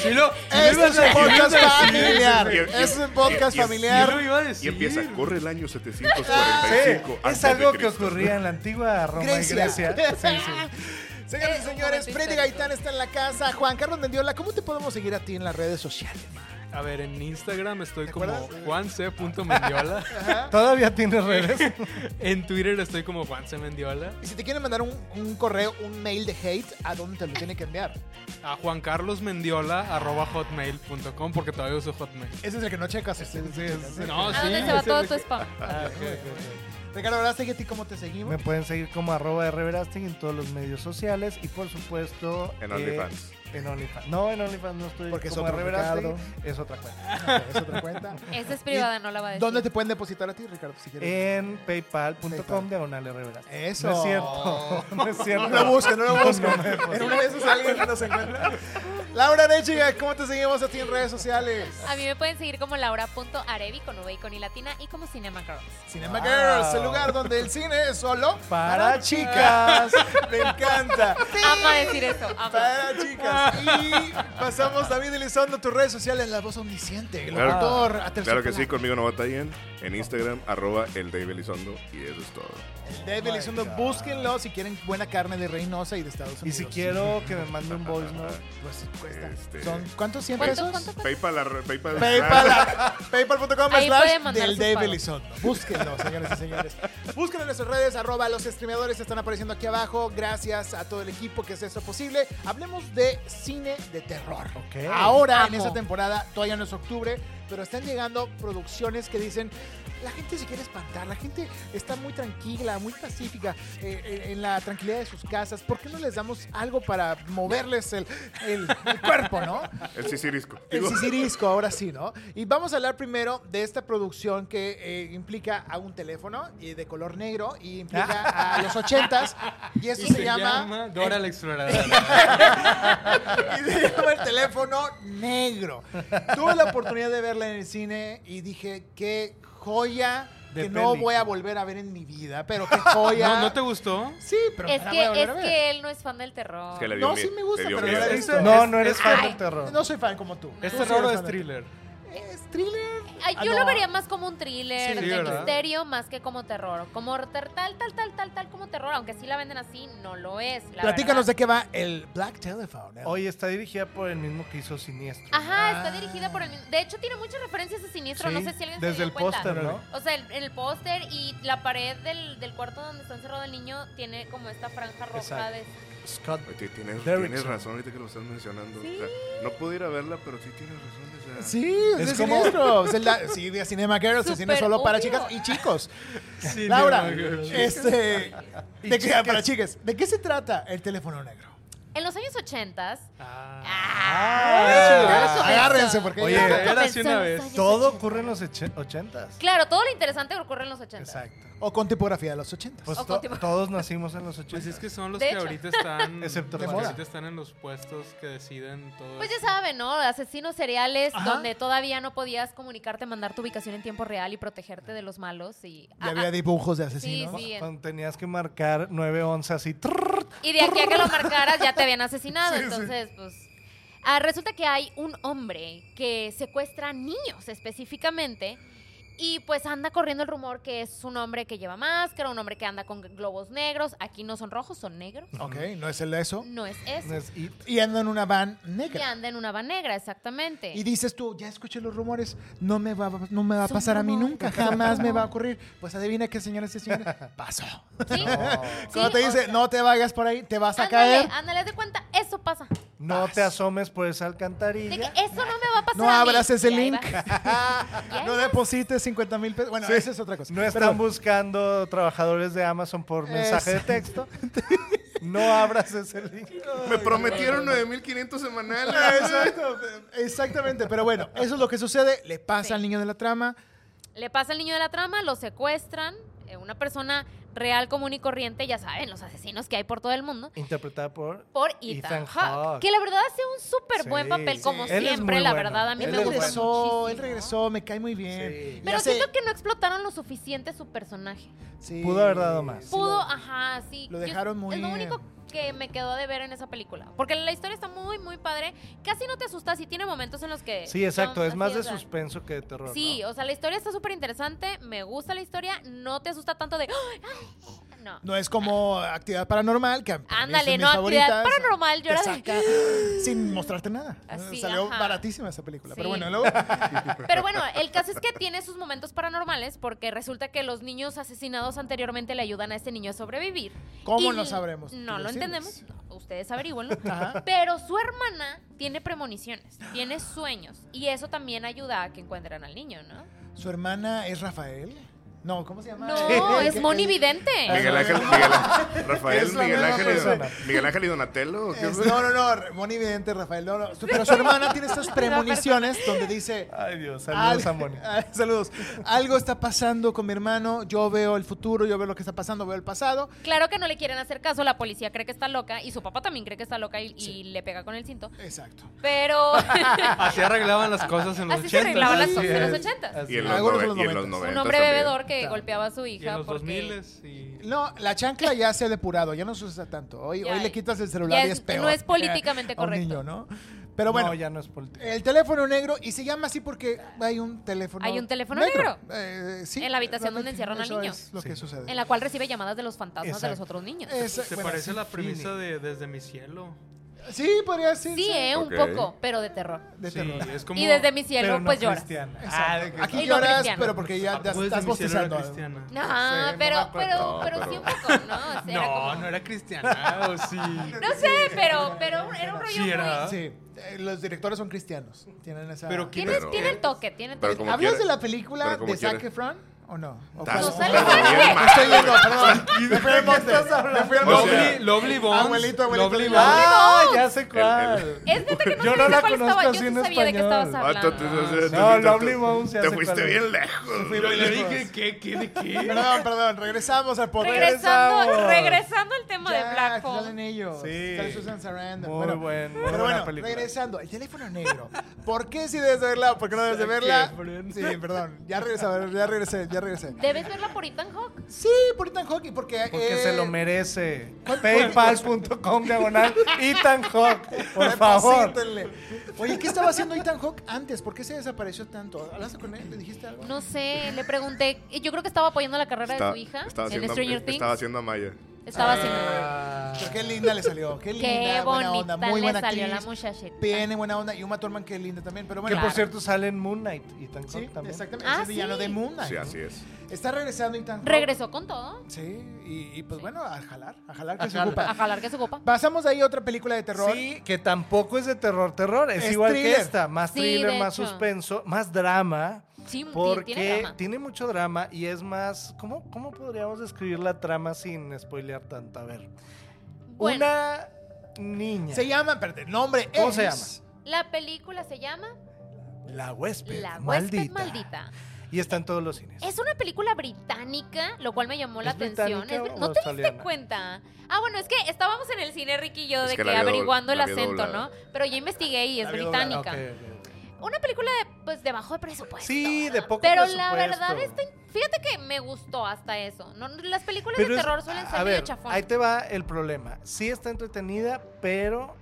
[SPEAKER 6] Si lo- si
[SPEAKER 4] Este
[SPEAKER 6] lo
[SPEAKER 4] es
[SPEAKER 6] ibas a
[SPEAKER 4] un podcast
[SPEAKER 6] decir,
[SPEAKER 4] familiar.
[SPEAKER 8] Y- y-
[SPEAKER 4] Este es un
[SPEAKER 8] y-
[SPEAKER 4] podcast
[SPEAKER 8] y-
[SPEAKER 4] familiar.
[SPEAKER 8] y- Y empieza, corre el año 745.
[SPEAKER 7] Sí,
[SPEAKER 8] antes
[SPEAKER 7] Eh, es
[SPEAKER 8] de
[SPEAKER 7] algo que
[SPEAKER 8] Cristo.
[SPEAKER 7] ocurría en la antigua Roma
[SPEAKER 4] Grecia.
[SPEAKER 7] y Grecia. Sí, sí.
[SPEAKER 4] Señoras y señores,
[SPEAKER 5] momento
[SPEAKER 4] Freddy
[SPEAKER 5] histórico.
[SPEAKER 4] Gaitán está en la casa. Juan Carlos Mendiola, ¿cómo te podemos seguir a ti en las redes sociales?
[SPEAKER 6] A ver, en Instagram estoy como
[SPEAKER 4] acuerdas?
[SPEAKER 6] juanc.mendiola.
[SPEAKER 7] Todavía tienes redes.
[SPEAKER 6] en Twitter estoy como juancemendiola.
[SPEAKER 4] Y si te quieren mandar un, un correo, un mail de hate, ¿a dónde te lo tienen que enviar?
[SPEAKER 6] A juancarlosmendiola.hotmail.com porque todavía uso Hotmail.
[SPEAKER 4] Ese es el que no checas. este es el que checas.
[SPEAKER 6] No,
[SPEAKER 5] ¿A
[SPEAKER 6] sí.
[SPEAKER 5] dónde se va
[SPEAKER 6] ese-
[SPEAKER 5] todo tu spam?
[SPEAKER 4] Ricardo Verástegui, ¿a ti cómo te
[SPEAKER 7] Me
[SPEAKER 4] seguimos?
[SPEAKER 7] pueden seguir como arroba rverasting en todos los medios sociales y por supuesto
[SPEAKER 8] En
[SPEAKER 7] eh,
[SPEAKER 8] OnlyFans.
[SPEAKER 7] en OnlyFans. No, en OnlyFans no estoy
[SPEAKER 4] Porque es
[SPEAKER 7] como
[SPEAKER 4] otro
[SPEAKER 7] Rverastegui,
[SPEAKER 4] Ricardo.
[SPEAKER 7] es otra cuenta.
[SPEAKER 4] Ok, es otra cuenta.
[SPEAKER 5] Esa es privada, no la va a decir.
[SPEAKER 4] ¿Dónde te pueden depositar a ti, Ricardo? Si quieres.
[SPEAKER 7] En
[SPEAKER 4] Paypal.
[SPEAKER 7] paypal.com diagonal rverastegui.
[SPEAKER 4] Eso.
[SPEAKER 7] Eh, No es cierto. No es cierto.
[SPEAKER 4] No lo busques, no lo busques.
[SPEAKER 7] No, no me
[SPEAKER 4] en
[SPEAKER 7] deposito.
[SPEAKER 4] una de esas alguien nos encuentra. Laura Nechiga, ¿cómo te seguimos a ti en redes sociales?
[SPEAKER 5] A mí me pueden seguir como laura.arevi con V y con I latina y como Cinema Girls.
[SPEAKER 4] Cinema
[SPEAKER 7] Wow.
[SPEAKER 4] Girls, el lugar donde el cine es solo
[SPEAKER 7] Para chicas.
[SPEAKER 4] Me encanta.
[SPEAKER 5] Ama decir eso, ama.
[SPEAKER 4] Para chicas. Y pasamos David Elizondo, tus redes sociales, la voz omnisciente, el
[SPEAKER 8] Claro.
[SPEAKER 4] locutor, a
[SPEAKER 8] Claro que sí, conmigo no batallen. En Instagram, arroba el Dave Elizondo. Y eso es todo.
[SPEAKER 4] David Elizondo, búsquenlo si quieren buena carne de Reynosa y de Estados
[SPEAKER 7] Y
[SPEAKER 4] Unidos.
[SPEAKER 7] si quiero que me mande un voice note.
[SPEAKER 4] Pues cuesta.
[SPEAKER 8] Este-
[SPEAKER 4] ¿Son cuántos? ¿100
[SPEAKER 5] ¿Cuánto,
[SPEAKER 4] pesos?
[SPEAKER 5] cuánto, cuánto?
[SPEAKER 8] PayPal, arro- PayPal.
[SPEAKER 4] Paypal, paypal.com
[SPEAKER 5] Ahí pueden
[SPEAKER 4] slash
[SPEAKER 5] mandar
[SPEAKER 4] del
[SPEAKER 5] sus
[SPEAKER 4] Dave
[SPEAKER 5] pagos.
[SPEAKER 4] Elizondo. Búsquenlo, señores y señores. Búsquenlo en nuestras redes, arroba los streameadores, están apareciendo aquí abajo. Gracias a todo el equipo que hace esto posible. Hablemos de cine de terror.
[SPEAKER 7] Ok.
[SPEAKER 4] Ahora, en
[SPEAKER 5] Amo.
[SPEAKER 4] esta temporada, todavía no es octubre, pero están llegando producciones que dicen, la gente se quiere espantar, la gente está muy tranquila, muy pacífica, eh, eh, en la tranquilidad de sus casas. ¿Por qué no les damos algo para moverles el, el- el cuerpo, no?
[SPEAKER 8] ah, El Sisirisco.
[SPEAKER 4] El
[SPEAKER 8] Digo,
[SPEAKER 4] Sisirisco, ahora sí, ¿no? Y vamos a hablar primero de esta producción que eh, implica a un teléfono y de color negro y implica a los ochentas y eso
[SPEAKER 6] Y
[SPEAKER 4] se, llama...
[SPEAKER 6] Dora la Exploradora.
[SPEAKER 4] y se llama el teléfono negro. Tuve la oportunidad de verla en el cine y dije, qué joya
[SPEAKER 7] De
[SPEAKER 4] que no
[SPEAKER 7] película.
[SPEAKER 4] voy a volver a ver en mi vida, pero qué joya.
[SPEAKER 6] ¿No, ¿No te gustó?
[SPEAKER 4] Sí, pero
[SPEAKER 5] Es
[SPEAKER 4] no la voy a
[SPEAKER 5] que,
[SPEAKER 4] volver
[SPEAKER 5] es
[SPEAKER 4] a ver.
[SPEAKER 5] que él no es fan del terror.
[SPEAKER 8] que le dio
[SPEAKER 4] No,
[SPEAKER 8] mie-
[SPEAKER 4] sí me gusta,
[SPEAKER 8] le dio
[SPEAKER 4] pero no
[SPEAKER 8] miedo.
[SPEAKER 4] la he visto.
[SPEAKER 7] No, no eres fan
[SPEAKER 5] Ay.
[SPEAKER 7] del terror.
[SPEAKER 4] No soy fan como tú.
[SPEAKER 6] ¿Es
[SPEAKER 4] Tú sí
[SPEAKER 6] terror o
[SPEAKER 4] eres
[SPEAKER 6] Este es
[SPEAKER 4] fan de-
[SPEAKER 6] thriller?
[SPEAKER 4] Es thriller.
[SPEAKER 5] Ay,
[SPEAKER 4] Ah,
[SPEAKER 5] yo
[SPEAKER 4] no.
[SPEAKER 5] lo vería más como un thriller
[SPEAKER 6] Sí,
[SPEAKER 5] de
[SPEAKER 6] ¿verdad?
[SPEAKER 5] misterio más que como terror. Como ter- tal, tal, tal, tal, tal como terror, aunque sí la venden así, no lo es. La
[SPEAKER 4] Platícanos
[SPEAKER 5] verdad.
[SPEAKER 4] de qué va el Black Telephone. ¿eh?
[SPEAKER 7] Hoy está dirigida por el mismo que hizo Siniestro.
[SPEAKER 5] Ajá, está dirigida por el mismo- De hecho, tiene muchas referencias a Siniestro. No
[SPEAKER 7] Sí,
[SPEAKER 5] sé si alguien se
[SPEAKER 7] Desde
[SPEAKER 5] dio
[SPEAKER 7] el
[SPEAKER 5] cuenta.
[SPEAKER 7] póster, ¿no?
[SPEAKER 5] O sea, el, el póster y la pared del, del cuarto donde está encerrado el niño tiene como esta franja roja
[SPEAKER 7] Exacto.
[SPEAKER 5] de...
[SPEAKER 7] Scott.
[SPEAKER 8] Oye, Tienes,
[SPEAKER 7] Derrickson.
[SPEAKER 8] tienes razón ahorita que lo estás mencionando. O sea, no pude ir a verla, pero sí tienes razón. o sea,
[SPEAKER 4] Sí, es,
[SPEAKER 7] Es
[SPEAKER 4] de
[SPEAKER 7] como-
[SPEAKER 4] siniestro. Es el da- sí, de Cinema Girls, el cine
[SPEAKER 5] Súper
[SPEAKER 4] solo para
[SPEAKER 5] obvio.
[SPEAKER 4] chicas y chicos.
[SPEAKER 6] Sí,
[SPEAKER 4] Laura,
[SPEAKER 6] no, no, no.
[SPEAKER 4] este, de qué, para chicas, ¿de qué se trata el teléfono negro?
[SPEAKER 5] En los años 80 Ah,
[SPEAKER 4] Ah, Agárrense porque
[SPEAKER 7] Oye,
[SPEAKER 4] ya-
[SPEAKER 6] era así una vez.
[SPEAKER 7] Todo ocurre en los oche- ochentas.
[SPEAKER 5] Claro, todo lo interesante ocurre en los 80
[SPEAKER 7] Exacto.
[SPEAKER 4] o con tipografía de los 80.
[SPEAKER 7] Pues
[SPEAKER 5] O
[SPEAKER 7] to-
[SPEAKER 5] continúa.
[SPEAKER 7] todos nacimos en los
[SPEAKER 6] Pues
[SPEAKER 7] ochentas.
[SPEAKER 6] es que son los
[SPEAKER 5] De
[SPEAKER 6] que
[SPEAKER 5] hecho.
[SPEAKER 6] ahorita están.
[SPEAKER 7] Excepto
[SPEAKER 6] los
[SPEAKER 4] de
[SPEAKER 6] que
[SPEAKER 4] moda.
[SPEAKER 6] ahorita están en los puestos que deciden todo.
[SPEAKER 5] Pues ya
[SPEAKER 6] eso.
[SPEAKER 5] saben, ¿no? Asesinos seriales
[SPEAKER 4] Ajá.
[SPEAKER 5] donde todavía no podías comunicarte, mandar tu ubicación en tiempo real y protegerte de los malos. Y,
[SPEAKER 4] Ya
[SPEAKER 5] Ah,
[SPEAKER 4] había
[SPEAKER 5] ah,
[SPEAKER 4] dibujos de
[SPEAKER 5] sí,
[SPEAKER 4] asesinos.
[SPEAKER 5] sí. en-
[SPEAKER 7] Cuando tenías que marcar 911 así. trrr,
[SPEAKER 5] Y de aquí a que lo marcaras ya te habían asesinado. entonces, pues. ah, resulta que hay un hombre que secuestra niños específicamente. Y pues anda corriendo el rumor que es un hombre que lleva máscara, un hombre que anda con globos negros. Aquí no son rojos, son negros.
[SPEAKER 4] Ok, no es el de eso.
[SPEAKER 5] No es eso.
[SPEAKER 7] no es it.
[SPEAKER 4] Y anda en una van
[SPEAKER 5] Y
[SPEAKER 4] negra.
[SPEAKER 5] anda en una van negra, exactamente.
[SPEAKER 4] Y dices tú, ya escuché los rumores, no me va, no me va a
[SPEAKER 5] Son
[SPEAKER 4] pasar a mí
[SPEAKER 5] rumores.
[SPEAKER 4] nunca, jamás me va a ocurrir. Pues adivina qué, señores y señores, pasó.
[SPEAKER 5] ¿Sí?
[SPEAKER 4] Cuando
[SPEAKER 5] Sí,
[SPEAKER 4] te
[SPEAKER 5] o
[SPEAKER 4] dice,
[SPEAKER 5] sea,
[SPEAKER 4] no te vayas por ahí, te vas a
[SPEAKER 5] Ándale,
[SPEAKER 4] caer.
[SPEAKER 5] ándale, haz de cuenta, eso pasa.
[SPEAKER 7] No te asomes por esa
[SPEAKER 5] De que
[SPEAKER 7] alcantarilla.
[SPEAKER 5] eso no me va a pasar.
[SPEAKER 4] No
[SPEAKER 5] a mí.
[SPEAKER 4] abras ese
[SPEAKER 5] Y ahí
[SPEAKER 4] link.
[SPEAKER 5] va. Y ahí
[SPEAKER 4] no
[SPEAKER 5] va.
[SPEAKER 4] deposites 50 mil pesos. Bueno, esa es otra cosa.
[SPEAKER 7] No
[SPEAKER 4] Pero-
[SPEAKER 7] están buscando trabajadores de Amazon por mensaje de texto. No abras ese link.
[SPEAKER 8] me prometieron 9500 semanales.
[SPEAKER 4] Exacto, exactamente, pero bueno, eso es lo que sucede, le pasa
[SPEAKER 5] Sí.
[SPEAKER 4] al niño de la trama.
[SPEAKER 5] Le pasa al niño de la trama, lo secuestran. eh, Una persona real, común y corriente, ya saben, los asesinos que hay por todo el mundo.
[SPEAKER 7] Interpretada por...
[SPEAKER 5] Por Ethan,
[SPEAKER 7] Ethan
[SPEAKER 5] Hawke,
[SPEAKER 7] Hawke.
[SPEAKER 5] que la verdad hace un súper buen
[SPEAKER 7] Sí,
[SPEAKER 5] papel,
[SPEAKER 7] sí.
[SPEAKER 5] como
[SPEAKER 7] Él es
[SPEAKER 5] siempre,
[SPEAKER 7] muy
[SPEAKER 5] la
[SPEAKER 7] bueno.
[SPEAKER 5] verdad, a mí
[SPEAKER 4] Él
[SPEAKER 5] me gusta
[SPEAKER 4] regresó,
[SPEAKER 5] muchísimo.
[SPEAKER 4] él regresó, me cae muy bien. Y
[SPEAKER 5] Pero
[SPEAKER 4] hace-
[SPEAKER 5] siento que no explotaron lo suficiente su personaje.
[SPEAKER 4] sí,
[SPEAKER 7] Pudo haber dado más.
[SPEAKER 4] sí lo-
[SPEAKER 5] Pudo, ajá, sí.
[SPEAKER 4] lo
[SPEAKER 5] Yo-
[SPEAKER 4] dejaron muy-
[SPEAKER 5] Es lo único que me quedó de ver en esa película. Porque la historia está muy, muy padre. Casi no te asustas y tiene momentos en los que.
[SPEAKER 7] Sí, exacto.
[SPEAKER 5] son
[SPEAKER 7] Es más
[SPEAKER 5] así, o
[SPEAKER 7] de
[SPEAKER 5] sea,
[SPEAKER 7] suspenso que de terror.
[SPEAKER 5] Sí,
[SPEAKER 7] ¿no?
[SPEAKER 5] o sea, la historia está súper interesante. Me gusta la historia. No te asusta tanto de. ¡Ah! No.
[SPEAKER 4] No es como actividad paranormal, que para mí
[SPEAKER 5] Ándale,
[SPEAKER 4] son mis
[SPEAKER 5] no, actividad
[SPEAKER 4] favoritas.
[SPEAKER 5] paranormal. Yo
[SPEAKER 4] Te
[SPEAKER 5] era de- ¡Ah!
[SPEAKER 4] saca sin mostrarte nada.
[SPEAKER 5] Así,
[SPEAKER 4] Salió
[SPEAKER 5] ajá.
[SPEAKER 4] baratísima esa película. Pero
[SPEAKER 5] Sí.
[SPEAKER 4] bueno, luego.
[SPEAKER 5] "Ah". Pero bueno, el caso es que tiene sus momentos paranormales porque resulta que los niños asesinados anteriormente le ayudan a este niño a sobrevivir.
[SPEAKER 4] ¿Cómo
[SPEAKER 5] Y
[SPEAKER 4] lo sabremos?
[SPEAKER 5] No
[SPEAKER 4] Tú
[SPEAKER 5] lo
[SPEAKER 4] decides.
[SPEAKER 5] entendemos. Ustedes averígüenlo.
[SPEAKER 4] Ajá.
[SPEAKER 5] Pero su hermana tiene premoniciones, tiene sueños. Y eso también ayuda a que encuentren al niño, ¿no?
[SPEAKER 4] ¿Su hermana es Rafael? No, ¿cómo se llama?
[SPEAKER 5] No,
[SPEAKER 4] El
[SPEAKER 5] es
[SPEAKER 4] que-
[SPEAKER 5] Moni
[SPEAKER 4] el-
[SPEAKER 5] Vidente.
[SPEAKER 8] Miguel Ángel, Miguel Ángel-
[SPEAKER 4] Es
[SPEAKER 8] Rafael,
[SPEAKER 4] la
[SPEAKER 8] Miguel
[SPEAKER 4] misma
[SPEAKER 8] Ángel, y Don-
[SPEAKER 4] persona.
[SPEAKER 8] Miguel Ángel y Donatello. ¿qué
[SPEAKER 4] es-
[SPEAKER 8] fue?
[SPEAKER 4] no, no, no, Moni Vidente, Rafael. No, no. Su- Pero su hermana tiene estas premoniciones donde dice.
[SPEAKER 7] Ay, Dios. Saludos
[SPEAKER 4] Al-
[SPEAKER 7] a Moni.
[SPEAKER 4] Ah, Saludos. Algo está pasando con mi hermano. Yo veo el futuro, yo veo lo que está pasando, veo el pasado.
[SPEAKER 5] Claro que no le quieren hacer caso, la policía cree que está loca y su papá también cree que está loca y, y le pega con el cinto.
[SPEAKER 4] Exacto.
[SPEAKER 5] Pero
[SPEAKER 7] Ah,
[SPEAKER 6] Así arreglaban las cosas en los
[SPEAKER 5] así se
[SPEAKER 6] 80.
[SPEAKER 5] arreglaban las
[SPEAKER 7] Así
[SPEAKER 5] cosas en los
[SPEAKER 7] es.
[SPEAKER 5] 80.
[SPEAKER 8] Y en los,
[SPEAKER 4] Algunos
[SPEAKER 8] nove-
[SPEAKER 4] en los
[SPEAKER 8] y en los
[SPEAKER 4] 90s.
[SPEAKER 8] noventas
[SPEAKER 5] Un hombre
[SPEAKER 8] también.
[SPEAKER 5] bebedor que golpeaba a su
[SPEAKER 6] Y en
[SPEAKER 5] hija.
[SPEAKER 6] los
[SPEAKER 5] porque
[SPEAKER 6] 2000 y...
[SPEAKER 4] No, la chancla ya se ha depurado, ya no se usa tanto. Hoy,
[SPEAKER 5] Ya,
[SPEAKER 4] hoy le
[SPEAKER 5] y-
[SPEAKER 4] quitas el celular
[SPEAKER 5] ya
[SPEAKER 4] y es
[SPEAKER 5] es-
[SPEAKER 4] peor.
[SPEAKER 5] no es políticamente
[SPEAKER 4] a un
[SPEAKER 5] correcto.
[SPEAKER 4] niño, ¿no? Pero bueno,
[SPEAKER 7] No, ya no es político.
[SPEAKER 4] el teléfono negro, y se llama así porque hay un teléfono
[SPEAKER 5] Hay un teléfono negro.
[SPEAKER 4] Eh, sí,
[SPEAKER 5] En la habitación
[SPEAKER 4] realmente
[SPEAKER 5] donde encierran al
[SPEAKER 4] eso
[SPEAKER 5] niño.
[SPEAKER 4] es lo que sucede.
[SPEAKER 5] en la cual recibe llamadas de los fantasmas de los
[SPEAKER 7] Exacto.
[SPEAKER 5] otros niños.
[SPEAKER 4] Es-
[SPEAKER 6] Se
[SPEAKER 4] bueno,
[SPEAKER 6] parece a
[SPEAKER 4] sí.
[SPEAKER 6] la premisa de Desde mi cielo.
[SPEAKER 4] Sí, podría ser.
[SPEAKER 5] Sí, eh, un
[SPEAKER 8] Ok.
[SPEAKER 5] poco, pero de terror.
[SPEAKER 4] De
[SPEAKER 6] Sí,
[SPEAKER 4] terror.
[SPEAKER 6] es como... Ah,
[SPEAKER 5] Y desde mi cielo,
[SPEAKER 7] Pero no
[SPEAKER 5] pues lloras.
[SPEAKER 7] cristiana.
[SPEAKER 4] Exacto. Aquí
[SPEAKER 5] Y no
[SPEAKER 4] lloras,
[SPEAKER 5] cristiano.
[SPEAKER 4] pero porque ya
[SPEAKER 6] ¿A
[SPEAKER 4] ya
[SPEAKER 6] poco Desde
[SPEAKER 4] estás
[SPEAKER 6] mi cielo era
[SPEAKER 4] bostezando.
[SPEAKER 6] cristiana?
[SPEAKER 5] No,
[SPEAKER 7] sé, no
[SPEAKER 5] pero,
[SPEAKER 7] me
[SPEAKER 5] pero,
[SPEAKER 7] acuerdo.
[SPEAKER 5] pero
[SPEAKER 8] No,
[SPEAKER 5] sí
[SPEAKER 8] pero-
[SPEAKER 5] un poco, ¿no? O sea, era
[SPEAKER 6] No,
[SPEAKER 5] como-
[SPEAKER 6] no era cristiana, o sí.
[SPEAKER 5] No sé, pero, pero era un rollo
[SPEAKER 6] Sí, era.
[SPEAKER 5] muy...
[SPEAKER 4] Sí, eh, los directores son cristianos. Tienen esa.
[SPEAKER 6] Pero
[SPEAKER 5] Tiene,
[SPEAKER 8] Pero-
[SPEAKER 5] tiene el toque, tiene el
[SPEAKER 8] pero
[SPEAKER 5] toque.
[SPEAKER 8] como
[SPEAKER 4] ¿Hablas de
[SPEAKER 8] quiera.
[SPEAKER 4] la película
[SPEAKER 8] Pero como
[SPEAKER 4] de Zac
[SPEAKER 8] quiera.
[SPEAKER 4] Efron o no? ¿O
[SPEAKER 8] Estás-
[SPEAKER 5] No
[SPEAKER 4] cuál?
[SPEAKER 5] sale
[SPEAKER 8] estás
[SPEAKER 5] sangre.
[SPEAKER 8] bien mal.
[SPEAKER 4] Estoy yendo, perdón. Me fui al monte. Me fui al
[SPEAKER 8] O
[SPEAKER 4] monte.
[SPEAKER 8] sea,
[SPEAKER 6] Lovely, Lovely Bones.
[SPEAKER 4] Abuelito, abuelito,
[SPEAKER 6] Lovely
[SPEAKER 4] abuelito.
[SPEAKER 6] Bones.
[SPEAKER 7] Ah, ya sé
[SPEAKER 8] cuál.
[SPEAKER 7] cuál.
[SPEAKER 5] Es neta que no
[SPEAKER 7] Yo
[SPEAKER 5] sabía
[SPEAKER 7] no la
[SPEAKER 5] cuál estaba,
[SPEAKER 7] conozco
[SPEAKER 5] yo
[SPEAKER 7] así
[SPEAKER 5] sí
[SPEAKER 7] en
[SPEAKER 5] sabía de qué estabas
[SPEAKER 7] español.
[SPEAKER 8] Ah, tú- tú-
[SPEAKER 5] hablando.
[SPEAKER 8] tú-
[SPEAKER 7] No,
[SPEAKER 8] tú- tú-
[SPEAKER 7] Lovely Bones, ya
[SPEAKER 8] Te
[SPEAKER 7] sé
[SPEAKER 8] fuiste
[SPEAKER 7] cuál es.
[SPEAKER 8] bien lejos.
[SPEAKER 6] Yo le dije, ¿qué, qué, de qué?
[SPEAKER 4] Perdón, perdón. Regresamos al podcast.
[SPEAKER 5] Regresando,
[SPEAKER 7] regresamos.
[SPEAKER 5] regresando al tema de
[SPEAKER 4] Ya,
[SPEAKER 5] Black
[SPEAKER 4] Salen
[SPEAKER 5] Phone.
[SPEAKER 4] ellos.
[SPEAKER 7] Sí.
[SPEAKER 4] Sale Susan Sarandon.
[SPEAKER 7] Muy
[SPEAKER 4] bueno,
[SPEAKER 7] buen- muy
[SPEAKER 4] pero
[SPEAKER 7] buena
[SPEAKER 4] bueno,
[SPEAKER 7] película.
[SPEAKER 4] regresando. El teléfono negro. ¿Por qué si debes de verla? ¿Por qué no debes de verla?
[SPEAKER 6] Efron.
[SPEAKER 4] Sí, perdón. Ya regresé, ya regresé, ya regresé.
[SPEAKER 5] Debes verla por Ethan Hawke.
[SPEAKER 4] Sí, por Ethan Hawke y porque...
[SPEAKER 7] Porque
[SPEAKER 4] eh,
[SPEAKER 7] se lo merece.
[SPEAKER 4] ¿Cuál-
[SPEAKER 7] Paypal.com diagonal Ethan Hawke. Por favor.
[SPEAKER 4] Deposítenle. Oye, ¿qué estaba haciendo Ethan Hawke antes? ¿Por qué se desapareció tanto? ¿Hablaste con él? ¿Le dijiste algo?
[SPEAKER 5] No sé, le pregunté. y Yo creo que estaba apoyando la carrera
[SPEAKER 8] Estaba-
[SPEAKER 5] de su hija.
[SPEAKER 8] estaba
[SPEAKER 5] el de
[SPEAKER 8] haciendo-
[SPEAKER 5] Stranger Things.
[SPEAKER 8] Estaba haciendo a Maya.
[SPEAKER 5] Estaba haciendo.
[SPEAKER 7] Ah,
[SPEAKER 4] Pero qué linda le salió. Qué linda,
[SPEAKER 5] Qué
[SPEAKER 4] buena
[SPEAKER 5] bonita
[SPEAKER 4] onda. Muy buena
[SPEAKER 5] le salió la
[SPEAKER 4] actriz.
[SPEAKER 5] muchachita.
[SPEAKER 4] Tiene buena onda. Y Uma Thurman, qué linda también. Pero
[SPEAKER 7] Que
[SPEAKER 4] bueno,
[SPEAKER 5] Claro.
[SPEAKER 7] por cierto sale en Moon Knight. Ethan Hawke
[SPEAKER 4] Sí,
[SPEAKER 7] también.
[SPEAKER 4] exactamente.
[SPEAKER 5] Ah,
[SPEAKER 4] es el villano
[SPEAKER 5] sí.
[SPEAKER 4] de Moon Knight.
[SPEAKER 8] Sí, así es.
[SPEAKER 4] Está regresando Ethan Hawke.
[SPEAKER 5] Regresó con todo.
[SPEAKER 4] Sí, y, y, pues bueno, a jalar, a jalar que se
[SPEAKER 7] jalar.
[SPEAKER 4] ocupa.
[SPEAKER 5] A jalar que su copa.
[SPEAKER 4] Pasamos de ahí a otra película de terror.
[SPEAKER 7] Sí, que tampoco es de terror, terror. Es,
[SPEAKER 4] Es
[SPEAKER 7] igual
[SPEAKER 4] thriller.
[SPEAKER 7] que esta. Más
[SPEAKER 5] Sí,
[SPEAKER 7] thriller,
[SPEAKER 5] de
[SPEAKER 7] más
[SPEAKER 5] hecho.
[SPEAKER 7] suspenso, más drama.
[SPEAKER 5] Sí, ti-
[SPEAKER 7] Porque
[SPEAKER 5] tiene drama.
[SPEAKER 7] mucho drama y es más. ¿Cómo, cómo podríamos describir la trama sin spoilear tanto? A ver.
[SPEAKER 5] Bueno,
[SPEAKER 7] Una niña.
[SPEAKER 4] Se llama, espérate, el nombre
[SPEAKER 7] ¿Cómo
[SPEAKER 4] es-
[SPEAKER 7] se llama?
[SPEAKER 5] la película se llama
[SPEAKER 7] La huésped.
[SPEAKER 5] La huésped
[SPEAKER 7] maldita.
[SPEAKER 5] maldita.
[SPEAKER 7] Y está en todos los cines.
[SPEAKER 5] Es una película británica, lo cual me llamó la
[SPEAKER 7] ¿Es
[SPEAKER 5] atención.
[SPEAKER 7] británica
[SPEAKER 5] Es-
[SPEAKER 7] o
[SPEAKER 5] ¿No te diste
[SPEAKER 7] australiana?
[SPEAKER 5] cuenta? Ah, bueno, es que estábamos en el cine, Ricky y yo,
[SPEAKER 8] Es
[SPEAKER 5] de que,
[SPEAKER 8] que la vi dobla-
[SPEAKER 5] averiguando el
[SPEAKER 8] la vi
[SPEAKER 5] acento,
[SPEAKER 8] doblada.
[SPEAKER 5] ¿no? Pero yo investigué y es
[SPEAKER 7] La vi doblada.
[SPEAKER 5] británica.
[SPEAKER 7] Ok, ok, ok.
[SPEAKER 5] Una película de, pues, de bajo presupuesto.
[SPEAKER 7] Sí, de
[SPEAKER 5] ¿no?
[SPEAKER 7] poco
[SPEAKER 5] Pero la
[SPEAKER 7] presupuesto.
[SPEAKER 5] verdad, está, fíjate que me gustó hasta eso. ¿no? Las películas
[SPEAKER 7] Pero
[SPEAKER 5] de
[SPEAKER 7] es-
[SPEAKER 5] terror suelen
[SPEAKER 7] a
[SPEAKER 5] ser medio
[SPEAKER 7] ver,
[SPEAKER 5] chafón.
[SPEAKER 7] ahí te va el problema. Sí está entretenida, pero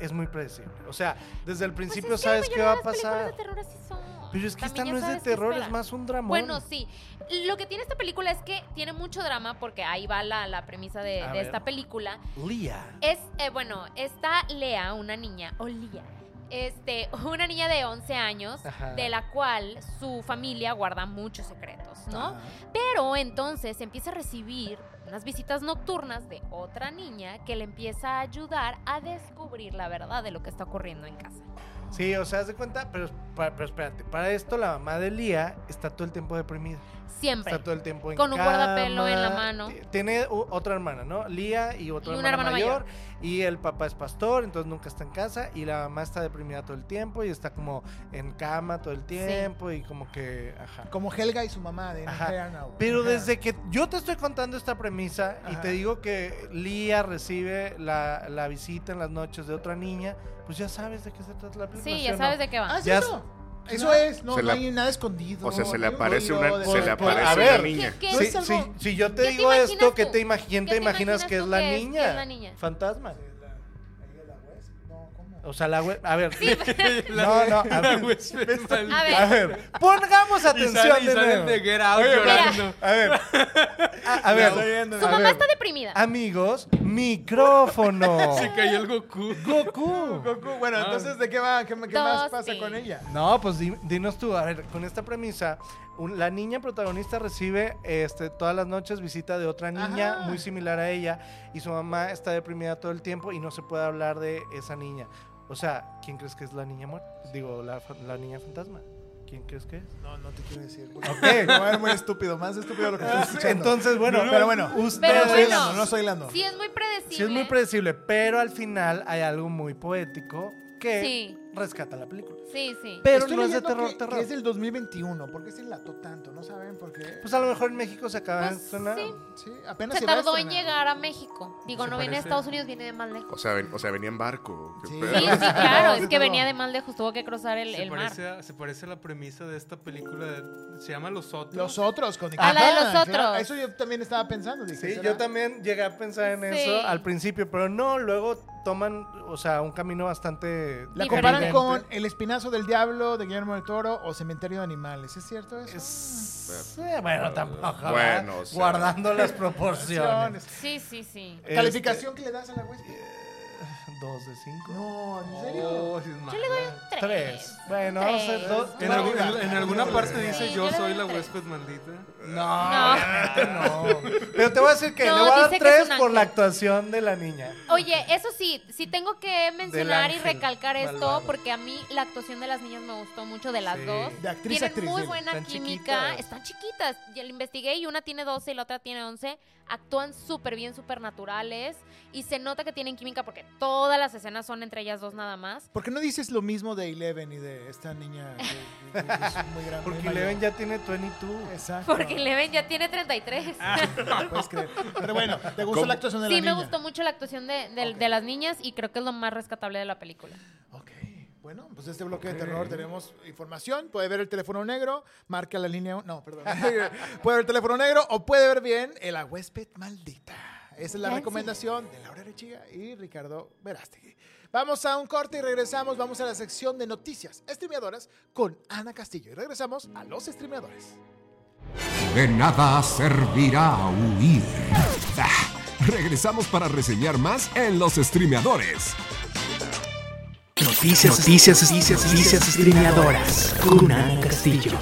[SPEAKER 7] es muy predecible. O sea, desde el
[SPEAKER 5] Pues es
[SPEAKER 7] principio
[SPEAKER 5] que la
[SPEAKER 7] sabes qué
[SPEAKER 5] mayoría
[SPEAKER 7] va
[SPEAKER 5] de
[SPEAKER 7] a
[SPEAKER 5] las películas
[SPEAKER 7] pasar.
[SPEAKER 5] de terror así son.
[SPEAKER 7] Pero es que esta
[SPEAKER 5] También
[SPEAKER 7] no
[SPEAKER 5] ya
[SPEAKER 7] es de
[SPEAKER 5] sabes qué
[SPEAKER 7] terror, es
[SPEAKER 5] esperar.
[SPEAKER 7] más un dramón.
[SPEAKER 5] Bueno, sí. Lo que tiene esta película es que tiene mucho drama, porque ahí va la, la premisa de,
[SPEAKER 7] A
[SPEAKER 5] de
[SPEAKER 7] ver.
[SPEAKER 5] esta película.
[SPEAKER 7] Lía.
[SPEAKER 5] Es, eh, bueno, está Lea, una niña, o Lía, este, una niña de 11 años,
[SPEAKER 7] Ajá.
[SPEAKER 5] de la cual su familia guarda muchos secretos, ¿no?
[SPEAKER 7] Ah.
[SPEAKER 5] Pero entonces empieza a recibir unas visitas nocturnas de otra niña que le empieza a ayudar a descubrir la verdad de lo que está ocurriendo en casa.
[SPEAKER 7] Sí, o sea, haz de cuenta, pero, pa- pero espérate, para esto la mamá de Lía está todo el tiempo deprimida.
[SPEAKER 5] Siempre.
[SPEAKER 7] Está todo el tiempo en
[SPEAKER 5] Con un
[SPEAKER 7] cama,
[SPEAKER 5] guardapelo en la mano.
[SPEAKER 7] t- Tiene u- otra hermana, ¿no? Lía y otra
[SPEAKER 5] Y una hermana
[SPEAKER 7] hermana, mayor, Y el papá es pastor, entonces nunca está en casa. Y la mamá está deprimida todo el tiempo y está como en cama todo el tiempo y como que... Ajá.
[SPEAKER 4] Como Helga y su mamá de
[SPEAKER 7] Ajá.
[SPEAKER 4] Fair Now.
[SPEAKER 7] Pero
[SPEAKER 4] Ajá.
[SPEAKER 7] desde que yo te estoy contando esta premisa y
[SPEAKER 4] Ajá.
[SPEAKER 7] te digo que Lía recibe la, la visita en las noches de otra niña, pues ya sabes de qué se trata la película.
[SPEAKER 5] Sí, ya
[SPEAKER 7] o no?
[SPEAKER 5] sabes de qué va.
[SPEAKER 4] Ah, ¿es
[SPEAKER 7] Ya
[SPEAKER 4] eso?
[SPEAKER 7] s-
[SPEAKER 4] Eso
[SPEAKER 7] no.
[SPEAKER 4] es, no,
[SPEAKER 8] Se
[SPEAKER 4] no
[SPEAKER 8] la-
[SPEAKER 4] hay nada escondido.
[SPEAKER 8] O sea, se le
[SPEAKER 4] no hay
[SPEAKER 8] aparece
[SPEAKER 4] ruido de-
[SPEAKER 8] una-
[SPEAKER 4] Ah,
[SPEAKER 8] se le
[SPEAKER 4] por-
[SPEAKER 8] aparece
[SPEAKER 7] a
[SPEAKER 8] una
[SPEAKER 7] ver,
[SPEAKER 8] niña.
[SPEAKER 5] ¿Qué- qué-
[SPEAKER 4] ¿No
[SPEAKER 7] Sí,
[SPEAKER 4] es algo-
[SPEAKER 7] sí, si yo te
[SPEAKER 5] ¿Qué te
[SPEAKER 7] digo
[SPEAKER 5] imaginas
[SPEAKER 7] esto,
[SPEAKER 5] tú?
[SPEAKER 7] ¿qué te imag- ¿quién
[SPEAKER 5] ¿Qué
[SPEAKER 7] te
[SPEAKER 5] te
[SPEAKER 7] imaginas que es
[SPEAKER 5] imaginas
[SPEAKER 7] la
[SPEAKER 5] tú que es-
[SPEAKER 7] niña?
[SPEAKER 5] que es la niña?
[SPEAKER 7] Fantasma.
[SPEAKER 4] No, ¿cómo?
[SPEAKER 7] O sea, la güey. A ver.
[SPEAKER 6] La-
[SPEAKER 7] no, no, a
[SPEAKER 6] la
[SPEAKER 7] ver.
[SPEAKER 6] güey es mal-
[SPEAKER 5] pues, A ver.
[SPEAKER 7] A ver, pongamos
[SPEAKER 6] Y
[SPEAKER 7] atención
[SPEAKER 6] salen, y
[SPEAKER 7] de
[SPEAKER 6] salen
[SPEAKER 7] nuevo.
[SPEAKER 6] de Get Out llorando.
[SPEAKER 7] A ver. A, a ver.
[SPEAKER 5] Su
[SPEAKER 7] a
[SPEAKER 5] mamá
[SPEAKER 7] ver. Ah,
[SPEAKER 5] está deprimida.
[SPEAKER 7] Amigos, micrófono.
[SPEAKER 6] Se cayó el Goku.
[SPEAKER 7] Goku.
[SPEAKER 4] Goku, Bueno, entonces, ¿de qué va? ¿Qué, qué
[SPEAKER 5] Dos,
[SPEAKER 4] más pasa
[SPEAKER 5] sí.
[SPEAKER 4] con ella?
[SPEAKER 7] No, pues di- dinos tú, a ver, con esta premisa, un- la niña protagonista recibe este, todas las noches visita de otra niña
[SPEAKER 4] Ajá.
[SPEAKER 7] muy similar a ella y su mamá está deprimida todo el tiempo y no se puede hablar de esa niña. O sea, ¿quién crees que es la niña muerta? Digo, la, fa- la niña fantasma. ¿Quién crees que es?
[SPEAKER 4] No, no te quiero decir. Ok, no era muy estúpido, más estúpido lo que estoy escuchando.
[SPEAKER 7] Entonces, Ah, bueno,
[SPEAKER 4] pero bueno,
[SPEAKER 7] ustedes-
[SPEAKER 4] no soy
[SPEAKER 5] bueno.
[SPEAKER 4] Lando, no soy Lando.
[SPEAKER 5] Sí, es muy predecible.
[SPEAKER 7] Sí, es muy predecible, pero al final hay algo muy poético que
[SPEAKER 5] Sí.
[SPEAKER 7] rescata la película.
[SPEAKER 5] Sí, sí.
[SPEAKER 7] Pero
[SPEAKER 4] Estoy
[SPEAKER 7] no es de
[SPEAKER 4] leyendo
[SPEAKER 7] terror,
[SPEAKER 4] que-
[SPEAKER 7] terror.
[SPEAKER 4] que es del 2021, ¿por qué se enlató tanto? No saben por qué.
[SPEAKER 7] Pues a lo mejor en México se acaba de
[SPEAKER 5] Pues,
[SPEAKER 7] estrenar.
[SPEAKER 5] sí.
[SPEAKER 4] sí, apenas
[SPEAKER 5] Se
[SPEAKER 4] iba a
[SPEAKER 5] tardó en
[SPEAKER 4] estrenar.
[SPEAKER 5] llegar a México. Digo,
[SPEAKER 6] Se
[SPEAKER 5] no viene de
[SPEAKER 6] parece-
[SPEAKER 5] Estados Unidos, viene de más lejos.
[SPEAKER 8] O sea, ven- o sea, venía en barco. ¿Qué
[SPEAKER 4] Sí.
[SPEAKER 8] pedo?
[SPEAKER 5] Sí, sí, claro, es que
[SPEAKER 4] No.
[SPEAKER 5] venía de más lejos, tuvo que cruzar el,
[SPEAKER 6] se,
[SPEAKER 5] el mar.
[SPEAKER 6] parece a, se parece a la premisa de esta película. de- se llama Los Otros.
[SPEAKER 4] Los otros, con
[SPEAKER 5] Ah, la de los
[SPEAKER 4] claro,
[SPEAKER 5] otros.
[SPEAKER 4] Eso yo también estaba pensando. Dije,
[SPEAKER 7] Sí,
[SPEAKER 4] ¿será?
[SPEAKER 7] yo también llegué a pensar en
[SPEAKER 5] Sí.
[SPEAKER 7] eso al principio, pero no, luego toman, o sea, un camino bastante...
[SPEAKER 4] La
[SPEAKER 5] Diferente.
[SPEAKER 4] comparan con El Espinazo del Diablo de Guillermo del Toro o Cementerio de Animales. ¿Es cierto eso?
[SPEAKER 7] Es- eh, bueno, tampoco. ¿verdad?
[SPEAKER 8] Bueno, o sea.
[SPEAKER 7] Guardando las proporciones.
[SPEAKER 5] Sí, sí, sí.
[SPEAKER 7] Este, eh,
[SPEAKER 4] ¿Calificación que le das a la huésped?
[SPEAKER 7] Dos de cinco.
[SPEAKER 4] No, ¿en serio?
[SPEAKER 6] Oh, sí, es mala.
[SPEAKER 5] Tres.
[SPEAKER 7] Tres. Bueno, vamos a hacer
[SPEAKER 5] Tres.
[SPEAKER 7] dos.
[SPEAKER 6] En, algu- en- en alguna parte
[SPEAKER 5] Sí,
[SPEAKER 6] dice
[SPEAKER 5] yo
[SPEAKER 6] yo
[SPEAKER 5] le
[SPEAKER 6] soy
[SPEAKER 5] doy
[SPEAKER 6] la
[SPEAKER 5] tres.
[SPEAKER 6] huésped maldita.
[SPEAKER 7] No,
[SPEAKER 5] No.
[SPEAKER 7] obviamente no. Pero te voy a decir que
[SPEAKER 5] No,
[SPEAKER 7] le voy a dar
[SPEAKER 5] dice que es
[SPEAKER 7] tres
[SPEAKER 5] un
[SPEAKER 7] por la
[SPEAKER 5] ángel.
[SPEAKER 7] actuación de la niña.
[SPEAKER 5] Oye, eso sí, sí tengo que mencionar y
[SPEAKER 7] ángel
[SPEAKER 5] recalcar esto
[SPEAKER 7] malvado.
[SPEAKER 5] porque a mí la actuación de las niñas me gustó mucho de las
[SPEAKER 7] Sí.
[SPEAKER 5] dos.
[SPEAKER 4] De actriz a
[SPEAKER 5] Tienen
[SPEAKER 4] actriz.
[SPEAKER 5] muy
[SPEAKER 4] dile.
[SPEAKER 5] buena
[SPEAKER 7] Están
[SPEAKER 5] química,
[SPEAKER 7] chiquitas.
[SPEAKER 5] están chiquitas. Ya lo investigué y una tiene 12 y la otra tiene 11. Actúan súper bien, súper naturales y se nota que tienen química porque todas las escenas son entre ellas dos nada más.
[SPEAKER 4] ¿Por qué no dices lo mismo de Eleven y de esta niña que, que- que es muy grande?
[SPEAKER 7] Porque
[SPEAKER 4] muy
[SPEAKER 7] Leven
[SPEAKER 4] mayor?
[SPEAKER 7] ya tiene 22.
[SPEAKER 4] Exacto.
[SPEAKER 5] Porque Leven ya tiene 33.
[SPEAKER 7] Ah.
[SPEAKER 4] No puedes creer. Pero bueno, ¿te gustó
[SPEAKER 8] ¿Cómo?
[SPEAKER 4] la actuación de la
[SPEAKER 5] Sí,
[SPEAKER 4] niña?
[SPEAKER 5] me gustó mucho la actuación de, de- de las niñas y creo que es lo más rescatable de la película.
[SPEAKER 4] Ok. Bueno, pues este bloque de terror tenemos información. Puede ver el teléfono negro, marca la línea. No, perdón. puede ver el teléfono negro o puede ver bien el la huésped maldita. Esa es la
[SPEAKER 5] Nancy.
[SPEAKER 4] recomendación de Laura Rechiga y Ricardo Verástegui. Vamos a un corte y regresamos. Vamos a la sección de noticias streameadoras con Ana Castillo. Y regresamos a los streameadores.
[SPEAKER 3] De nada servirá huir. Ah, regresamos para reseñar más en los streameadores.
[SPEAKER 9] Noticias, noticias, noticias, noticias streameadoras. Con Ana Castillo.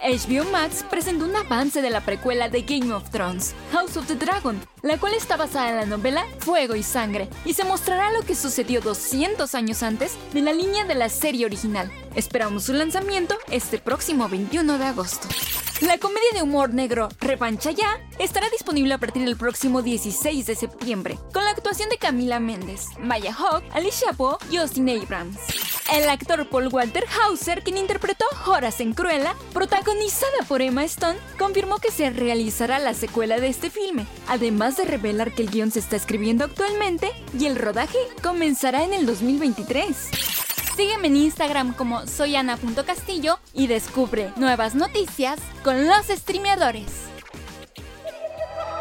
[SPEAKER 12] HBO Max presentó un avance de la precuela de Game of Thrones, House of the Dragon, la cual está basada en la novela Fuego y Sangre y se mostrará lo que sucedió 200 años antes de la línea de la serie original. Esperamos su lanzamiento este próximo 21 de agosto. La comedia de humor negro Revancha Ya estará disponible a partir del próximo 16 de septiembre, con la actuación de Camila Méndez, Maya Hawk, Alicia Bo y Austin Abrams. El actor Paul Walter Hauser, quien interpretó Horace en Cruella, protagonizada por Emma Stone, confirmó que se realizará la secuela de este filme, además de revelar que el guión se está escribiendo actualmente y el rodaje comenzará en el 2023. Sígueme en Instagram como soyana.castillo y descubre nuevas noticias con los streameadores.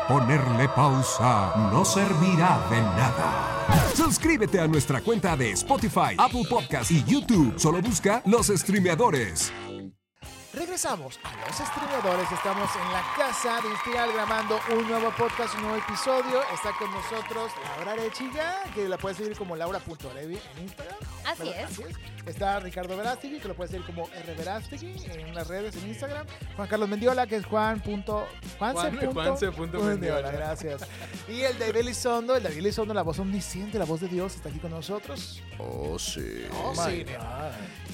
[SPEAKER 3] Ponerle pausa no servirá de nada. Suscríbete a nuestra cuenta de Spotify, Apple Podcast y YouTube. Solo busca los streameadores.
[SPEAKER 4] Regresamos a los streamadores. Estamos en la casa de Inspiral grabando un nuevo podcast, un nuevo episodio. Está con nosotros Laura Arechiga, que la puedes seguir como laura.arevi en Instagram.
[SPEAKER 5] Así
[SPEAKER 4] ¿verdad?
[SPEAKER 5] es.
[SPEAKER 4] Está Ricardo Verástegui, que lo puedes seguir como R Verástegui en las redes, en Instagram. Juan Carlos Mendiola, que es Juan. Punto, Juanse
[SPEAKER 6] Juan- Juanse punto Mendiola.
[SPEAKER 4] Gracias. Y el David Elizondo, el David Elizondo, la voz omnisciente, la voz de Dios, está aquí con nosotros.
[SPEAKER 2] Oh, sí.
[SPEAKER 4] Oh, sí.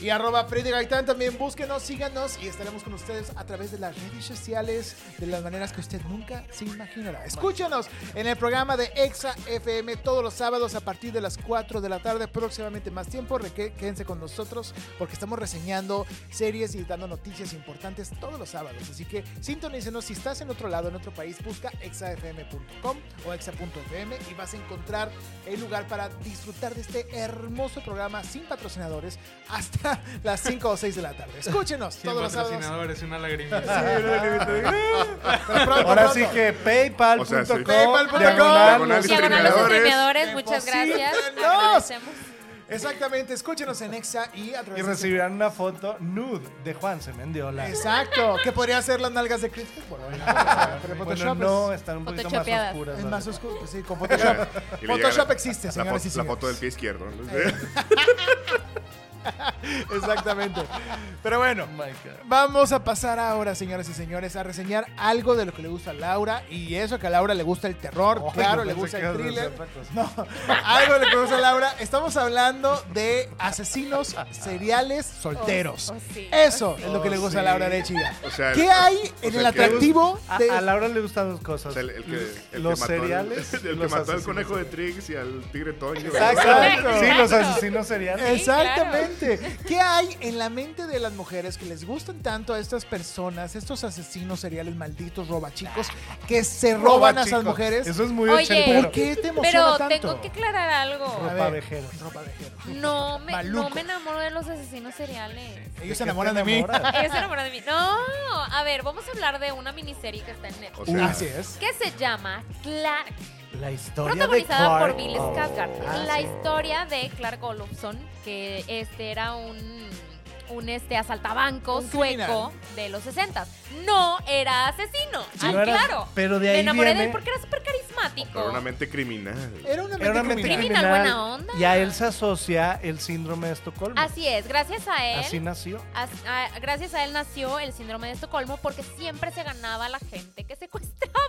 [SPEAKER 4] Y arroba Freddy Gaitán también, búsquenos, síganos y estaremos con ustedes a través de las redes sociales de las maneras que usted nunca se imaginará. Escúchanos en el programa de Exa FM todos los sábados a partir de las 4 de la tarde, próximamente más tiempo. Reque- Quédense con nosotros porque estamos reseñando series y dando noticias importantes todos los sábados. Así que sintonícenos. Si estás en otro lado, en otro país, busca exafm.com o exa.fm y vas a encontrar el lugar para disfrutar de este hermoso programa sin patrocinadores hasta las 5 o 6 de la tarde. Escúchenos
[SPEAKER 6] Sin
[SPEAKER 4] todos los sábados.
[SPEAKER 6] patrocinadores, una lagrimita.
[SPEAKER 4] Pero pronto,
[SPEAKER 7] Ahora
[SPEAKER 4] pronto.
[SPEAKER 7] sí que paypal.com.
[SPEAKER 6] O sea, sí.
[SPEAKER 4] Paypal.com,
[SPEAKER 7] diagonal,
[SPEAKER 5] Diagonal los
[SPEAKER 7] streameadores.
[SPEAKER 5] entrenadores, muchas gracias.
[SPEAKER 4] Deposítenos.
[SPEAKER 5] Agradecemos.
[SPEAKER 4] Exactamente, escúchenos en Exa y a través
[SPEAKER 7] Y
[SPEAKER 4] de-
[SPEAKER 7] recibirán una foto nude de Juan Semendiola.
[SPEAKER 4] Exacto, que podría ser las nalgas de Chris Hemsworth. Pero
[SPEAKER 7] Bueno,
[SPEAKER 4] Photoshop
[SPEAKER 7] no,
[SPEAKER 4] es-
[SPEAKER 7] están un poquito más Photoshopeadas. oscuras,
[SPEAKER 4] Es
[SPEAKER 7] ¿no?
[SPEAKER 4] más oscuro, pues sí, con Photoshop.
[SPEAKER 8] Y le llega
[SPEAKER 4] Photoshop
[SPEAKER 8] la-
[SPEAKER 4] existe,
[SPEAKER 8] la
[SPEAKER 4] señores
[SPEAKER 8] fo-
[SPEAKER 4] y
[SPEAKER 8] La
[SPEAKER 4] señores.
[SPEAKER 8] foto del pie izquierdo. ¿no?
[SPEAKER 4] Exactamente. Pero
[SPEAKER 7] Oh
[SPEAKER 4] bueno, vamos a pasar ahora, señoras y señores, a reseñar algo de lo que le gusta a Laura. Y eso que a Laura le gusta el terror,
[SPEAKER 7] Ay,
[SPEAKER 4] claro,
[SPEAKER 7] yo
[SPEAKER 4] le
[SPEAKER 7] Oh, pensé
[SPEAKER 4] gusta
[SPEAKER 7] que
[SPEAKER 4] el
[SPEAKER 7] ibas a decir
[SPEAKER 4] thriller.
[SPEAKER 7] otra cosa.
[SPEAKER 4] No, algo le gusta a Laura. Estamos hablando de asesinos seriales solteros.
[SPEAKER 7] Oh, sí,
[SPEAKER 4] eso
[SPEAKER 7] oh, sí.
[SPEAKER 4] es lo que le gusta a
[SPEAKER 7] Oh,
[SPEAKER 4] Laura
[SPEAKER 7] sí.
[SPEAKER 4] Arechiga.
[SPEAKER 7] O sea,
[SPEAKER 4] ¿Qué
[SPEAKER 7] el-
[SPEAKER 4] hay
[SPEAKER 7] o
[SPEAKER 4] en
[SPEAKER 7] sea,
[SPEAKER 4] el
[SPEAKER 7] el que-
[SPEAKER 4] atractivo
[SPEAKER 7] A-
[SPEAKER 4] de-
[SPEAKER 7] a Laura le gustan dos cosas.
[SPEAKER 8] O sea, el, el que, el que
[SPEAKER 7] los
[SPEAKER 8] mató al-
[SPEAKER 7] cereales.
[SPEAKER 8] El, que
[SPEAKER 7] los
[SPEAKER 8] mató al
[SPEAKER 7] asesinos
[SPEAKER 8] conejo de Trix y al tigre Toño.
[SPEAKER 7] Exacto. Sí, los asesinos seriales.
[SPEAKER 4] Exactamente. ¿Qué hay en la mente de las mujeres que les gustan tanto a estas personas, estos asesinos seriales malditos, robachicos, que se roban a esas
[SPEAKER 7] Robachicos.
[SPEAKER 4] mujeres?
[SPEAKER 7] Eso es muy
[SPEAKER 5] Oye,
[SPEAKER 4] ¿Por qué te
[SPEAKER 5] pero
[SPEAKER 4] emociona tanto?
[SPEAKER 5] tengo que aclarar algo.
[SPEAKER 4] A
[SPEAKER 7] Ropa
[SPEAKER 4] ver,
[SPEAKER 7] vejero.
[SPEAKER 5] No me,
[SPEAKER 4] Maluco.
[SPEAKER 5] no me enamoro de los asesinos seriales.
[SPEAKER 4] Ellos se
[SPEAKER 7] ¿De qué
[SPEAKER 4] enamoran
[SPEAKER 7] te
[SPEAKER 4] de mí.
[SPEAKER 7] enamoras?
[SPEAKER 5] Ellos se enamoran de mí. No, a ver, vamos a hablar de una miniserie que está en Netflix.
[SPEAKER 8] O sea,
[SPEAKER 4] Así es.
[SPEAKER 5] Que se llama Clark,
[SPEAKER 7] La historia de
[SPEAKER 5] protagonizada por
[SPEAKER 7] Clark. Ah,
[SPEAKER 5] Bill Skarsgård.
[SPEAKER 4] Ah,
[SPEAKER 5] la historia de Clark Olofsson, que este era un un este asaltabanco
[SPEAKER 4] Un criminal.
[SPEAKER 5] sueco de los 60 No era asesino,
[SPEAKER 7] Sí,
[SPEAKER 5] ah,
[SPEAKER 7] no era-
[SPEAKER 5] claro.
[SPEAKER 7] pero de
[SPEAKER 5] Me
[SPEAKER 7] ahí
[SPEAKER 5] enamoré de él
[SPEAKER 7] viene-
[SPEAKER 5] porque era súper
[SPEAKER 8] Pero una
[SPEAKER 5] carismático.
[SPEAKER 8] mente criminal.
[SPEAKER 4] Era una mente,
[SPEAKER 7] Era una mente
[SPEAKER 4] criminal.
[SPEAKER 7] criminal.
[SPEAKER 5] Criminal, buena onda.
[SPEAKER 7] Y a él se asocia el síndrome de Estocolmo.
[SPEAKER 5] Así es, gracias a él.
[SPEAKER 7] Así nació.
[SPEAKER 5] As- a- gracias a él nació el síndrome de Estocolmo porque siempre se ganaba a la gente que secuestraba,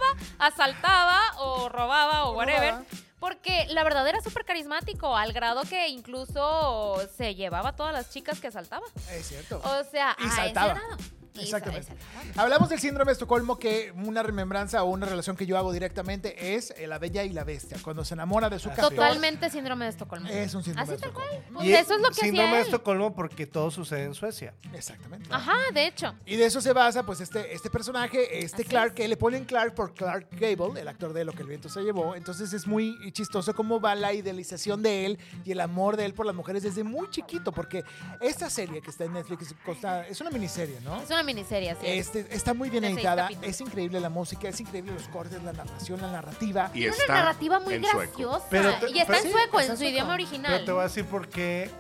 [SPEAKER 5] asaltaba o robaba o whatever.
[SPEAKER 4] Robaba.
[SPEAKER 5] Porque la verdad era súper carismático, al grado que incluso se llevaba a todas las chicas que asaltaba.
[SPEAKER 4] Es cierto.
[SPEAKER 5] O sea,
[SPEAKER 4] Y
[SPEAKER 5] a ese
[SPEAKER 4] saltaba.
[SPEAKER 5] grado. Y sa-
[SPEAKER 4] Exactamente.
[SPEAKER 5] saltaba.
[SPEAKER 4] Hablamos del síndrome de Estocolmo, que una remembranza o una relación que yo hago directamente es eh, la bella y la bestia. Cuando se enamora de su captor.
[SPEAKER 5] Totalmente síndrome de Estocolmo.
[SPEAKER 4] Es un síndrome
[SPEAKER 5] Así
[SPEAKER 4] de
[SPEAKER 5] tal
[SPEAKER 4] Estocolmo.
[SPEAKER 5] cual. Pues
[SPEAKER 7] Y
[SPEAKER 5] eso es lo que
[SPEAKER 7] Síndrome
[SPEAKER 5] hacía
[SPEAKER 7] de
[SPEAKER 5] él.
[SPEAKER 7] Estocolmo porque todo sucede en Suecia.
[SPEAKER 4] Exactamente.
[SPEAKER 5] Ajá, de hecho.
[SPEAKER 4] Y de eso se basa, pues, este, este personaje, este
[SPEAKER 5] Así
[SPEAKER 4] Clark,
[SPEAKER 5] es.
[SPEAKER 4] que le ponen Clark por Clark Gable, el actor de Lo que el viento se llevó. Entonces es muy chistoso cómo va la idealización de él y el amor de él por las mujeres desde muy chiquito, porque esta serie que está en Netflix consta- es una miniserie, ¿no?
[SPEAKER 5] Es una miniserie, así es.
[SPEAKER 4] Este, está muy bien
[SPEAKER 5] De seis
[SPEAKER 4] editada,
[SPEAKER 5] capítulos.
[SPEAKER 4] es increíble la música, es increíble los cortes, la narración, la narrativa.
[SPEAKER 8] Y
[SPEAKER 5] Tiene
[SPEAKER 8] está
[SPEAKER 5] una narrativa muy
[SPEAKER 8] en sueco.
[SPEAKER 5] graciosa.
[SPEAKER 7] Pero te-
[SPEAKER 5] y está
[SPEAKER 7] pero-
[SPEAKER 5] en
[SPEAKER 7] sí,
[SPEAKER 5] sueco,
[SPEAKER 4] está en
[SPEAKER 5] en su
[SPEAKER 4] sueco.
[SPEAKER 5] idioma
[SPEAKER 7] Pero
[SPEAKER 5] original.
[SPEAKER 7] te voy a decir por qué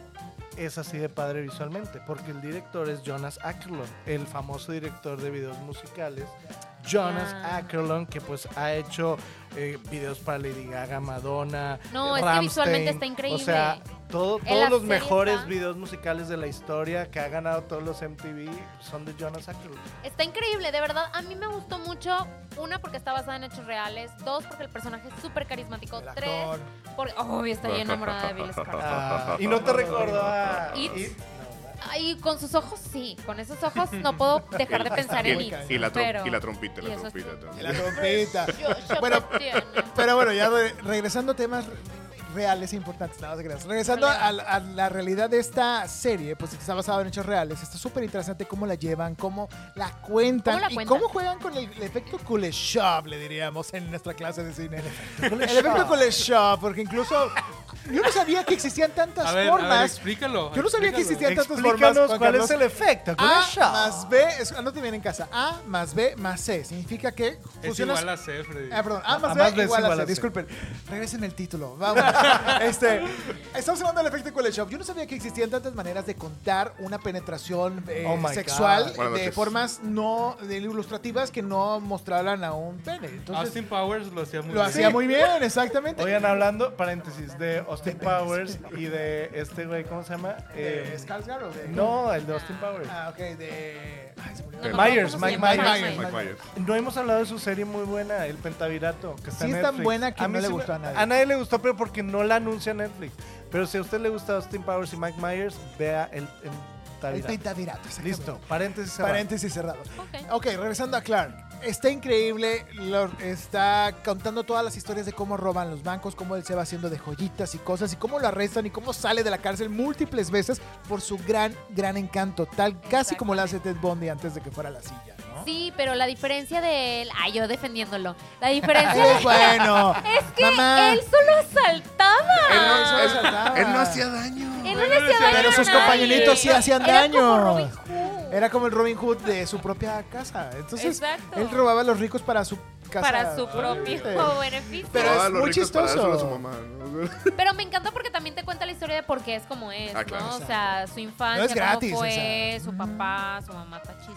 [SPEAKER 7] es así de padre visualmente. Porque el director es Jonas Ackerlund, el famoso director de videos musicales. Jonas
[SPEAKER 5] Ah.
[SPEAKER 7] Ackerlund, que pues ha hecho eh, videos para Lady Gaga, Madonna,
[SPEAKER 5] No,
[SPEAKER 7] eh,
[SPEAKER 5] es que visualmente
[SPEAKER 7] Rammstein.
[SPEAKER 5] está increíble.
[SPEAKER 7] O sea, todo-
[SPEAKER 5] En la
[SPEAKER 7] todos los
[SPEAKER 5] serie
[SPEAKER 7] mejores
[SPEAKER 5] está-
[SPEAKER 7] videos musicales de la historia que ha ganado todos los MTV son de Jonas Ackerlund.
[SPEAKER 5] Está increíble, de verdad. A mí me gustó mucho. Una, porque está basada en hechos reales. Dos, porque el personaje es súper carismático.
[SPEAKER 4] El
[SPEAKER 5] Tres,
[SPEAKER 4] actor.
[SPEAKER 5] porque. ¡Oh, estoy enamorada de Bill Skarsgård!
[SPEAKER 7] Ah, y no te ah, recordó a...
[SPEAKER 5] It.
[SPEAKER 7] It.
[SPEAKER 5] Ay, con sus ojos sí. Con esos ojos no puedo dejar de pensar
[SPEAKER 8] y,
[SPEAKER 5] en
[SPEAKER 8] el-
[SPEAKER 5] It.
[SPEAKER 8] y la trom-
[SPEAKER 5] pero-
[SPEAKER 8] y la trompita,
[SPEAKER 5] y
[SPEAKER 8] la
[SPEAKER 5] eso
[SPEAKER 8] trompita
[SPEAKER 5] sí.
[SPEAKER 8] también.
[SPEAKER 4] La trompeta.
[SPEAKER 5] Yo- yo
[SPEAKER 4] Bueno,
[SPEAKER 5] cuestiono.
[SPEAKER 4] Pero bueno, ya re- regresando a temas re- reales e importantes, nada más gracias. Regresando a, la- a la realidad de esta serie, pues que está basado en hechos reales, está súper interesante cómo la llevan, cómo la cuentan
[SPEAKER 5] ¿Cómo la
[SPEAKER 4] y
[SPEAKER 5] cuentan?
[SPEAKER 4] cómo juegan con el, el efecto Kuleshov, le diríamos en nuestra clase de cine. El
[SPEAKER 7] Kuleshov.
[SPEAKER 4] efecto Kuleshov, porque incluso yo no sabía que existían tantas
[SPEAKER 6] A ver, a ver,
[SPEAKER 4] formas.
[SPEAKER 6] explícalo.
[SPEAKER 4] yo no sabía que
[SPEAKER 6] explícalo.
[SPEAKER 4] existían tantas formas.
[SPEAKER 7] Explícanos
[SPEAKER 4] Juan
[SPEAKER 7] cuál
[SPEAKER 4] Carlos.
[SPEAKER 7] es el efecto.
[SPEAKER 4] A
[SPEAKER 7] Kuleshov.
[SPEAKER 4] más B, es, anótate bien en casa. A más B más C significa que
[SPEAKER 6] Es
[SPEAKER 4] funciona
[SPEAKER 6] igual a C, Freddy.
[SPEAKER 4] Ah, perdón. A más,
[SPEAKER 7] A
[SPEAKER 4] B,
[SPEAKER 7] más B es
[SPEAKER 4] igual, a
[SPEAKER 7] igual
[SPEAKER 4] C.
[SPEAKER 7] a C.
[SPEAKER 4] Disculpen. Regresen el título. Vamos. este, estamos hablando del efecto Cool Shop. Yo no sabía que existían tantas maneras de contar una penetración eh,
[SPEAKER 7] Oh my God.
[SPEAKER 4] sexual
[SPEAKER 8] Buenas
[SPEAKER 4] de
[SPEAKER 8] noches.
[SPEAKER 4] formas no de ilustrativas que no mostraran a un pene. Entonces,
[SPEAKER 7] Ah,
[SPEAKER 6] Austin Powers lo hacía muy
[SPEAKER 4] lo
[SPEAKER 6] bien.
[SPEAKER 4] hacía muy bien, exactamente.
[SPEAKER 7] Oigan, hablando, paréntesis, de Austin Powers y de este güey, ¿cómo se llama?
[SPEAKER 4] ¿De
[SPEAKER 7] Eh,
[SPEAKER 4] Skarsgård o de-
[SPEAKER 7] No, el de Austin Powers.
[SPEAKER 4] Ah, ok, de. Ay, se me olvidó.
[SPEAKER 7] Myers,
[SPEAKER 4] ¿Cómo se
[SPEAKER 7] Mike
[SPEAKER 4] llama?
[SPEAKER 7] Myers. No hemos hablado de su serie muy buena, El Pentavirato. Que está
[SPEAKER 4] Sí
[SPEAKER 7] en
[SPEAKER 4] es tan
[SPEAKER 7] Netflix.
[SPEAKER 4] buena que no
[SPEAKER 7] mí
[SPEAKER 4] le
[SPEAKER 7] sí me-
[SPEAKER 4] gustó a nadie.
[SPEAKER 7] A nadie le gustó, pero porque no la anuncia Netflix. Pero si a usted le gusta Austin Powers y Mike Myers, vea El, el
[SPEAKER 4] El
[SPEAKER 7] Pentavirato.
[SPEAKER 4] pentavirato, exactamente.
[SPEAKER 7] Listo, paréntesis cerrado.
[SPEAKER 4] Paréntesis cerrado. Ok, regresando a Clark. Está increíble, lo- está contando todas las historias de cómo roban los bancos, cómo él se va haciendo de joyitas y cosas, y cómo lo arrestan y cómo sale de la cárcel múltiples veces por su gran, gran encanto, tal casi como lo hace Ted Bundy antes de que fuera a la silla.
[SPEAKER 5] Sí, pero la diferencia de él. Ay, yo defendiéndolo. La diferencia.
[SPEAKER 4] Es bueno.
[SPEAKER 5] Es que
[SPEAKER 4] Mamá.
[SPEAKER 5] él solo asaltaba.
[SPEAKER 4] Él no solo asaltaba. Él no hacía
[SPEAKER 5] daño.
[SPEAKER 4] Pero sus compañeritos sí hacían
[SPEAKER 5] Era
[SPEAKER 4] daño. Era como el Robin Hood de su propia casa. Entonces,
[SPEAKER 5] Exacto.
[SPEAKER 4] él robaba a los ricos para su casa.
[SPEAKER 5] Para su propio
[SPEAKER 4] Sí.
[SPEAKER 5] beneficio.
[SPEAKER 4] Pero
[SPEAKER 8] Ah,
[SPEAKER 4] es
[SPEAKER 8] los
[SPEAKER 4] muy
[SPEAKER 8] ricos para
[SPEAKER 4] chistoso.
[SPEAKER 8] dárselo a su mamá, ¿no?
[SPEAKER 5] Pero me encanta porque también te cuenta la historia de por qué es como es,
[SPEAKER 8] Ah, claro.
[SPEAKER 5] ¿no? O sea, su infancia,
[SPEAKER 4] No es gratis,
[SPEAKER 5] cómo fue,
[SPEAKER 4] o
[SPEAKER 5] su papá, su mamá tachisqui.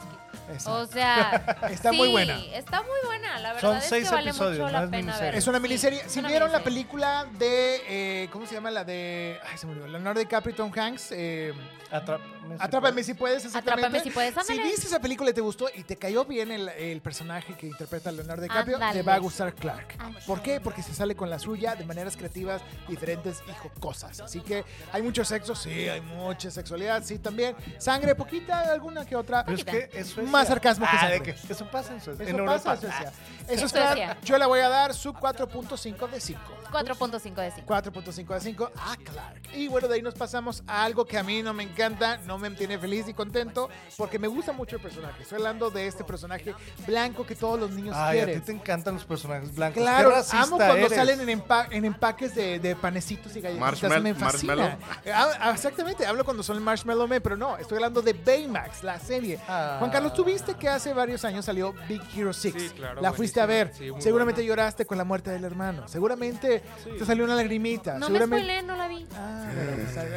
[SPEAKER 4] Exacto.
[SPEAKER 5] O sea,
[SPEAKER 4] Está muy
[SPEAKER 5] sí,
[SPEAKER 4] buena.
[SPEAKER 5] Está muy buena, la verdad
[SPEAKER 4] Son
[SPEAKER 5] es
[SPEAKER 4] seis
[SPEAKER 5] que vale
[SPEAKER 4] episodios,
[SPEAKER 5] mucho
[SPEAKER 4] no
[SPEAKER 5] la
[SPEAKER 4] es
[SPEAKER 5] pena ver.
[SPEAKER 4] Es una
[SPEAKER 5] Sí,
[SPEAKER 4] miniserie.
[SPEAKER 5] es
[SPEAKER 4] si
[SPEAKER 5] una
[SPEAKER 4] vieron la
[SPEAKER 5] miniserie.
[SPEAKER 4] película de. eh, ¿Cómo se llama? La de. Ay, se me olvidó. Leonardo DiCaprio y Tom Hanks. Eh,
[SPEAKER 7] Atrápame si
[SPEAKER 4] Atrápame si puedes, exactamente.
[SPEAKER 5] Atrápame si puedes,
[SPEAKER 4] Si
[SPEAKER 5] ándale.
[SPEAKER 4] viste esa película y te gustó y te cayó bien el, el personaje que interpreta Leonardo DiCaprio,
[SPEAKER 5] Ándale.
[SPEAKER 4] te va a gustar Clark. ¿Por qué? Porque se sale con la suya de maneras creativas, diferentes y jocosas. Así que hay mucho sexo, sí, hay mucha sexualidad, sí, también. Sangre poquita, alguna que otra.
[SPEAKER 7] Pero es que eso es
[SPEAKER 4] Más sarcasmo que
[SPEAKER 7] ah,
[SPEAKER 4] sangre.
[SPEAKER 7] de que Eso pasa en Suecia.
[SPEAKER 4] Eso
[SPEAKER 7] en
[SPEAKER 4] pasa en
[SPEAKER 7] Europa.
[SPEAKER 4] Suecia.
[SPEAKER 7] Ah,
[SPEAKER 4] Eso es
[SPEAKER 5] Eso es
[SPEAKER 4] Clark.
[SPEAKER 5] cierto.
[SPEAKER 4] Yo le voy a dar su 4.5 de 5.
[SPEAKER 5] 4.5 de 5.
[SPEAKER 4] 4.5 de 5 a Clark. Y bueno, de ahí nos pasamos a algo que a mí no me encanta, no me tiene feliz ni contento, porque me gusta mucho el personaje. Estoy hablando de este personaje blanco que todos los niños
[SPEAKER 7] Ay, a ti
[SPEAKER 4] quieren.
[SPEAKER 7] te encantan los personajes
[SPEAKER 6] Pues
[SPEAKER 7] blancos.
[SPEAKER 4] Claro,
[SPEAKER 7] Qué racista
[SPEAKER 4] amo cuando
[SPEAKER 7] eres.
[SPEAKER 4] salen en, empa- en empaques de, de panecitos y galletitas.
[SPEAKER 7] Marshmall-
[SPEAKER 4] me fascina.
[SPEAKER 7] marshmallow.
[SPEAKER 4] Eh, ah, Exactamente, hablo cuando son el Marshmallow Man, pero no, estoy hablando de Baymax, la serie. Juan Carlos, ¿tú viste que hace varios años salió Big Hero 6?
[SPEAKER 6] Ah. Sí, claro,
[SPEAKER 4] la fuiste
[SPEAKER 6] buenísima.
[SPEAKER 4] a ver.
[SPEAKER 6] Sí, muy
[SPEAKER 4] Seguramente lloraste con la muerte del hermano. Seguramente te salió una lagrimita.
[SPEAKER 5] No me
[SPEAKER 4] Seguramente. Ah,
[SPEAKER 5] spoileen, no la vi.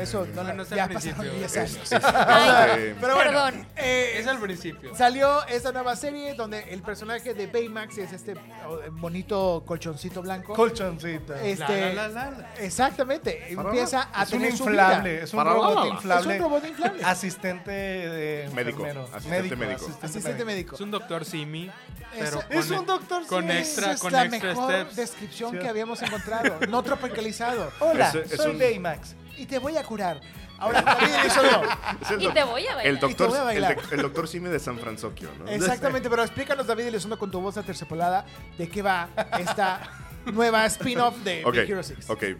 [SPEAKER 4] Eso, no, la-
[SPEAKER 6] No es
[SPEAKER 4] ya
[SPEAKER 6] al
[SPEAKER 4] pasaron
[SPEAKER 6] principio.
[SPEAKER 4] 10
[SPEAKER 6] es-
[SPEAKER 4] años.
[SPEAKER 6] es-
[SPEAKER 4] Ay, pero bueno,
[SPEAKER 5] perdón.
[SPEAKER 4] eh,
[SPEAKER 6] es al principio.
[SPEAKER 4] Salió esta nueva serie donde el personaje de Baymax es este oh, bonito colchoncito blanco.
[SPEAKER 7] Colchoncito.
[SPEAKER 4] Este,
[SPEAKER 7] La, la, la, la.
[SPEAKER 4] Exactamente, empieza a
[SPEAKER 7] es un
[SPEAKER 4] tener su
[SPEAKER 7] inflable,
[SPEAKER 4] vida.
[SPEAKER 7] es un robot inflable.
[SPEAKER 4] Es un robot inflable.
[SPEAKER 7] Asistente de
[SPEAKER 6] Médico,
[SPEAKER 7] enfermero.
[SPEAKER 6] asistente médico.
[SPEAKER 4] Asistente médico.
[SPEAKER 6] Es un doctor Simi.
[SPEAKER 4] Es,
[SPEAKER 6] pero
[SPEAKER 4] es
[SPEAKER 6] con- e-
[SPEAKER 4] un doctor
[SPEAKER 6] con
[SPEAKER 4] Simi.
[SPEAKER 6] extra,
[SPEAKER 4] Esa es
[SPEAKER 6] con
[SPEAKER 4] la
[SPEAKER 6] extra
[SPEAKER 4] mejor
[SPEAKER 6] steps.
[SPEAKER 4] descripción
[SPEAKER 6] Sí.
[SPEAKER 4] que habíamos encontrado. No tropicalizado.
[SPEAKER 7] Hola,
[SPEAKER 4] Hola,
[SPEAKER 7] Es- es
[SPEAKER 4] soy
[SPEAKER 7] un-
[SPEAKER 4] Baymax. Y te voy a curar. Ahora, David Elizondo.
[SPEAKER 8] Es el
[SPEAKER 5] Y
[SPEAKER 8] doc-
[SPEAKER 5] te voy a bailar.
[SPEAKER 8] El
[SPEAKER 4] Y te
[SPEAKER 8] doctor,
[SPEAKER 4] voy a
[SPEAKER 8] el,
[SPEAKER 4] bailar.
[SPEAKER 8] de- el doctor Simi de San Francisco, ¿no?
[SPEAKER 4] Exactamente, pero explícanos, David Elizondo, con tu voz aterciopelada, de qué va esta nueva spin-off de
[SPEAKER 8] Ok,
[SPEAKER 4] Big Hero 6.
[SPEAKER 8] ok, em,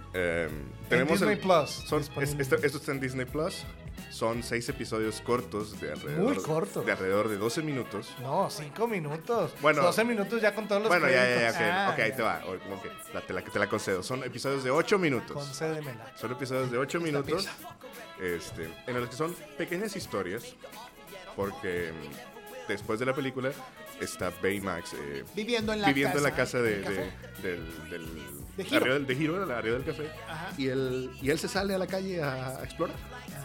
[SPEAKER 8] tenemos
[SPEAKER 7] Disney
[SPEAKER 8] el-
[SPEAKER 7] Plus,
[SPEAKER 8] son- es- esto, esto está en Disney Plus. Son seis episodios cortos de alrededor,
[SPEAKER 7] Muy cortos.
[SPEAKER 8] de alrededor de 12 minutos.
[SPEAKER 7] No, cinco minutos.
[SPEAKER 8] Bueno.
[SPEAKER 7] 12 minutos ya con todos los
[SPEAKER 8] Bueno, ya, ya, ya,
[SPEAKER 7] créditos.
[SPEAKER 8] ok, ok, ahí te va. o- ok, la- te, la, te la concedo. Son episodios de 8 minutos.
[SPEAKER 7] Ah, Concédemela.
[SPEAKER 8] Son episodios de 8 minutos este, en los que son pequeñas historias. Porque mm, después de la película está Baymax eh,
[SPEAKER 4] Viviendo en la
[SPEAKER 8] viviendo en la
[SPEAKER 4] casa,
[SPEAKER 8] casa de,
[SPEAKER 4] ¿del café?
[SPEAKER 8] de- del, del-
[SPEAKER 4] De
[SPEAKER 8] la
[SPEAKER 4] Hiro.
[SPEAKER 8] arriba del- de Hiro, la arriba del café.
[SPEAKER 4] Ajá.
[SPEAKER 8] Y él, y él se sale a la calle a, a explorar.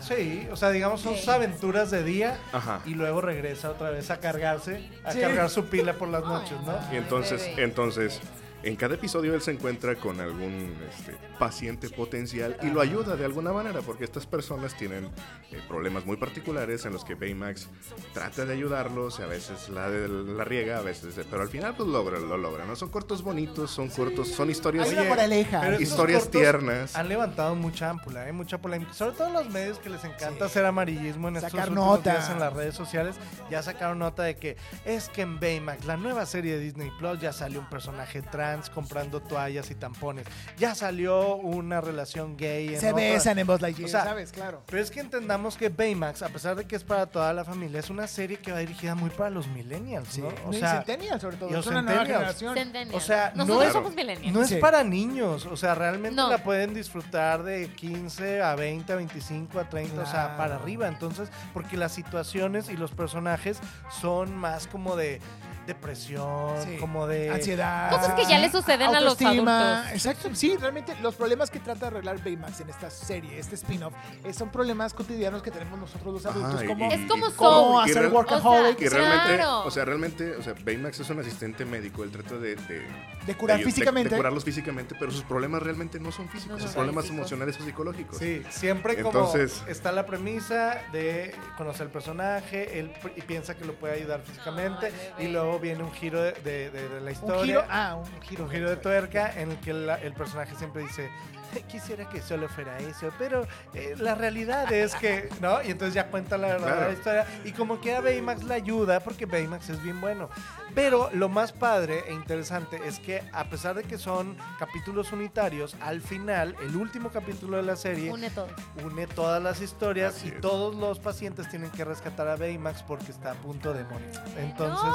[SPEAKER 7] Sí, o sea, digamos son sus aventuras de día
[SPEAKER 8] Ajá.
[SPEAKER 7] y luego regresa otra vez a cargarse, a
[SPEAKER 4] Sí.
[SPEAKER 7] cargar su pila por las noches, ¿no?
[SPEAKER 8] Y entonces,
[SPEAKER 5] bebé.
[SPEAKER 8] entonces, en cada episodio él se encuentra con algún este, paciente potencial y lo ayuda de alguna manera, porque estas personas tienen eh, problemas muy particulares en los que Baymax trata de ayudarlos, y a veces la, la riega, a veces, pero al final pues logra, lo logra, ¿no? Son cortos bonitos, son cortos, son historias...
[SPEAKER 4] Hay una moraleja.
[SPEAKER 7] Pero esos
[SPEAKER 8] Historias
[SPEAKER 7] cortos
[SPEAKER 8] tiernas.
[SPEAKER 7] Han levantado mucha ámpula, ¿eh? mucha polémica. Sobre todo en los medios que les encanta hacer amarillismo en
[SPEAKER 4] Sacar
[SPEAKER 7] estos últimos
[SPEAKER 4] nota.
[SPEAKER 7] días en las redes sociales. Ya sacaron nota de que es que en Baymax, la nueva serie de Disney Plus, ya salió un personaje trans comprando toallas y tampones. Ya salió una relación gay. En
[SPEAKER 4] Se
[SPEAKER 7] otra.
[SPEAKER 4] besan en Buzz Lightyear,
[SPEAKER 7] O sea,
[SPEAKER 4] ¿sabes? Claro.
[SPEAKER 7] Pero es que entendamos que Baymax, a pesar de que es para toda la familia, es una serie que va dirigida muy para los millennials, ¿no?
[SPEAKER 4] O sobre
[SPEAKER 7] y
[SPEAKER 4] todo.
[SPEAKER 7] los
[SPEAKER 4] Es una nueva
[SPEAKER 7] centennials.
[SPEAKER 4] generación.
[SPEAKER 5] Centennial.
[SPEAKER 7] O sea, no
[SPEAKER 5] nosotros
[SPEAKER 7] es-
[SPEAKER 5] somos millennials.
[SPEAKER 7] No es
[SPEAKER 4] Sí.
[SPEAKER 7] para niños, o sea, realmente
[SPEAKER 5] No.
[SPEAKER 7] la pueden disfrutar de 15 a 20, a 25, a 30, o sea,
[SPEAKER 4] Claro.
[SPEAKER 7] para arriba. Entonces, porque las situaciones y los personajes son más como de depresión, como de
[SPEAKER 4] Ansiedad.
[SPEAKER 5] Cosas que ya le suceden a los
[SPEAKER 4] autoestima.
[SPEAKER 5] adultos.
[SPEAKER 4] Exacto, sí, realmente los problemas que trata de arreglar Baymax en esta serie, este spin-off, eh, son problemas cotidianos que tenemos nosotros los adultos.
[SPEAKER 8] Ajá,
[SPEAKER 4] como,
[SPEAKER 8] y- y-
[SPEAKER 4] como
[SPEAKER 8] y- que
[SPEAKER 4] hacer
[SPEAKER 8] real-
[SPEAKER 4] workaholic.
[SPEAKER 8] que realmente,
[SPEAKER 4] Claro.
[SPEAKER 8] o sea, realmente, o sea, Baymax es un asistente médico, él trata de... De,
[SPEAKER 4] De curar
[SPEAKER 8] de-
[SPEAKER 4] físicamente.
[SPEAKER 8] de curarlos físicamente, pero sus problemas realmente no son físicos,
[SPEAKER 7] No son
[SPEAKER 8] sus problemas
[SPEAKER 7] físicos.
[SPEAKER 8] emocionales o psicológicos.
[SPEAKER 7] Sí, siempre como
[SPEAKER 8] Entonces,
[SPEAKER 7] está la premisa de conocer el personaje, él pr- y piensa que lo puede ayudar físicamente, y luego viene un giro de, de- de- de la historia.
[SPEAKER 4] giro? Ah, un giro.
[SPEAKER 7] Un giro de tuerca en el que la- el personaje siempre dice, quisiera que solo fuera eso, pero eh, la realidad es que, ¿no? Y entonces ya cuenta la verdadera
[SPEAKER 13] Claro.
[SPEAKER 7] historia. Y como que a Baymax la ayuda, porque Baymax es bien bueno. Pero lo más padre e interesante es que a pesar de que son capítulos unitarios, al final, el último capítulo de la serie
[SPEAKER 5] Une todo.
[SPEAKER 7] une todas las historias y todos los pacientes tienen que rescatar a Baymax porque está a punto de morir. Entonces,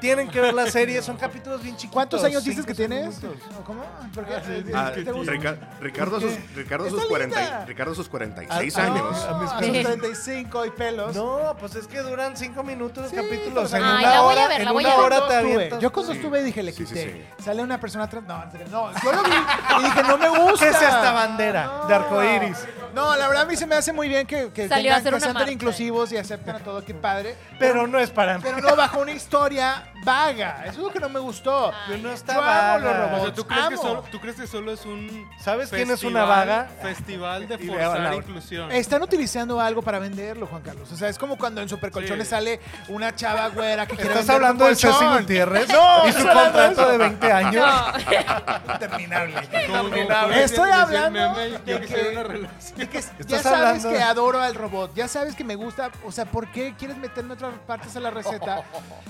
[SPEAKER 7] tienen que ver la serie, son capítulos bien chiquitos.
[SPEAKER 4] ¿Cuántos años dices
[SPEAKER 7] cinco,
[SPEAKER 4] que
[SPEAKER 7] seis
[SPEAKER 4] tienes?
[SPEAKER 7] minutos.
[SPEAKER 4] ¿O ¿Cómo? ¿Por qué?
[SPEAKER 7] Ah, sí, sí.
[SPEAKER 8] ah,
[SPEAKER 4] ¿Te gusta?
[SPEAKER 8] Rica- Ricardo, a sus, Ricardo, a sus
[SPEAKER 4] Está
[SPEAKER 8] 40,
[SPEAKER 4] linda.
[SPEAKER 8] Ricardo a sus 46
[SPEAKER 7] A- a-
[SPEAKER 8] años.
[SPEAKER 7] a mis
[SPEAKER 4] Ah,
[SPEAKER 7] Sí.
[SPEAKER 4] 35 y pelos.
[SPEAKER 7] No, pues es que duran 5 minutos los capítulos.
[SPEAKER 4] pero-
[SPEAKER 7] En
[SPEAKER 4] pues, Ay,
[SPEAKER 7] una
[SPEAKER 4] la voy a
[SPEAKER 7] hora,
[SPEAKER 4] ver,
[SPEAKER 7] en
[SPEAKER 4] la voy
[SPEAKER 7] una
[SPEAKER 4] a ver.
[SPEAKER 7] hora
[SPEAKER 4] Yo
[SPEAKER 7] te
[SPEAKER 4] sostuve,
[SPEAKER 7] avientas.
[SPEAKER 4] yo sostuve y dije, le quité.
[SPEAKER 7] sí.
[SPEAKER 4] Sale una persona trans. No, en serio, no, yo lo vi y dije, no me gusta.
[SPEAKER 7] ¿Qué es esta bandera de arcoíris?
[SPEAKER 4] No, la verdad a mí se me hace muy bien que, que,
[SPEAKER 7] Salió a
[SPEAKER 4] tengan-
[SPEAKER 7] hacer
[SPEAKER 4] que
[SPEAKER 7] una
[SPEAKER 4] sean tan
[SPEAKER 7] marcha.
[SPEAKER 4] inclusivos y aceptan a todo, qué padre.
[SPEAKER 7] Pero no es para mí.
[SPEAKER 4] Pero no bajo una historia vaga. Eso es lo que no me gustó.
[SPEAKER 7] Ah,
[SPEAKER 4] Yo no
[SPEAKER 7] estaba
[SPEAKER 4] Amo los robots.
[SPEAKER 6] O sea, ¿tú crees, que
[SPEAKER 4] amo.
[SPEAKER 6] solo, tú crees que solo es un.
[SPEAKER 7] ¿Sabes quién es una
[SPEAKER 6] festival-
[SPEAKER 7] vaga?
[SPEAKER 6] Festival de
[SPEAKER 7] Y le
[SPEAKER 6] forzar
[SPEAKER 7] habla ahora.
[SPEAKER 6] inclusión.
[SPEAKER 4] Están utilizando algo para venderlo, Juan Carlos. O sea, es como cuando en Supercolchones
[SPEAKER 6] Sí.
[SPEAKER 4] sale una chava güera que quiere
[SPEAKER 7] ¿Estás
[SPEAKER 4] vender un
[SPEAKER 7] hablando de Ceci
[SPEAKER 4] colchón.
[SPEAKER 7] Gutiérrez?
[SPEAKER 4] No,
[SPEAKER 7] ¿Y su
[SPEAKER 4] estoy hablando
[SPEAKER 7] contrato
[SPEAKER 4] eso.
[SPEAKER 7] de 20 años?
[SPEAKER 4] Interminable.
[SPEAKER 7] Como- como-
[SPEAKER 4] Estoy
[SPEAKER 7] decía el
[SPEAKER 4] hablando
[SPEAKER 7] meme,
[SPEAKER 4] de
[SPEAKER 7] yo
[SPEAKER 4] que,
[SPEAKER 7] quisiera una
[SPEAKER 4] de que ya
[SPEAKER 7] Estás
[SPEAKER 4] sabes
[SPEAKER 7] hablando-
[SPEAKER 4] que adoro al robot. Ya sabes que me gusta. O sea, ¿por qué quieres meterme otras partes a la receta?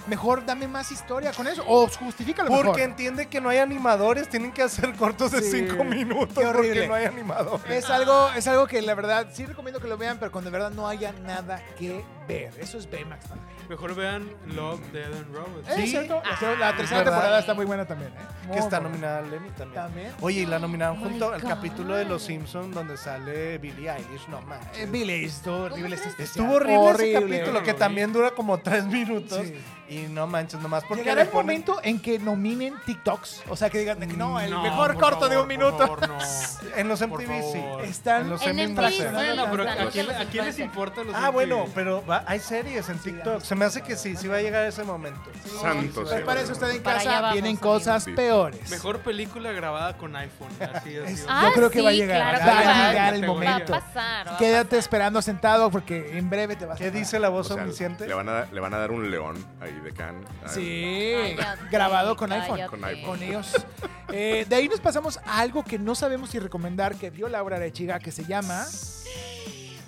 [SPEAKER 4] Mejor dame más historia con eso. O justifícalo
[SPEAKER 7] Porque
[SPEAKER 4] mejor.
[SPEAKER 7] entiende que no hay animadores, tienen que hacer cortos de
[SPEAKER 4] Sí.
[SPEAKER 7] 5 minutos
[SPEAKER 4] Qué horrible.
[SPEAKER 7] porque no hay animadores.
[SPEAKER 4] Es algo, es algo que la verdad sí recomiendo que lo vean, pero cuando de verdad no haya nada que ver. Eso es Baymax. para mí.
[SPEAKER 6] Mejor vean Love, Dead and Robots.
[SPEAKER 4] Es cierto. La, tercera- la tercera
[SPEAKER 7] Ah. ¿verdad?
[SPEAKER 4] temporada está muy buena también. ¿eh?
[SPEAKER 7] Que está
[SPEAKER 4] Muy buena.
[SPEAKER 7] nominada al Emmy también.
[SPEAKER 4] También.
[SPEAKER 7] Oye, y la nominaron
[SPEAKER 4] my
[SPEAKER 7] junto al
[SPEAKER 4] God.
[SPEAKER 7] capítulo de Los Simpsons donde sale Billie Eilish, no manches.
[SPEAKER 4] Eh, Billie Eilish, estuvo horrible ese especial.
[SPEAKER 7] Estuvo horrible,
[SPEAKER 4] Horrible.
[SPEAKER 7] ese capítulo, que también dura como tres minutos. Y no manches, nomás porque
[SPEAKER 4] Llegará
[SPEAKER 7] le
[SPEAKER 4] el
[SPEAKER 7] ponen-
[SPEAKER 4] momento en que nominen TikToks. O sea, que digan de que no, el
[SPEAKER 7] No,
[SPEAKER 4] mejor
[SPEAKER 7] por
[SPEAKER 4] corto de un
[SPEAKER 7] favor,
[SPEAKER 4] minuto.
[SPEAKER 7] por favor, no. En los
[SPEAKER 4] Por
[SPEAKER 7] MTV sí.
[SPEAKER 4] favor. Están
[SPEAKER 7] en los
[SPEAKER 4] en
[SPEAKER 7] MTV.
[SPEAKER 4] MTV, bueno, pero ¿a
[SPEAKER 7] Los-
[SPEAKER 4] quién-
[SPEAKER 5] pues,
[SPEAKER 4] a quién les
[SPEAKER 6] importa los
[SPEAKER 7] Ah, bueno,
[SPEAKER 6] MTV?
[SPEAKER 4] pues.
[SPEAKER 7] pero va- hay series en TikTok. Se me hace que sí, sí va a llegar ese momento.
[SPEAKER 8] Santo
[SPEAKER 7] Pero
[SPEAKER 4] Prepárese ah, usted en
[SPEAKER 7] Para allá
[SPEAKER 4] casa,
[SPEAKER 7] vamos,
[SPEAKER 4] vienen cosas
[SPEAKER 7] amigos.
[SPEAKER 4] peores.
[SPEAKER 6] Mejor película grabada con iPhone. Así es.
[SPEAKER 4] Yo
[SPEAKER 5] Ah,
[SPEAKER 4] creo que va a llegar,
[SPEAKER 6] Claro que
[SPEAKER 4] va
[SPEAKER 6] va.
[SPEAKER 4] a llegar el
[SPEAKER 6] Va a
[SPEAKER 4] momento.
[SPEAKER 5] pasar, va a
[SPEAKER 4] Quédate esperando sentado porque en breve te vas a
[SPEAKER 7] ¿Qué dice la voz
[SPEAKER 8] O sea,
[SPEAKER 7] omnisciente?
[SPEAKER 8] le van, a, dar- le van a dar un león ahí de Can. Ah, al-
[SPEAKER 4] Sí, grabado con iPhone.
[SPEAKER 8] Con iPhone.
[SPEAKER 4] Con ellos. Eh, de ahí nos pasamos a algo que no sabemos si recomendar, que vio Laura Arechiga, que se llama...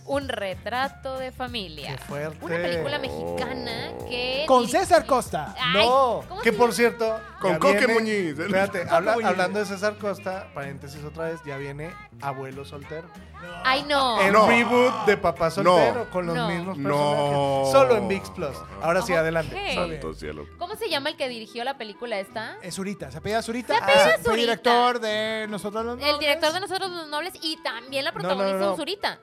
[SPEAKER 5] Un retrato de familia.
[SPEAKER 7] fuerte.
[SPEAKER 5] Una película mexicana que.
[SPEAKER 4] Con César Costa.
[SPEAKER 7] Ah,
[SPEAKER 5] Ay,
[SPEAKER 7] No,
[SPEAKER 5] ¿cómo
[SPEAKER 7] que
[SPEAKER 5] se
[SPEAKER 7] por
[SPEAKER 5] llama?
[SPEAKER 7] cierto.
[SPEAKER 8] Con
[SPEAKER 7] ya
[SPEAKER 8] Coque
[SPEAKER 7] viene-
[SPEAKER 8] Muñiz.
[SPEAKER 7] Espérate,
[SPEAKER 8] Coque
[SPEAKER 7] habla-
[SPEAKER 8] Muñiz.
[SPEAKER 7] hablando de César Costa, paréntesis otra vez, ya viene Abuelo Soltero.
[SPEAKER 5] Ay, no.
[SPEAKER 7] El
[SPEAKER 8] No.
[SPEAKER 7] reboot de Papá Soltero
[SPEAKER 8] No.
[SPEAKER 7] con los
[SPEAKER 5] No.
[SPEAKER 7] mismos
[SPEAKER 8] No.
[SPEAKER 7] personajes. Solo en VIX Plus. Ahora sí, adelante.
[SPEAKER 5] Ok.
[SPEAKER 8] Santo cielo.
[SPEAKER 5] ¿Cómo se llama el que dirigió la película esta?
[SPEAKER 4] Es Zurita, se apellida Zurita.
[SPEAKER 5] Se apellida
[SPEAKER 4] fue
[SPEAKER 5] Zurita.
[SPEAKER 4] director de Nosotros los
[SPEAKER 5] El
[SPEAKER 4] Nobles.
[SPEAKER 5] director de Nosotros los Nobles y también la
[SPEAKER 7] No, no,
[SPEAKER 5] protagonista
[SPEAKER 7] no, no.
[SPEAKER 5] Zurita.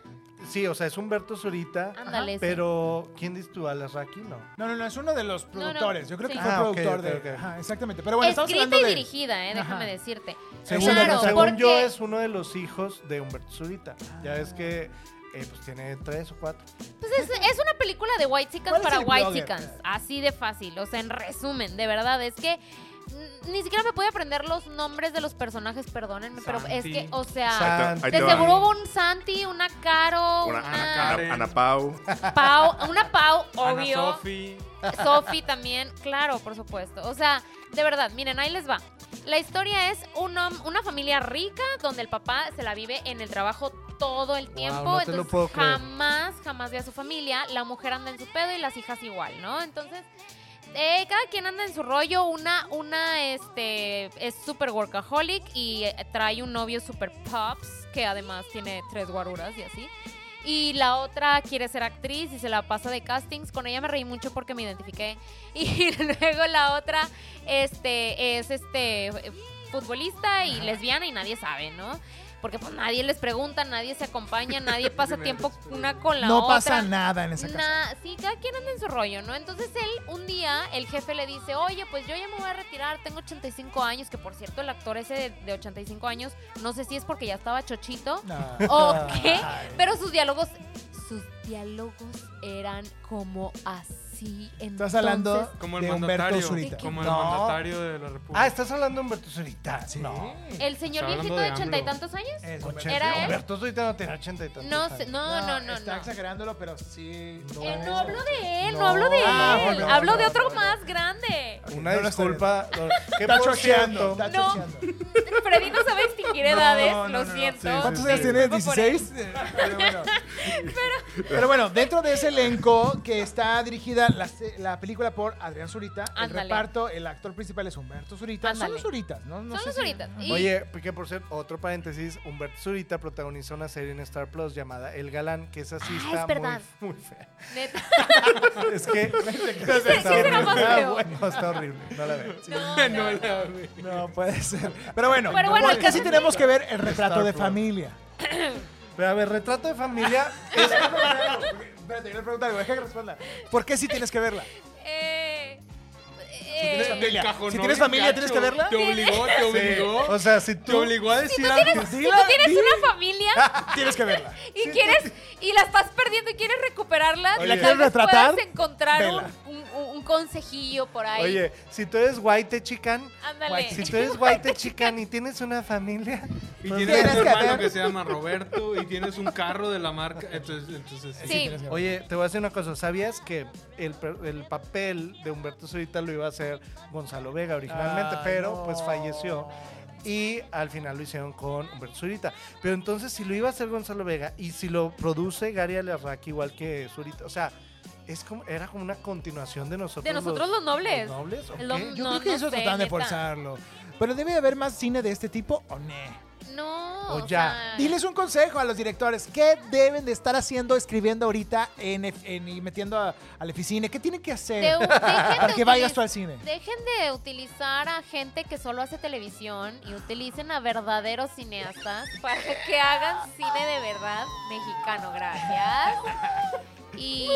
[SPEAKER 7] Sí, o sea, es Humberto Zurita.
[SPEAKER 5] Ándale, sí.
[SPEAKER 7] Pero, ¿quién dices tú? ¿Alas Raki? No.
[SPEAKER 4] No, no, no, es uno de los productores. Yo creo
[SPEAKER 5] sí.
[SPEAKER 4] que fue
[SPEAKER 7] Ah, ok,
[SPEAKER 4] productor
[SPEAKER 7] ok,
[SPEAKER 4] de.
[SPEAKER 7] ok.
[SPEAKER 4] Ajá, exactamente. Pero bueno, estamos
[SPEAKER 5] Escrita
[SPEAKER 4] hablando de.
[SPEAKER 5] y dirigida, eh, déjame
[SPEAKER 4] Ajá.
[SPEAKER 5] decirte.
[SPEAKER 7] Según,
[SPEAKER 5] claro,
[SPEAKER 7] según
[SPEAKER 5] porque
[SPEAKER 7] yo, es uno de los hijos de Humberto Zurita. Ya ves que eh, pues tiene tres o cuatro.
[SPEAKER 5] pues es, es una película de White Chickens
[SPEAKER 4] ¿Cuál es
[SPEAKER 5] para
[SPEAKER 4] el
[SPEAKER 5] White
[SPEAKER 4] blogger?
[SPEAKER 5] Chickens. Así de fácil. O sea, en resumen, de verdad, es que mm, ni siquiera me pude aprender los nombres de los personajes, perdónenme, pero es
[SPEAKER 6] Santi.
[SPEAKER 5] que, o sea,
[SPEAKER 8] Ahí te- ahí te
[SPEAKER 5] de
[SPEAKER 8] va.
[SPEAKER 5] seguro hubo un Santi, una Caro,
[SPEAKER 8] Una,
[SPEAKER 5] una,
[SPEAKER 8] Ana, Ana- Ana Pau.
[SPEAKER 5] Pau, una Pau,
[SPEAKER 6] Ana
[SPEAKER 5] obvio.
[SPEAKER 6] Sofi.
[SPEAKER 5] Sofi también, claro, por supuesto. O sea, de verdad, miren, ahí les va. La historia es un hom- una familia rica donde el papá se la vive en el trabajo todo el tiempo.
[SPEAKER 7] no te lo
[SPEAKER 5] entonces
[SPEAKER 7] puedo creer.
[SPEAKER 5] jamás, jamás ve a su familia. La mujer anda en su pedo y las hijas igual, ¿no? Entonces, eh, cada quien anda en su rollo. Una, una este, es super workaholic y eh, trae un novio super pops que además tiene tres guaruras y así. Y la otra quiere ser actriz y se la pasa de castings. Con ella me reí mucho porque me identifiqué. Y luego la otra este, es este, futbolista y lesbiana y nadie sabe, ¿no? porque pues nadie les pregunta, nadie se acompaña, nadie pasa tiempo una con la
[SPEAKER 4] no
[SPEAKER 5] otra.
[SPEAKER 4] pasa nada en esa casa.
[SPEAKER 5] Na- sí, cada quien anda en su rollo, ¿no? Entonces él, un día, el jefe le dice, oye, pues yo ya me voy a retirar, tengo 85 años, que por cierto, el actor ese de, de 85 años, no sé si es porque ya estaba chochito o qué, pero sus diálogos, sus diálogos eran como así.
[SPEAKER 4] Estás hablando
[SPEAKER 5] entonces-
[SPEAKER 6] Como el
[SPEAKER 4] de
[SPEAKER 6] mandatario.
[SPEAKER 4] Humberto Zurita.
[SPEAKER 6] Como el
[SPEAKER 4] No.
[SPEAKER 6] mandatario de la República.
[SPEAKER 7] Ah, estás hablando de Humberto Zurita. No.
[SPEAKER 5] El señor
[SPEAKER 6] Está
[SPEAKER 5] viejito
[SPEAKER 6] hablando
[SPEAKER 5] de
[SPEAKER 6] de
[SPEAKER 5] ochenta y
[SPEAKER 6] AMLO.
[SPEAKER 5] tantos
[SPEAKER 4] Eh,
[SPEAKER 5] años,
[SPEAKER 7] Ochenta-
[SPEAKER 5] ¿era él?
[SPEAKER 7] Humberto Zurita no tiene ochenta y tantos.
[SPEAKER 5] No,
[SPEAKER 7] años.
[SPEAKER 5] sé- no, no, no,
[SPEAKER 4] Está
[SPEAKER 5] no.
[SPEAKER 4] exagerándolo, pero sí.
[SPEAKER 5] Eh,
[SPEAKER 4] es-
[SPEAKER 5] no hablo de él, no,
[SPEAKER 4] No.
[SPEAKER 5] hablo de él.
[SPEAKER 4] Ah, bueno,
[SPEAKER 5] hablo
[SPEAKER 4] bueno,
[SPEAKER 5] de otro
[SPEAKER 4] bueno.
[SPEAKER 5] más grande.
[SPEAKER 7] Una disculpa. ¿Qué
[SPEAKER 4] Está
[SPEAKER 7] por
[SPEAKER 4] chocheando,
[SPEAKER 7] cierto?
[SPEAKER 4] está
[SPEAKER 5] No.
[SPEAKER 4] chocheando.
[SPEAKER 5] Freddy no sabe distinguir edades,
[SPEAKER 7] No, no,
[SPEAKER 5] lo
[SPEAKER 7] no, no,
[SPEAKER 5] siento.
[SPEAKER 7] sí, sí,
[SPEAKER 4] ¿Cuántos años tienes?
[SPEAKER 5] Disculpa por él.
[SPEAKER 4] ¿16? Pero bueno. Pero bueno, dentro de ese elenco que está dirigida la, se- la película por Adrián Zurita,
[SPEAKER 5] Ándale.
[SPEAKER 4] el reparto, el actor principal es Humberto Zurita. Son
[SPEAKER 5] Ándale.
[SPEAKER 4] los Zuritas, ¿no? no
[SPEAKER 5] Son
[SPEAKER 4] sé
[SPEAKER 5] los
[SPEAKER 4] si-
[SPEAKER 5] ahorita. Y-
[SPEAKER 7] Oye, pues que por ser otro paréntesis, Humberto Zurita protagonizó una serie en Star Plus llamada El Galán, que esa sí
[SPEAKER 5] Ah, es
[SPEAKER 7] está
[SPEAKER 5] verdad.
[SPEAKER 7] muy, muy fea.
[SPEAKER 5] neta,
[SPEAKER 7] Es que
[SPEAKER 5] qué
[SPEAKER 7] está
[SPEAKER 5] será más
[SPEAKER 7] horrible. Ah,
[SPEAKER 5] feo?
[SPEAKER 7] bueno, está horrible. No la veo.
[SPEAKER 5] no,
[SPEAKER 6] No,
[SPEAKER 5] no.
[SPEAKER 6] la vi.
[SPEAKER 4] No, puede ser. Pero bueno,
[SPEAKER 5] Pero bueno, el
[SPEAKER 4] porque
[SPEAKER 5] caso
[SPEAKER 4] sí
[SPEAKER 5] es-
[SPEAKER 4] tenemos que ver el retrato
[SPEAKER 7] Star
[SPEAKER 4] de
[SPEAKER 7] Plus.
[SPEAKER 4] familia.
[SPEAKER 7] Pero a ver, retrato de familia.
[SPEAKER 4] Espérate, yo le pregunto algo, deja que responda. ¿Por qué sí tienes que verla?
[SPEAKER 5] Eh,
[SPEAKER 4] tienes
[SPEAKER 5] eh,
[SPEAKER 4] familia.
[SPEAKER 6] Encajonó
[SPEAKER 4] Si tienes
[SPEAKER 6] bien
[SPEAKER 4] familia,
[SPEAKER 6] gacho.
[SPEAKER 4] ¿tienes que verla?
[SPEAKER 6] Te obligó, te obligó.
[SPEAKER 7] O sea, si
[SPEAKER 6] te
[SPEAKER 7] tú.
[SPEAKER 6] obligó a decir algo.
[SPEAKER 5] si tú tienes una familia
[SPEAKER 4] Tienes que verla.
[SPEAKER 5] y quieres y la estás perdiendo y quieres recuperarla,
[SPEAKER 4] Oye,
[SPEAKER 5] tal
[SPEAKER 4] ¿quieres
[SPEAKER 5] vez
[SPEAKER 4] retratar?
[SPEAKER 5] puedas encontrar
[SPEAKER 4] Vela.
[SPEAKER 5] un, un- un consejillo por ahí.
[SPEAKER 7] Oye, si tú eres guay, te chican.
[SPEAKER 5] Ándale.
[SPEAKER 7] Si tú eres guay, te chican y tienes una familia.
[SPEAKER 6] Y
[SPEAKER 7] pues
[SPEAKER 6] tienes
[SPEAKER 4] tienes
[SPEAKER 6] un
[SPEAKER 4] que
[SPEAKER 6] hermano
[SPEAKER 4] ver.
[SPEAKER 6] que se llama Roberto y tienes un carro de la marca. Entonces, entonces
[SPEAKER 5] Sí.
[SPEAKER 7] Oye, te voy a decir una cosa. ¿Sabías que el, per- el papel de Humberto Zurita lo iba a hacer Gonzalo Vega originalmente,
[SPEAKER 4] Ah,
[SPEAKER 7] pero
[SPEAKER 4] no.
[SPEAKER 7] pues falleció? Y al final lo hicieron con Humberto Zurita. Pero entonces, si lo iba a hacer Gonzalo Vega y si lo produce Gary Alarraqui igual que Zurita, o sea, es como, era como una continuación de nosotros.
[SPEAKER 5] De nosotros los nobles.
[SPEAKER 7] ¿Los nobles? ¿o
[SPEAKER 5] Lo-
[SPEAKER 7] qué?
[SPEAKER 4] Yo
[SPEAKER 5] No,
[SPEAKER 4] creo que
[SPEAKER 5] no
[SPEAKER 4] eso
[SPEAKER 5] sé,
[SPEAKER 4] tratan de
[SPEAKER 5] neta.
[SPEAKER 4] forzarlo. Pero debe de haber más cine de este tipo o no.
[SPEAKER 5] No,
[SPEAKER 7] O
[SPEAKER 5] o
[SPEAKER 7] ya.
[SPEAKER 5] sea,
[SPEAKER 4] Diles un consejo a los directores. ¿Qué deben de estar haciendo, escribiendo ahorita en, ef- en- y metiendo a, a la oficina? ¿Qué tienen que
[SPEAKER 5] de-
[SPEAKER 4] hacer
[SPEAKER 5] dejen
[SPEAKER 4] para
[SPEAKER 5] de
[SPEAKER 4] que vayas tú
[SPEAKER 5] utiliz-
[SPEAKER 4] al cine?
[SPEAKER 5] Dejen de utilizar a gente que solo hace televisión y utilicen a verdaderos cineastas para que hagan cine de verdad mexicano, gracias. Y,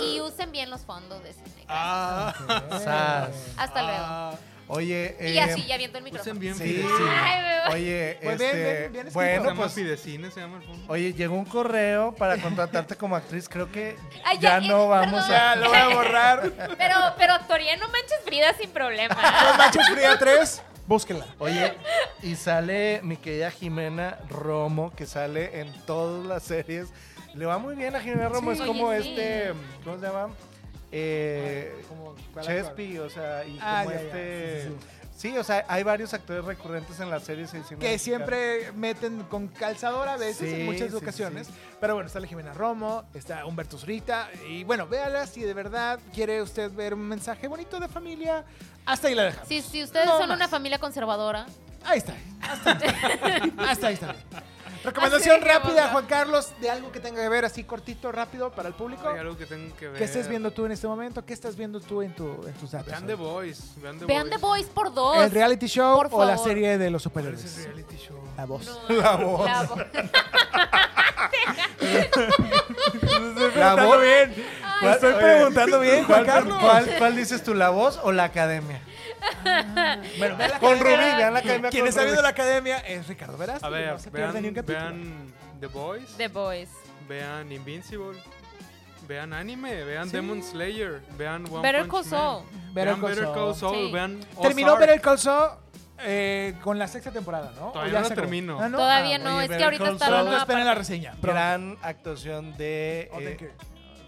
[SPEAKER 5] y- y usen bien los fondos de cine.
[SPEAKER 4] Ah,
[SPEAKER 7] Sas.
[SPEAKER 5] Hasta
[SPEAKER 7] Oye,
[SPEAKER 5] luego. Y
[SPEAKER 7] eh,
[SPEAKER 5] así, ya viento el micrófono.
[SPEAKER 6] Usen bien
[SPEAKER 7] Sí,
[SPEAKER 6] Fidecine.
[SPEAKER 7] sí.
[SPEAKER 5] Ay, bebé.
[SPEAKER 7] Oye,
[SPEAKER 4] Pues ven,
[SPEAKER 7] este,
[SPEAKER 4] ven, bien escrito.
[SPEAKER 6] Se
[SPEAKER 7] bueno,
[SPEAKER 6] llama
[SPEAKER 7] pues
[SPEAKER 6] Fidecine, se llama el fondo.
[SPEAKER 7] Oye, llegó un correo para contratarte como actriz. Creo que
[SPEAKER 5] Ay,
[SPEAKER 7] ya,
[SPEAKER 5] eh,
[SPEAKER 7] no vamos
[SPEAKER 5] perdón.
[SPEAKER 7] a.
[SPEAKER 4] lo voy a borrar.
[SPEAKER 5] Pero, pero actuaría en no manches Frida sin problema.
[SPEAKER 4] Los Machos Fría 3, búsquenla.
[SPEAKER 7] Oye, y sale mi querida Jimena Romo, que sale en todas las series. Le va muy bien a Jimena Romo,
[SPEAKER 5] Sí.
[SPEAKER 7] es como
[SPEAKER 5] Oye, sí.
[SPEAKER 7] este. ¿Cómo se llama? Eh, Chespi, o sea, y
[SPEAKER 4] Ah,
[SPEAKER 7] como
[SPEAKER 4] ya, ya, sí,
[SPEAKER 7] este. Sí,
[SPEAKER 4] sí,
[SPEAKER 7] o sea, hay varios actores recurrentes en las series. del cine
[SPEAKER 4] Que
[SPEAKER 7] mexicano.
[SPEAKER 4] siempre meten con calzador a veces en
[SPEAKER 7] Sí,
[SPEAKER 4] muchas
[SPEAKER 7] sí,
[SPEAKER 4] ocasiones. Pero bueno, está la Jimena Romo, está Humberto Zurita. Y bueno, véala si de verdad quiere usted ver un mensaje bonito de familia. Hasta ahí la dejamos.
[SPEAKER 5] Si, si ustedes
[SPEAKER 4] No
[SPEAKER 5] son
[SPEAKER 4] más.
[SPEAKER 5] una familia conservadora,
[SPEAKER 4] Ahí está. Hasta ahí. Hasta ahí está. Recomendación
[SPEAKER 5] Así de que
[SPEAKER 4] rápida,
[SPEAKER 5] vamos.
[SPEAKER 4] Juan Carlos, de algo que tenga que ver así cortito, rápido para el público.
[SPEAKER 6] Hay algo que tengo que ver.
[SPEAKER 4] ¿Qué estás viendo tú en este momento? ¿Qué estás viendo tú en, tu, en tus datos?
[SPEAKER 6] Vean The Voice. Vean The
[SPEAKER 5] vean The
[SPEAKER 6] Voice.
[SPEAKER 5] Voice por dos.
[SPEAKER 4] ¿El reality show
[SPEAKER 5] Por
[SPEAKER 4] o la
[SPEAKER 5] favor.
[SPEAKER 4] serie de los
[SPEAKER 6] ¿Cuál es el
[SPEAKER 4] superhéroes?
[SPEAKER 6] reality show?
[SPEAKER 4] La voz.
[SPEAKER 5] No, la voz.
[SPEAKER 7] La voz. ¿Cuál-
[SPEAKER 4] Estoy
[SPEAKER 7] oye,
[SPEAKER 4] preguntando bien, Juan
[SPEAKER 7] ¿cuál,
[SPEAKER 4] Carlos.
[SPEAKER 7] ¿cuál, cuál dices tú, la voz o la academia?
[SPEAKER 4] Bueno, vean la
[SPEAKER 7] Con Rubí,
[SPEAKER 4] academia.
[SPEAKER 7] vean la academia.
[SPEAKER 4] Quien
[SPEAKER 7] con
[SPEAKER 4] está viendo
[SPEAKER 7] Rubí.
[SPEAKER 4] la academia es Ricardo Verás.
[SPEAKER 6] A ver,
[SPEAKER 4] no se pierde ni un
[SPEAKER 6] vean,
[SPEAKER 4] capítulo.
[SPEAKER 6] vean The Voice.
[SPEAKER 5] The Voice.
[SPEAKER 6] Vean Invincible. Vean anime, vean Demon Slayer, vean One
[SPEAKER 5] Better
[SPEAKER 6] Punch
[SPEAKER 5] Call Saul.
[SPEAKER 6] Man,
[SPEAKER 4] Better
[SPEAKER 6] vean
[SPEAKER 4] Call
[SPEAKER 6] Better
[SPEAKER 4] Saul.
[SPEAKER 6] Call Saul,
[SPEAKER 5] Sí.
[SPEAKER 6] vean
[SPEAKER 4] Terminó
[SPEAKER 6] Ozark.
[SPEAKER 4] ver el calzó eh, con la sexta temporada, ¿no? ¿O
[SPEAKER 6] Todavía
[SPEAKER 4] ya
[SPEAKER 6] no
[SPEAKER 4] se acabó?
[SPEAKER 6] termino.
[SPEAKER 4] Ah, ¿no?
[SPEAKER 5] Todavía
[SPEAKER 4] Ah,
[SPEAKER 5] no,
[SPEAKER 7] oye,
[SPEAKER 5] es que
[SPEAKER 7] Better
[SPEAKER 5] ahorita
[SPEAKER 7] Call
[SPEAKER 5] está la
[SPEAKER 7] Saul,
[SPEAKER 4] Pronto
[SPEAKER 5] nueva
[SPEAKER 4] esperen
[SPEAKER 5] parte.
[SPEAKER 4] la reseña. Pronto.
[SPEAKER 7] Gran actuación de. eh,
[SPEAKER 4] Odenkirk.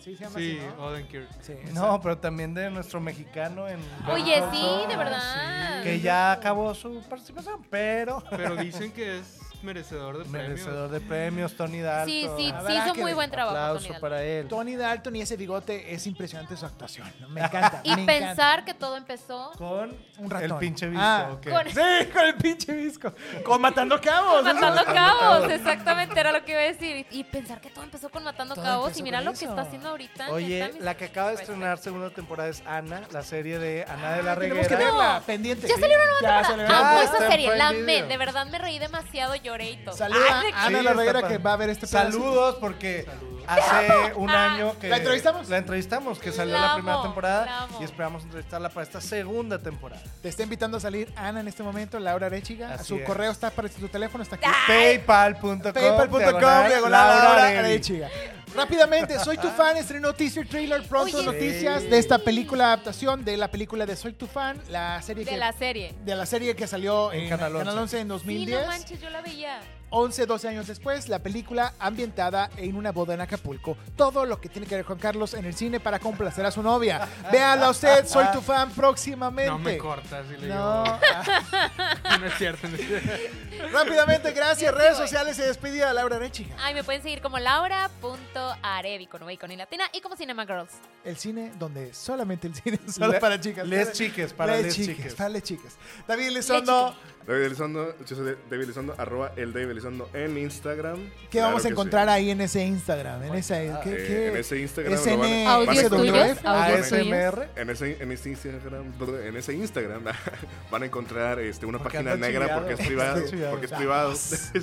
[SPEAKER 4] Sí, se llama
[SPEAKER 6] Sí,
[SPEAKER 4] así, ¿no?
[SPEAKER 6] Odenkirk.
[SPEAKER 4] Sí,
[SPEAKER 7] no, pero también de nuestro mexicano en.
[SPEAKER 5] Oye,
[SPEAKER 7] Better Call
[SPEAKER 5] sí,
[SPEAKER 7] Saul,
[SPEAKER 5] de verdad.
[SPEAKER 7] Que ya acabó su participación, pero.
[SPEAKER 6] Pero dicen que es merecedor de
[SPEAKER 7] Merecedor de premios, Tony Dalton.
[SPEAKER 5] Sí, sí,
[SPEAKER 4] A ver,
[SPEAKER 5] sí,
[SPEAKER 4] ah,
[SPEAKER 5] hizo
[SPEAKER 4] que
[SPEAKER 5] muy
[SPEAKER 4] de-
[SPEAKER 5] buen trabajo.
[SPEAKER 7] Aplauso
[SPEAKER 5] Tony Dalton.
[SPEAKER 7] para él.
[SPEAKER 4] Tony Dalton y ese bigote es impresionante su actuación. Me encanta.
[SPEAKER 5] Y
[SPEAKER 4] me encanta.
[SPEAKER 5] pensar que todo empezó
[SPEAKER 7] Con
[SPEAKER 4] Un ratón.
[SPEAKER 7] el pinche visco.
[SPEAKER 4] Ah.
[SPEAKER 7] ok.
[SPEAKER 5] con
[SPEAKER 4] Sí, con el pinche disco. Con Matando Cabos.
[SPEAKER 5] Matando Cabos, exactamente era lo que iba a decir. Y pensar que todo empezó con Matando
[SPEAKER 4] Todo
[SPEAKER 5] Cabos y
[SPEAKER 4] empezó
[SPEAKER 5] mira
[SPEAKER 4] con
[SPEAKER 5] lo que
[SPEAKER 4] eso.
[SPEAKER 5] está haciendo ahorita.
[SPEAKER 7] Oye,
[SPEAKER 5] neta, mis
[SPEAKER 7] la que acaba de
[SPEAKER 5] respetos.
[SPEAKER 7] estrenar segunda temporada es Ana, la serie de Ana de la
[SPEAKER 4] Tenemos que
[SPEAKER 7] Reguera.
[SPEAKER 4] verla, pendiente.
[SPEAKER 5] Ya salió una
[SPEAKER 4] nueva
[SPEAKER 5] Ah,
[SPEAKER 7] Ah,
[SPEAKER 5] pues
[SPEAKER 7] está
[SPEAKER 5] esa
[SPEAKER 7] en
[SPEAKER 5] serie,
[SPEAKER 7] Prime
[SPEAKER 5] la
[SPEAKER 7] Video.
[SPEAKER 5] me, de verdad me reí demasiado yo Lloreito.
[SPEAKER 4] Saluda
[SPEAKER 5] Ah,
[SPEAKER 4] a Ana
[SPEAKER 7] Sí,
[SPEAKER 4] Larreguera
[SPEAKER 7] está
[SPEAKER 4] que
[SPEAKER 7] padre.
[SPEAKER 4] va a ver este pedazo.
[SPEAKER 7] Saludos porque hace un
[SPEAKER 4] Ah.
[SPEAKER 7] año que
[SPEAKER 4] ¿La entrevistamos?
[SPEAKER 7] La entrevistamos, que salió
[SPEAKER 4] La
[SPEAKER 7] la,
[SPEAKER 4] amo,
[SPEAKER 7] primera
[SPEAKER 4] la
[SPEAKER 7] temporada
[SPEAKER 4] amo.
[SPEAKER 7] y esperamos entrevistarla para esta segunda temporada.
[SPEAKER 4] Te está invitando a salir Ana en este momento, Laura Arechiga.
[SPEAKER 7] Así
[SPEAKER 4] Su
[SPEAKER 7] es.
[SPEAKER 4] correo está para tu teléfono, está aquí.
[SPEAKER 5] Ah,
[SPEAKER 7] Paypal.com.
[SPEAKER 4] Paypal.com,
[SPEAKER 7] diagonal,
[SPEAKER 4] diagonal, Laura
[SPEAKER 7] Laura
[SPEAKER 4] Arechiga. Rápidamente, soy tu fan, estrenó teaser trailer, pronto
[SPEAKER 5] Oye,
[SPEAKER 4] noticias
[SPEAKER 5] sí.
[SPEAKER 4] de esta película adaptación de la película de Soy tu fan, la serie
[SPEAKER 5] de
[SPEAKER 4] que
[SPEAKER 5] la serie.
[SPEAKER 4] de la serie que salió en,
[SPEAKER 7] En Canal 11.
[SPEAKER 4] Canal 11 en
[SPEAKER 5] Sí,
[SPEAKER 4] 2010.
[SPEAKER 5] no manches, yo la veía.
[SPEAKER 4] 11, 12 años después, la película ambientada en una boda en Acapulco. Todo lo que tiene que ver con Carlos en el cine para complacer a su novia. Véala usted, soy tu fan próximamente.
[SPEAKER 6] No me cortas y le digo.
[SPEAKER 4] No.
[SPEAKER 6] No es cierto. no es cierto.
[SPEAKER 4] Rápidamente, gracias. Redes sociales se despedía Laura Arechiga.
[SPEAKER 5] Ay, me pueden seguir como laura.arevi con V y con I latina y como Cinema Girls.
[SPEAKER 4] El cine donde solamente el cine es solo
[SPEAKER 7] Le-
[SPEAKER 4] para chicas.
[SPEAKER 7] les chiques, para les chiques.
[SPEAKER 4] Para les chiques. David Elizondo,
[SPEAKER 8] David Elizondo, yo soy David Elizondo, arroba el David Elizondo en Instagram.
[SPEAKER 4] ¿qué
[SPEAKER 8] Claro
[SPEAKER 4] vamos
[SPEAKER 8] que
[SPEAKER 4] a encontrar
[SPEAKER 8] sí.
[SPEAKER 4] ahí en ese Instagram? En, esa, ¿qué,
[SPEAKER 8] Eh,
[SPEAKER 4] qué? E,
[SPEAKER 8] en ese Instagram
[SPEAKER 4] SN,
[SPEAKER 8] lo van a- van a
[SPEAKER 5] ¿Audios
[SPEAKER 8] encontrar-
[SPEAKER 5] tuyos? ¿Audios
[SPEAKER 4] E
[SPEAKER 7] ASMR.
[SPEAKER 8] En ese, en ese Instagram, en ese Instagram van a encontrar este, una
[SPEAKER 7] Porque
[SPEAKER 8] página
[SPEAKER 7] anda
[SPEAKER 8] negra
[SPEAKER 7] chiviado.
[SPEAKER 8] porque es privado.
[SPEAKER 7] Está chiviado.
[SPEAKER 8] Porque es privado.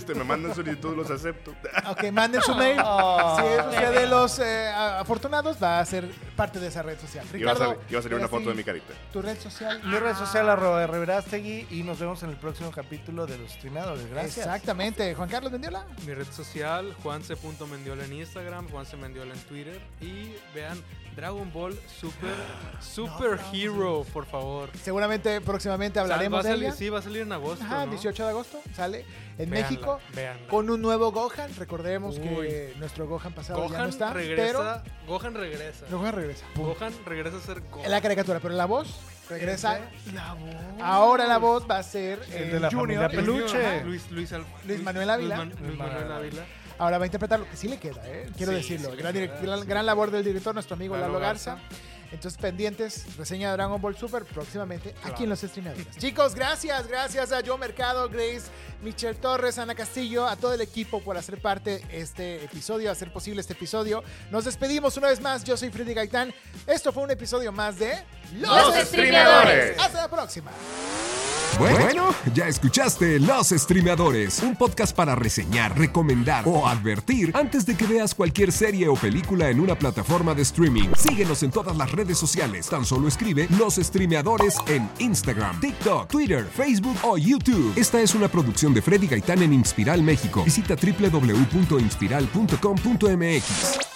[SPEAKER 8] Este, me mandan solicitud, los acepto.
[SPEAKER 4] Ok, manden su mail.
[SPEAKER 7] Oh.
[SPEAKER 4] Si es usted de los eh, a- afortunados, va a ser parte de esa red social.
[SPEAKER 8] Y va a
[SPEAKER 4] Ricardo,
[SPEAKER 8] salir, y va a salir una foto de mi carita.
[SPEAKER 4] tu red social.
[SPEAKER 7] Mi red social
[SPEAKER 4] Ah.
[SPEAKER 7] arroba Reverástegui y nos vemos en el próximo capítulo de los streamadores. Gracias.
[SPEAKER 4] Exactamente. Juan Carlos Mendiola.
[SPEAKER 6] Mi red social, juanse.mendiola en Instagram, juanse.mendiola en Twitter. Y vean Dragon Ball Super Super Hero, por favor.
[SPEAKER 4] Seguramente próximamente
[SPEAKER 6] O sea,
[SPEAKER 4] hablaremos
[SPEAKER 6] va a
[SPEAKER 4] de ella.
[SPEAKER 6] salir- Sí, va a salir en agosto.
[SPEAKER 4] Ajá,
[SPEAKER 6] ¿no?
[SPEAKER 4] 18 de agosto sale en
[SPEAKER 6] Véanla,
[SPEAKER 4] México
[SPEAKER 6] véanla.
[SPEAKER 4] con un nuevo Gohan. Recordemos que
[SPEAKER 6] Uy.
[SPEAKER 4] nuestro Gohan pasado ya no
[SPEAKER 6] Gohan
[SPEAKER 4] está,
[SPEAKER 6] regresa. Gohan regresa.
[SPEAKER 4] pero Gohan regresa.
[SPEAKER 6] Gohan regresa a ser Gohan.
[SPEAKER 4] En la caricatura, pero la voz regresa. Ahora la voz va a ser
[SPEAKER 7] El
[SPEAKER 4] eh,
[SPEAKER 7] de la
[SPEAKER 4] Junior.
[SPEAKER 7] familia Peluche.
[SPEAKER 4] Ajá.
[SPEAKER 6] Luis, Luis, Al-
[SPEAKER 4] Luis Manuel Ávila.
[SPEAKER 6] Luis, Man- Luis Manuel Ávila.
[SPEAKER 4] Ahora va a interpretar lo que sí le queda, ¿eh? quiero
[SPEAKER 6] Sí,
[SPEAKER 4] decirlo.
[SPEAKER 6] sí le
[SPEAKER 4] gran,
[SPEAKER 6] queda,
[SPEAKER 4] direct- gran-
[SPEAKER 6] sí.
[SPEAKER 4] gran labor del director, nuestro amigo
[SPEAKER 6] Lalo
[SPEAKER 4] Lalo Garza.
[SPEAKER 6] Garza.
[SPEAKER 4] Entonces, pendientes, reseña de Dragon Ball Super próximamente aquí en los streamadores. Chicos, gracias, gracias a Joe Mercado, Grace, Michelle Torres, Ana Castillo, a todo el equipo por hacer parte este episodio, hacer posible este episodio. Nos despedimos una vez más. Yo soy Freddy Gaitán. Esto fue un episodio más de
[SPEAKER 5] Los Streamadores.
[SPEAKER 4] Hasta la próxima.
[SPEAKER 3] Bueno, ya escuchaste Los Streamadores, un podcast para reseñar, recomendar o advertir antes de que veas cualquier serie o película en una plataforma de streaming. Síguenos en todas las redes sociales, tan solo escribe Los Streamadores en Instagram, TikTok, Twitter, Facebook o YouTube. Esta es una producción de Freddy Gaitán en Inspiral México. Visita www.inspiral.com.mx.